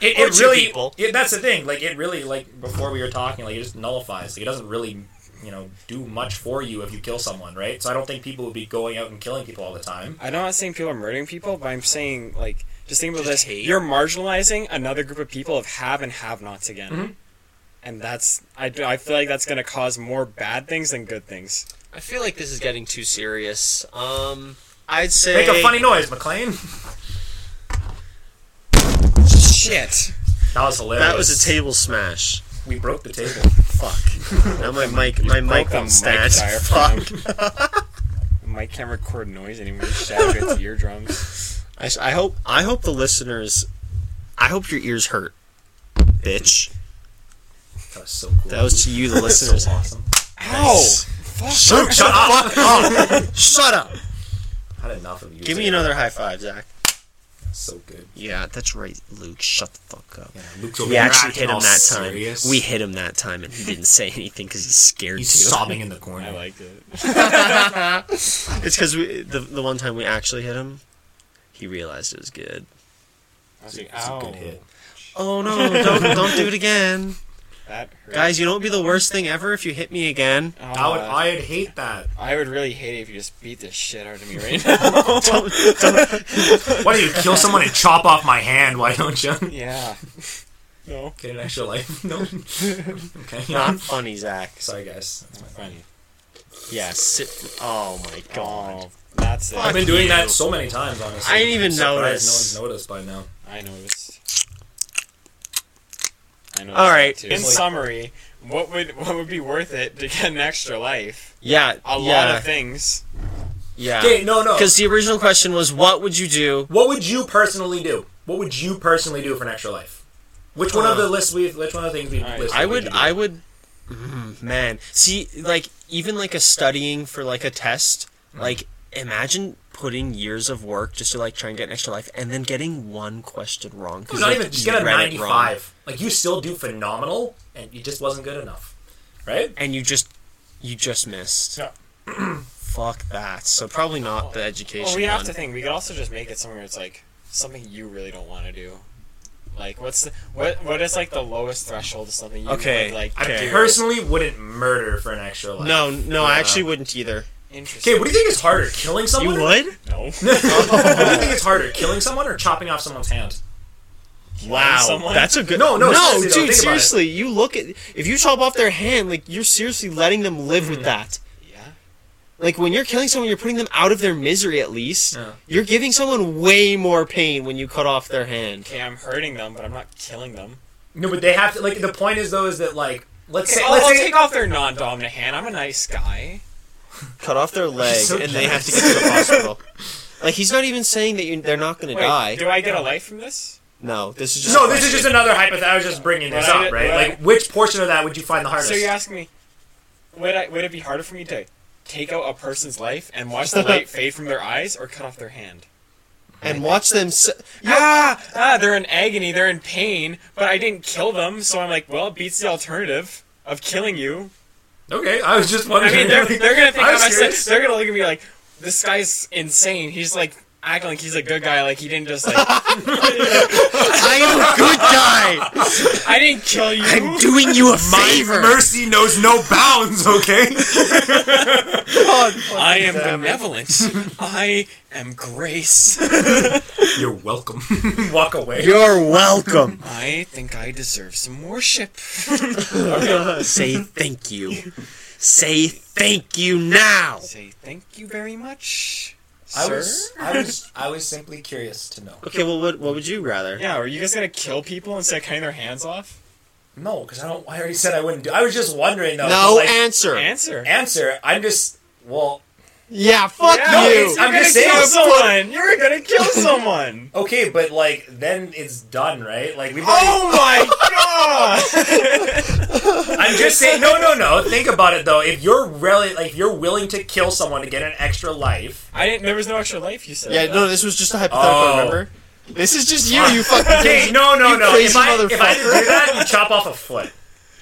[SPEAKER 2] it,
[SPEAKER 3] Or
[SPEAKER 2] it
[SPEAKER 3] two
[SPEAKER 2] really
[SPEAKER 3] people.
[SPEAKER 2] it, that's the thing like it really like before we were talking like it just nullifies like it doesn't really you know do much for you if you kill someone right so i don't think people would be going out and killing people all the time
[SPEAKER 1] I'm not saying people are murdering people, but I'm saying, like, just think about
[SPEAKER 3] Just
[SPEAKER 1] this.
[SPEAKER 3] hate.
[SPEAKER 1] You're marginalizing another group of people of have and have nots again. And that's, I, do- I feel like that's going to cause more bad things than good things.
[SPEAKER 3] I feel like this is getting too serious. Um, I'd say
[SPEAKER 2] make a funny noise mclean
[SPEAKER 3] shit.
[SPEAKER 2] that was hilarious
[SPEAKER 3] That was a table smash.
[SPEAKER 2] we broke the table
[SPEAKER 3] Fuck. Now my mic, my mic
[SPEAKER 1] broke a
[SPEAKER 3] won't
[SPEAKER 1] mic
[SPEAKER 3] stand.
[SPEAKER 1] wire
[SPEAKER 3] Fuck.
[SPEAKER 1] Mike can't record noise anymore. He shattered its eardrums.
[SPEAKER 3] I, s- I hope I hope the listeners I hope your ears hurt. Bitch.
[SPEAKER 2] that was so cool
[SPEAKER 3] That was to you the
[SPEAKER 2] so
[SPEAKER 3] listeners.
[SPEAKER 2] awesome Oh,
[SPEAKER 1] Ow!
[SPEAKER 3] Shut, shut up. Shut up.
[SPEAKER 2] I had enough of you
[SPEAKER 3] Give me
[SPEAKER 2] today.
[SPEAKER 3] another high five, Zach.
[SPEAKER 2] so good
[SPEAKER 3] Yeah, that's right, Luke. Shut the fuck up.
[SPEAKER 2] yeah, Luke's over
[SPEAKER 3] We
[SPEAKER 2] there
[SPEAKER 3] actually
[SPEAKER 2] acting
[SPEAKER 3] hit him
[SPEAKER 2] all
[SPEAKER 3] that time.
[SPEAKER 2] serious.
[SPEAKER 3] We hit him that time, and he didn't say anything because he's scared
[SPEAKER 2] he's
[SPEAKER 3] to.
[SPEAKER 2] sobbing in the corner
[SPEAKER 1] I liked it.
[SPEAKER 3] It's because we the, the one time we actually hit him, he realized it was good.
[SPEAKER 1] I was like,
[SPEAKER 2] it's a
[SPEAKER 1] ow.
[SPEAKER 2] good hit
[SPEAKER 3] Oh no! Don't don't do it again,
[SPEAKER 1] That hurt.
[SPEAKER 3] guys. You know what would be the worst thing ever if you hit me again.
[SPEAKER 1] Ow,
[SPEAKER 2] I would,
[SPEAKER 1] uh,
[SPEAKER 2] I'd hate that.
[SPEAKER 1] I would really hate it if you just beat the shit out of me right now.
[SPEAKER 3] Don't
[SPEAKER 2] Why do you kill someone and chop off my hand? Why don't you?
[SPEAKER 1] yeah. No.
[SPEAKER 2] Get an extra life? No. okay.
[SPEAKER 3] Not funny, Zach.
[SPEAKER 2] Sorry, guys. That's my
[SPEAKER 1] Funny.
[SPEAKER 3] Yeah, sit. Oh my god.
[SPEAKER 1] Oh, that's it.
[SPEAKER 2] I've been
[SPEAKER 3] Fuck
[SPEAKER 2] doing
[SPEAKER 3] you.
[SPEAKER 2] that so many times, honestly.
[SPEAKER 3] I didn't even
[SPEAKER 2] I'm surprised
[SPEAKER 3] notice.
[SPEAKER 2] No one's noticed by now.
[SPEAKER 1] I noticed. I know.
[SPEAKER 3] All right.
[SPEAKER 1] In summary, what would what would be worth it to get an extra life?
[SPEAKER 3] Yeah,
[SPEAKER 1] A
[SPEAKER 3] yeah,
[SPEAKER 1] lot of things.
[SPEAKER 3] yeah.
[SPEAKER 2] Okay, no, no.
[SPEAKER 3] Because the original question was, what would you do?
[SPEAKER 2] What would you personally do? What would you personally do for an extra life? Which one of the lists we? Which one of the things we
[SPEAKER 1] Alright.
[SPEAKER 2] listed?
[SPEAKER 3] Uh, I
[SPEAKER 2] would
[SPEAKER 3] would.
[SPEAKER 2] you do?
[SPEAKER 3] I would. Mm,
[SPEAKER 6] Mm.
[SPEAKER 3] man, see, like even like a studying for like a test, like imagine putting years of work just to like try and get an extra life, and then getting one question wrong. 'cause,
[SPEAKER 6] Not
[SPEAKER 3] like,
[SPEAKER 6] even just
[SPEAKER 3] you
[SPEAKER 6] get a
[SPEAKER 3] read it wrong,
[SPEAKER 6] 95. Like you still do phenomenal, and you just wasn't good enough.
[SPEAKER 2] right?
[SPEAKER 3] and you just you just missed.
[SPEAKER 2] Yeah.
[SPEAKER 3] Fuck that. So probably not the education.
[SPEAKER 1] Well, we have
[SPEAKER 3] one.
[SPEAKER 1] to think. We could also just make it somewhere it's like something you really don't want to do. Like what's the, what what is like the lowest threshold of something you
[SPEAKER 3] Okay,
[SPEAKER 1] would, like
[SPEAKER 6] I
[SPEAKER 3] Okay.
[SPEAKER 6] personally wouldn't murder for an extra life.
[SPEAKER 3] No, no, I actually wouldn't either.
[SPEAKER 1] interesting.
[SPEAKER 6] Okay, what do you think is harder, killing
[SPEAKER 3] You
[SPEAKER 6] someone?
[SPEAKER 3] would?
[SPEAKER 1] No.
[SPEAKER 6] what do you think is harder, killing someone or chopping off someone's hand?
[SPEAKER 3] Wow,
[SPEAKER 1] someone?
[SPEAKER 3] that's a good.
[SPEAKER 6] No, no,
[SPEAKER 3] no,
[SPEAKER 6] seriously, though,
[SPEAKER 3] dude,
[SPEAKER 6] think about it.
[SPEAKER 3] seriously. You look at if you chop off their hand, like you're seriously letting them live
[SPEAKER 6] Mm.
[SPEAKER 3] with that.
[SPEAKER 1] Yeah.
[SPEAKER 3] Like when you're killing someone, you're putting them out of their misery. At least
[SPEAKER 6] Yeah.
[SPEAKER 3] you're giving someone way more pain when you cut off their hand.
[SPEAKER 1] Okay, I'm hurting them, but I'm not killing them.
[SPEAKER 6] No, but they have to. Like the point is though is that like let's say
[SPEAKER 1] I'll,
[SPEAKER 6] let's
[SPEAKER 1] I'll
[SPEAKER 6] say
[SPEAKER 1] take off their non-dominant hand. I'm a nice guy.
[SPEAKER 3] Cut off their leg,
[SPEAKER 6] so
[SPEAKER 3] and they have to get to the hospital. Like he's not even saying that you, they're not going to
[SPEAKER 1] Wait,
[SPEAKER 3] die.
[SPEAKER 1] do I get a life from this?
[SPEAKER 3] No, this is just
[SPEAKER 6] no. This is just another hypothetical. I was just bringing this
[SPEAKER 1] Right,
[SPEAKER 6] up, right?
[SPEAKER 1] right.
[SPEAKER 6] Like which portion of that would you find the hardest?
[SPEAKER 1] So you're asking me, would I would it be harder for me to take out a person's life and watch the light fade from their eyes, or cut off their hand?
[SPEAKER 3] and watch them. S-
[SPEAKER 1] Ah, ah, they're in agony, they're in pain, but I didn't kill them, so I'm like, well, it beats the alternative of killing you.
[SPEAKER 6] okay, I was just
[SPEAKER 1] I
[SPEAKER 6] wondering.
[SPEAKER 1] mean, they're, they're gonna think
[SPEAKER 6] I'm
[SPEAKER 1] I'm a sen-
[SPEAKER 6] serious.
[SPEAKER 1] They're gonna look at me like, this guy's insane. He's like acting like he's a good guy, like he didn't just like,
[SPEAKER 3] I am a good guy.
[SPEAKER 1] I didn't kill you.
[SPEAKER 3] doing you a
[SPEAKER 6] My mercy knows no bounds. Okay.
[SPEAKER 1] I am benevolent. I am grace.
[SPEAKER 6] You're welcome. Walk away.
[SPEAKER 3] You're welcome.
[SPEAKER 1] I think I deserve some worship.
[SPEAKER 3] Oh Say thank you. Say thank you now.
[SPEAKER 1] Say thank you very much,
[SPEAKER 2] I
[SPEAKER 1] sir.
[SPEAKER 2] was, I was, I was simply curious to know.
[SPEAKER 3] Okay, well, what, what would you rather?
[SPEAKER 1] Yeah, are you guys gonna kill people instead of cutting their hands off?
[SPEAKER 2] No, because I don't. I already said I wouldn't do. I was just wondering though.
[SPEAKER 3] No
[SPEAKER 2] 'cause, like,
[SPEAKER 3] answer.
[SPEAKER 1] Answer.
[SPEAKER 2] answer. I'm just. Well,
[SPEAKER 3] yeah, fuck
[SPEAKER 1] Yeah,
[SPEAKER 2] No,
[SPEAKER 3] you.
[SPEAKER 2] it's- I'm
[SPEAKER 1] you're
[SPEAKER 2] just
[SPEAKER 1] gonna
[SPEAKER 2] saying-
[SPEAKER 1] kill someone. You're gonna kill someone.
[SPEAKER 2] okay, but like then it's done, right? Like we've. already-
[SPEAKER 1] oh my god!
[SPEAKER 2] I'm just saying. No, no, no. Think about it though. If you're really like, if you're willing to kill someone to get an extra life.
[SPEAKER 1] I didn't. There was no extra life. You said.
[SPEAKER 3] Yeah,
[SPEAKER 1] that.
[SPEAKER 3] no, this was just a hypothetical.
[SPEAKER 2] Oh.
[SPEAKER 3] Remember, this is just you. You fucking.
[SPEAKER 2] Okay, no, no,
[SPEAKER 3] You
[SPEAKER 2] no. If
[SPEAKER 3] crazy
[SPEAKER 2] I, if I had to do
[SPEAKER 3] motherfucker.
[SPEAKER 2] that, you chop off a foot.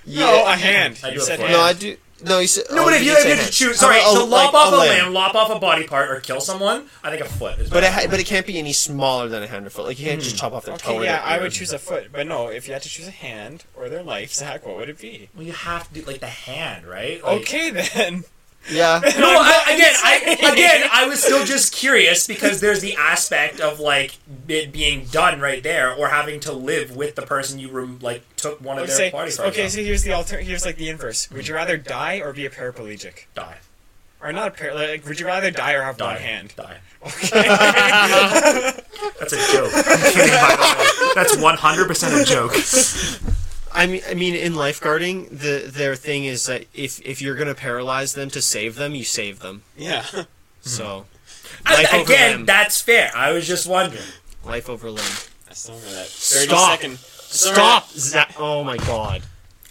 [SPEAKER 3] Yeah.
[SPEAKER 1] No, a hand.
[SPEAKER 2] I do
[SPEAKER 1] you
[SPEAKER 2] it
[SPEAKER 1] said
[SPEAKER 2] for
[SPEAKER 1] hand.
[SPEAKER 2] you.
[SPEAKER 3] no, I do. No, you said.
[SPEAKER 2] No,
[SPEAKER 3] oh,
[SPEAKER 2] but if you,
[SPEAKER 3] did
[SPEAKER 2] if you
[SPEAKER 3] say
[SPEAKER 2] had to
[SPEAKER 3] hand.
[SPEAKER 2] choose, sorry,
[SPEAKER 3] Oh,
[SPEAKER 2] so
[SPEAKER 3] like
[SPEAKER 2] lop off a limb, lop off a body part, or kill someone. I think a foot is.
[SPEAKER 3] But it
[SPEAKER 2] better.
[SPEAKER 3] ha- but it can't be any smaller than a hundred foot. Like you can't
[SPEAKER 2] Mm.
[SPEAKER 3] just chop off their toe.
[SPEAKER 1] Okay,
[SPEAKER 3] or
[SPEAKER 1] yeah,
[SPEAKER 3] their
[SPEAKER 1] I
[SPEAKER 3] ear.
[SPEAKER 1] would choose a foot, but no. If you had to choose a hand or their life, Zach, what would it be?
[SPEAKER 2] well, you have to do like the hand, right? Like-
[SPEAKER 1] Okay then.
[SPEAKER 3] Yeah.
[SPEAKER 2] No, I, again, I again, I was still just curious because there's the aspect of like it being done right there, or having to live with the person you rem- like took one of
[SPEAKER 1] Let's
[SPEAKER 2] their
[SPEAKER 1] say,
[SPEAKER 2] party parts.
[SPEAKER 1] okay, so here's the alter. Here's like the inverse. Would you rather die or be a paraplegic?
[SPEAKER 2] die,
[SPEAKER 1] Or not a par- like, Would you rather die or have
[SPEAKER 2] die,
[SPEAKER 1] one hand?
[SPEAKER 2] die.
[SPEAKER 1] Okay.
[SPEAKER 2] That's a joke. I'm kidding, by the way. That's one hundred percent a joke.
[SPEAKER 3] I mean, I mean, in lifeguarding, the their thing is that if if you're gonna paralyze them to save them, you save them.
[SPEAKER 1] yeah.
[SPEAKER 3] So,
[SPEAKER 2] Mm-hmm. And
[SPEAKER 3] life over
[SPEAKER 2] again,
[SPEAKER 3] limb.
[SPEAKER 2] that's fair. I was just wondering.
[SPEAKER 3] life over limb.
[SPEAKER 1] That's not that. 30
[SPEAKER 3] Stop.
[SPEAKER 1] second-
[SPEAKER 3] Stop! Za- oh my god.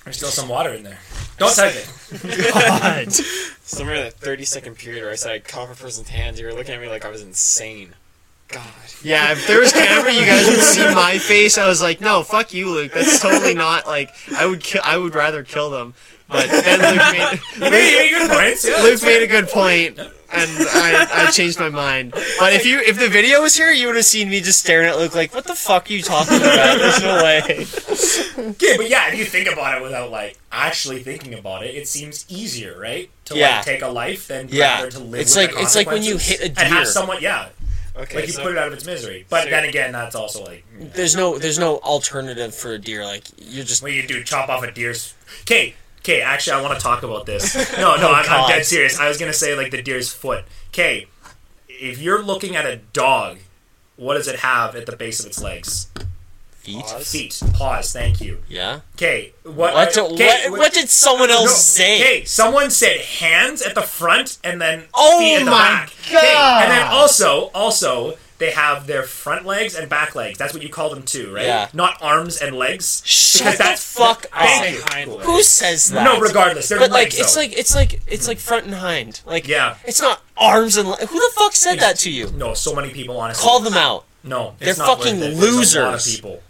[SPEAKER 2] There's still some water in there. Don't touch it.
[SPEAKER 3] God.
[SPEAKER 1] Somewhere in that 30 second period where I said I cut off a person's hand, you were looking at me like I was insane. God.
[SPEAKER 3] yeah, if there was camera, you guys would see my face. I was like, no, fuck you, Luke. That's totally not like I would. Ki- I would rather kill them. But then Luke made,
[SPEAKER 2] Hey, good points. Yeah.
[SPEAKER 3] Luke made a good point, and I, I changed my mind. But if you if the video was here, you would have seen me just staring at Luke like, what the fuck are you talking about? There's no way.
[SPEAKER 2] Yeah, but yeah, if you think about it without like actually thinking about it, it seems easier, right? To
[SPEAKER 3] Yeah.
[SPEAKER 2] like take a life than
[SPEAKER 3] Yeah.
[SPEAKER 2] rather to live.
[SPEAKER 3] It's
[SPEAKER 2] with the
[SPEAKER 3] like- it's like when you
[SPEAKER 2] consequences
[SPEAKER 3] hit a
[SPEAKER 2] and have
[SPEAKER 3] deer.
[SPEAKER 2] someone, yeah,
[SPEAKER 1] Okay,
[SPEAKER 2] like you
[SPEAKER 1] so
[SPEAKER 2] put it out of its misery. But
[SPEAKER 1] so-
[SPEAKER 2] then again, that's also like
[SPEAKER 3] There's no there's no alternative for a deer. Like you're just
[SPEAKER 2] what you do: chop off a deer's. Okay, okay. Actually, I want to talk about this. No,
[SPEAKER 3] Oh,
[SPEAKER 2] no, I'm, I'm dead serious. I was gonna say like the deer's foot. Okay, if you're looking at a dog, what does it have at the base of its legs?
[SPEAKER 3] feet.
[SPEAKER 2] Feet, paws. Thank you.
[SPEAKER 3] Yeah.
[SPEAKER 2] Okay, what?
[SPEAKER 3] What, do-
[SPEAKER 2] 'kay,
[SPEAKER 3] what, what did someone else say?
[SPEAKER 2] Hey, someone said hands at the front and then
[SPEAKER 3] Oh
[SPEAKER 2] feet at the
[SPEAKER 3] my
[SPEAKER 2] back. Okay, and then
[SPEAKER 3] God.
[SPEAKER 2] also, also they have their front legs and back legs. That's what you call them too, right?
[SPEAKER 3] Yeah.
[SPEAKER 2] Not arms and legs.
[SPEAKER 3] Shut
[SPEAKER 2] Because
[SPEAKER 3] the
[SPEAKER 2] that's-
[SPEAKER 3] fuck
[SPEAKER 2] Thank
[SPEAKER 3] up.
[SPEAKER 2] you.
[SPEAKER 1] Hind leg.
[SPEAKER 3] Who says that?
[SPEAKER 2] No, regardless, they're
[SPEAKER 3] But like
[SPEAKER 2] legs,
[SPEAKER 3] it's
[SPEAKER 2] though.
[SPEAKER 3] like it's like it's like front and hind. Like
[SPEAKER 2] Yeah.
[SPEAKER 3] it's not arms and le- who the fuck said that to you?
[SPEAKER 2] No, so many people honestly.
[SPEAKER 3] Call them out.
[SPEAKER 2] No,
[SPEAKER 3] They're
[SPEAKER 2] it's not
[SPEAKER 3] fucking
[SPEAKER 2] worth it. There's A lot of
[SPEAKER 3] losers.
[SPEAKER 2] people.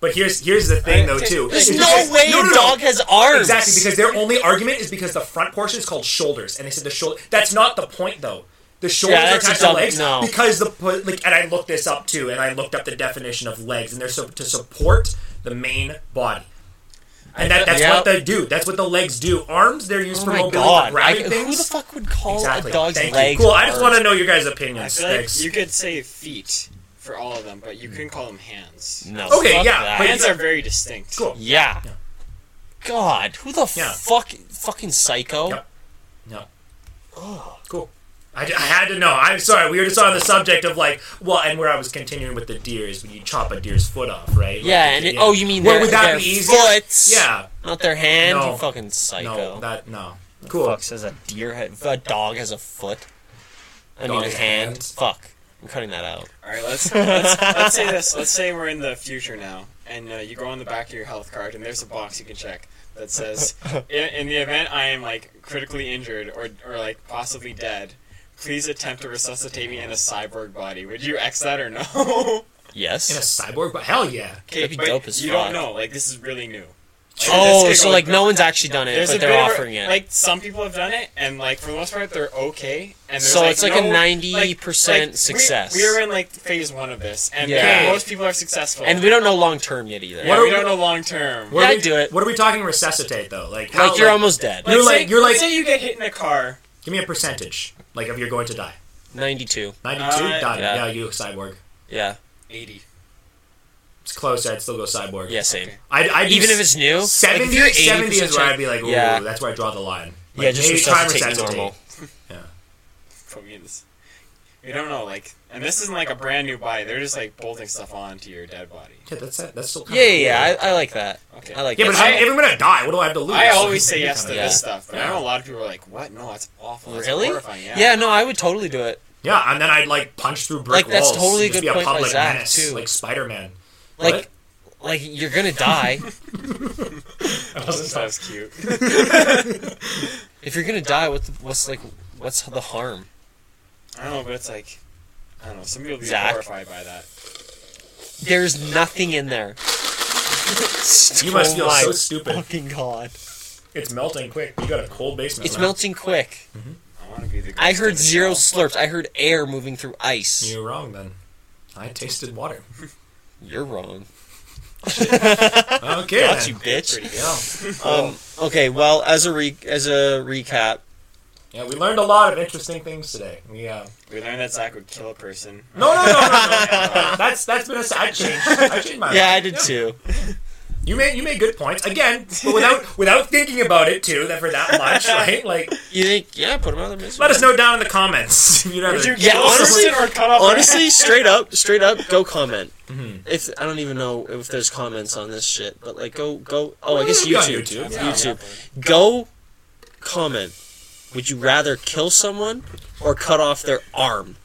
[SPEAKER 2] But here's here's the thing though too.
[SPEAKER 3] There's
[SPEAKER 2] is
[SPEAKER 3] no
[SPEAKER 2] because-
[SPEAKER 3] way a dog has arms.
[SPEAKER 2] Exactly, because their only argument is because the front portion is called shoulders, and they said the shoulder. That's not the point, though. The shoulders
[SPEAKER 3] Yeah,
[SPEAKER 2] are
[SPEAKER 3] that's a
[SPEAKER 2] attached to
[SPEAKER 3] dumb-
[SPEAKER 2] legs
[SPEAKER 3] no.
[SPEAKER 2] because the po- like. And I looked this up too, and I looked up the definition of legs, and they're so, to support the main body. And that, that's
[SPEAKER 3] Yeah.
[SPEAKER 2] what they do. That's what the legs do. Arms, they're used
[SPEAKER 3] Oh
[SPEAKER 2] for
[SPEAKER 3] my
[SPEAKER 2] mobility,
[SPEAKER 3] god! I,
[SPEAKER 2] grabbing
[SPEAKER 3] who
[SPEAKER 2] things.
[SPEAKER 3] the fuck would call
[SPEAKER 2] exactly.
[SPEAKER 3] a dog's
[SPEAKER 2] Thank
[SPEAKER 3] legs?
[SPEAKER 2] you. Cool. I just
[SPEAKER 3] arms?
[SPEAKER 2] want to know your guys'
[SPEAKER 1] I
[SPEAKER 2] opinions.
[SPEAKER 1] feel like
[SPEAKER 2] Thanks.
[SPEAKER 1] you could say feet for all of them, but you couldn't call them hands.
[SPEAKER 3] No.
[SPEAKER 2] Okay,
[SPEAKER 3] fuck
[SPEAKER 2] yeah,
[SPEAKER 3] that.
[SPEAKER 2] but-
[SPEAKER 1] Hands are very distinct.
[SPEAKER 2] Cool.
[SPEAKER 3] yeah. God, who the
[SPEAKER 2] Yeah.
[SPEAKER 3] fuck, fucking psycho?
[SPEAKER 2] Yep. No. Cool. I, I had to know. I'm sorry. We were just on the subject of like, well, and where I was continuing with the deer is when you chop a deer's foot off, right?
[SPEAKER 3] Yeah,
[SPEAKER 2] Like,
[SPEAKER 3] and it, oh, you mean
[SPEAKER 2] Well,
[SPEAKER 3] their,
[SPEAKER 2] would that
[SPEAKER 3] their
[SPEAKER 2] be easier?
[SPEAKER 3] foots?
[SPEAKER 2] Yeah.
[SPEAKER 3] not their hand.
[SPEAKER 2] No.
[SPEAKER 3] You fucking psycho.
[SPEAKER 2] No, that no. Cool.
[SPEAKER 3] Fuck says a deer has a dog has a foot. I
[SPEAKER 2] Dog
[SPEAKER 3] mean a
[SPEAKER 2] has
[SPEAKER 3] hand.
[SPEAKER 2] hands.
[SPEAKER 3] Fuck. I'm cutting that out.
[SPEAKER 1] All right, let's, let's let's say this. Let's say we're in the future now, and uh, you go on the back of your health card, and there's a box you can check that says, in, "In the event I am like critically injured or or like possibly dead, please attempt to resuscitate me in a cyborg body." Would you X that or no?
[SPEAKER 2] In a
[SPEAKER 3] Yes.
[SPEAKER 2] cyborg, but hell yeah.
[SPEAKER 1] Okay,
[SPEAKER 3] That'd be
[SPEAKER 1] but
[SPEAKER 3] dope as
[SPEAKER 1] you
[SPEAKER 3] fuck.
[SPEAKER 1] don't know. Like this is really new.
[SPEAKER 3] oh,
[SPEAKER 1] Let's
[SPEAKER 3] so
[SPEAKER 1] go
[SPEAKER 3] like
[SPEAKER 1] with
[SPEAKER 3] no one's actually done it,
[SPEAKER 1] There's
[SPEAKER 3] but
[SPEAKER 1] a
[SPEAKER 3] they're
[SPEAKER 1] bit of a-
[SPEAKER 3] offering it.
[SPEAKER 1] Like some people have done it, and like for the most part, they're okay. And there's,
[SPEAKER 3] So it's like a
[SPEAKER 1] no-
[SPEAKER 3] 90%
[SPEAKER 1] we-
[SPEAKER 3] success.
[SPEAKER 1] We, were in like phase one of this, and
[SPEAKER 3] Yeah.
[SPEAKER 1] like, most people are successful.
[SPEAKER 3] and we don't know long term yet either.
[SPEAKER 1] yeah,
[SPEAKER 2] What are
[SPEAKER 1] we
[SPEAKER 2] we-
[SPEAKER 1] don't know long term.
[SPEAKER 2] What are
[SPEAKER 3] I'd
[SPEAKER 2] we,
[SPEAKER 3] do it.
[SPEAKER 2] What are we talking resuscitate though? Like, how,
[SPEAKER 3] Like you're almost dead.
[SPEAKER 2] You're like- you're
[SPEAKER 1] let's
[SPEAKER 2] like-
[SPEAKER 1] say you get hit in a car.
[SPEAKER 2] Give me a percentage, like if you're going to die.
[SPEAKER 3] Ninety two.
[SPEAKER 2] Ninety-two.
[SPEAKER 1] Uh,
[SPEAKER 2] died.
[SPEAKER 3] yeah.
[SPEAKER 2] Yeah. you cyborg.
[SPEAKER 3] Yeah.
[SPEAKER 1] Eighty.
[SPEAKER 2] It's close. I'd still go cyborg.
[SPEAKER 3] Yeah, same.
[SPEAKER 2] I'd, I'd do
[SPEAKER 3] Even
[SPEAKER 2] s-
[SPEAKER 3] if it's new,
[SPEAKER 2] seventy,
[SPEAKER 3] like, if you're
[SPEAKER 2] 70
[SPEAKER 3] 80%
[SPEAKER 2] is where I'd be like, ooh,
[SPEAKER 3] Yeah.
[SPEAKER 2] that's where I draw the line. Like,
[SPEAKER 3] yeah, just
[SPEAKER 2] maybe try
[SPEAKER 3] resuscitate me
[SPEAKER 2] resuscitate.
[SPEAKER 3] normal.
[SPEAKER 1] Put me in this. We don't know, like, and this isn't like a brand new body. They're just like bolting stuff onto your dead body.
[SPEAKER 2] Yeah, that's that's still.
[SPEAKER 3] Yeah, yeah, yeah. I, I like that.
[SPEAKER 1] Okay.
[SPEAKER 3] I like
[SPEAKER 2] Yeah,
[SPEAKER 3] that.
[SPEAKER 2] but if, I, if I'm gonna die, what do I have to lose?
[SPEAKER 1] I always say yes to
[SPEAKER 3] Yeah.
[SPEAKER 1] this stuff, but I
[SPEAKER 2] Yeah.
[SPEAKER 1] know a lot of people are like, "What? No, that's awful. That's
[SPEAKER 3] really?
[SPEAKER 1] horrifying." Yeah.
[SPEAKER 3] no, I would totally do it.
[SPEAKER 2] Yeah, and then I'd like punch through brick
[SPEAKER 3] Like, that's
[SPEAKER 2] walls.
[SPEAKER 3] totally
[SPEAKER 2] and just
[SPEAKER 3] a
[SPEAKER 2] be
[SPEAKER 3] good
[SPEAKER 2] a
[SPEAKER 3] point by
[SPEAKER 2] public
[SPEAKER 3] Zach,
[SPEAKER 2] menace,
[SPEAKER 3] too.
[SPEAKER 2] like Spider-Man.
[SPEAKER 3] Like like you're gonna die.
[SPEAKER 1] that was cute.
[SPEAKER 3] if you're gonna die, what the, what's like what's the harm?
[SPEAKER 1] I don't know, but it's like, I don't know. Some people be
[SPEAKER 3] Zach.
[SPEAKER 1] horrified by that.
[SPEAKER 3] There's nothing in there.
[SPEAKER 2] You must feel
[SPEAKER 3] Oh my
[SPEAKER 2] so stupid.
[SPEAKER 3] Fucking god.
[SPEAKER 2] It's melting quick. You got a cold basement.
[SPEAKER 3] It's
[SPEAKER 2] right?
[SPEAKER 3] melting quick.
[SPEAKER 1] I want to be the.
[SPEAKER 3] I
[SPEAKER 1] ghost
[SPEAKER 3] heard
[SPEAKER 1] of
[SPEAKER 3] zero
[SPEAKER 1] Michelle.
[SPEAKER 3] slurps. I heard air moving through ice.
[SPEAKER 2] You're wrong then. I tasted water.
[SPEAKER 3] You're wrong.
[SPEAKER 2] Okay.
[SPEAKER 3] Got
[SPEAKER 2] then.
[SPEAKER 3] you, bitch.
[SPEAKER 2] Yeah.
[SPEAKER 3] Um, okay, well, as a re- as a recap,
[SPEAKER 2] yeah, we learned a lot of interesting things today. We uh,
[SPEAKER 1] We learned that Zach would kill a person.
[SPEAKER 2] no, no, no, no, no, no. That's that's been a side change. I changed my.
[SPEAKER 3] yeah, I
[SPEAKER 2] mind.
[SPEAKER 3] did too.
[SPEAKER 2] You made you made good points again, but without without thinking about it too. That for that much, right? Like,
[SPEAKER 3] You think? Yeah, put him out of their misery.
[SPEAKER 2] let us know down in the comments. if you'd rather-
[SPEAKER 1] Would you
[SPEAKER 3] Yeah,
[SPEAKER 1] kill
[SPEAKER 3] honestly-
[SPEAKER 1] a person or cut off?
[SPEAKER 3] Honestly, straight up, straight up, go comment.
[SPEAKER 2] Mm-hmm.
[SPEAKER 3] If I don't even know if there's comments on this shit, but like, go, go. Oh, I guess
[SPEAKER 2] We got
[SPEAKER 3] YouTube.
[SPEAKER 2] YouTube.
[SPEAKER 1] Yeah.
[SPEAKER 3] YouTube. Go comment. Would you rather kill someone or cut off their arm?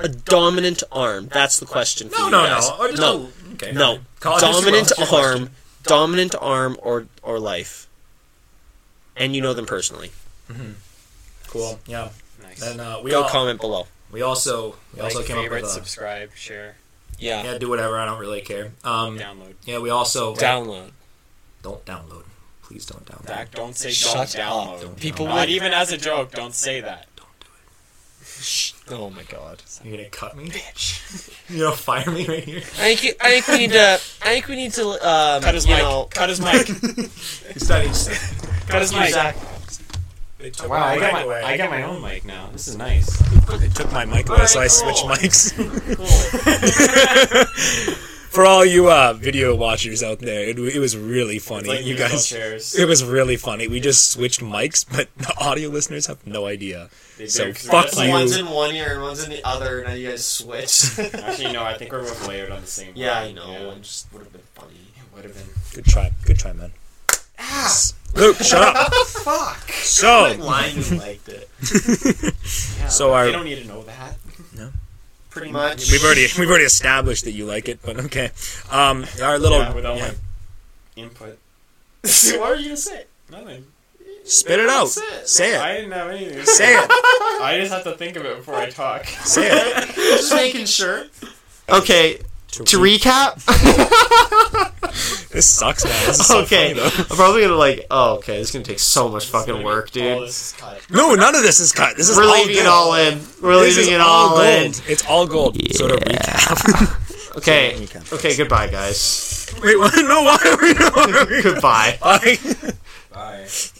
[SPEAKER 3] A dominant arm. That's the question for
[SPEAKER 2] No,
[SPEAKER 3] you
[SPEAKER 2] no,
[SPEAKER 3] guys.
[SPEAKER 2] no. Or just
[SPEAKER 3] no,
[SPEAKER 2] a- okay.
[SPEAKER 3] no.
[SPEAKER 2] College history,
[SPEAKER 3] Dominant
[SPEAKER 2] what's your question?
[SPEAKER 3] arm. Dominant arm or or life. And you know them personally.
[SPEAKER 2] Cool. Yeah.
[SPEAKER 1] Nice.
[SPEAKER 2] Then uh, we
[SPEAKER 3] Go
[SPEAKER 2] all
[SPEAKER 3] comment below.
[SPEAKER 2] we also we
[SPEAKER 1] Like,
[SPEAKER 2] also came up
[SPEAKER 1] favorite,
[SPEAKER 2] with a,
[SPEAKER 1] subscribe, share,
[SPEAKER 3] Yeah.
[SPEAKER 2] yeah do whatever I don't really care. Um,
[SPEAKER 1] download.
[SPEAKER 2] yeah, we also
[SPEAKER 3] Download.
[SPEAKER 2] don't download. Please don't download.
[SPEAKER 1] Zach, don't say
[SPEAKER 3] Shut
[SPEAKER 1] don't download.
[SPEAKER 3] up. People
[SPEAKER 1] Not
[SPEAKER 3] would. e-
[SPEAKER 1] even as a joke. Don't say that.
[SPEAKER 3] Oh my god.
[SPEAKER 2] You're gonna cut me. You're gonna fire me right here.
[SPEAKER 3] I think, I think we need to. I think we need to. Um,
[SPEAKER 1] Cut his
[SPEAKER 3] you
[SPEAKER 1] mic.
[SPEAKER 3] know,
[SPEAKER 1] Cut his mic.
[SPEAKER 2] He's not even-
[SPEAKER 1] Cut his mic.
[SPEAKER 3] Zach.
[SPEAKER 2] They took
[SPEAKER 1] Wow, I
[SPEAKER 2] my
[SPEAKER 1] got
[SPEAKER 2] mic
[SPEAKER 1] my,
[SPEAKER 2] away.
[SPEAKER 1] I got my own mic now. This is nice.
[SPEAKER 2] They took my mic away,
[SPEAKER 1] Alright,
[SPEAKER 2] so I
[SPEAKER 1] cool.
[SPEAKER 2] switched mics. For all you uh, video watchers out there, it, w- it was really funny.
[SPEAKER 1] Like
[SPEAKER 2] you guys,
[SPEAKER 1] chairs.
[SPEAKER 2] it was really funny. We just switched mics, but the audio listeners have no idea.
[SPEAKER 1] They do,
[SPEAKER 2] so
[SPEAKER 1] 'cause we're
[SPEAKER 2] fuck
[SPEAKER 1] just
[SPEAKER 2] you.
[SPEAKER 1] Like,
[SPEAKER 2] One's
[SPEAKER 3] in one ear and one's in the other, and you guys switched.
[SPEAKER 1] actually, no. I think we're both layered on the same. mic, yeah.
[SPEAKER 3] just would have been funny.
[SPEAKER 1] It would have been.
[SPEAKER 2] Good try, good try, man. Luke, shut up.
[SPEAKER 3] Fuck.
[SPEAKER 2] So,
[SPEAKER 3] Lyman liked it.
[SPEAKER 1] Yeah,
[SPEAKER 2] Oh. So
[SPEAKER 1] but
[SPEAKER 2] our-
[SPEAKER 1] they don't need to know that.
[SPEAKER 2] No.
[SPEAKER 1] Pretty much.
[SPEAKER 2] we've already we've already established that you like it, but okay. Um, our little
[SPEAKER 1] yeah, without
[SPEAKER 2] yeah.
[SPEAKER 1] like input. what are you gonna say? Nothing.
[SPEAKER 2] Spit it out. Say it.
[SPEAKER 7] I didn't have anything.
[SPEAKER 2] Say it.
[SPEAKER 7] I just have to think of it before I talk.
[SPEAKER 2] Say it.
[SPEAKER 3] Just making sure. Okay. To, recap,
[SPEAKER 2] This sucks, man. This is so
[SPEAKER 3] okay,
[SPEAKER 2] funny, though.
[SPEAKER 3] I'm probably gonna like, oh, okay, this is gonna take so much fucking work,
[SPEAKER 7] All
[SPEAKER 3] dude.
[SPEAKER 7] this is cut.
[SPEAKER 2] No, none of this is cut. This is
[SPEAKER 3] We're
[SPEAKER 2] all
[SPEAKER 3] leaving
[SPEAKER 2] good.
[SPEAKER 3] it all in. We're
[SPEAKER 2] This is
[SPEAKER 3] leaving it
[SPEAKER 2] all
[SPEAKER 3] all in.
[SPEAKER 2] gold. It's all gold. So to recap.
[SPEAKER 3] Okay,
[SPEAKER 8] recap first.
[SPEAKER 3] okay, goodbye, guys.
[SPEAKER 2] Wait, what? No, why are we? Why are we-
[SPEAKER 3] Goodbye.
[SPEAKER 2] Bye.
[SPEAKER 7] Bye.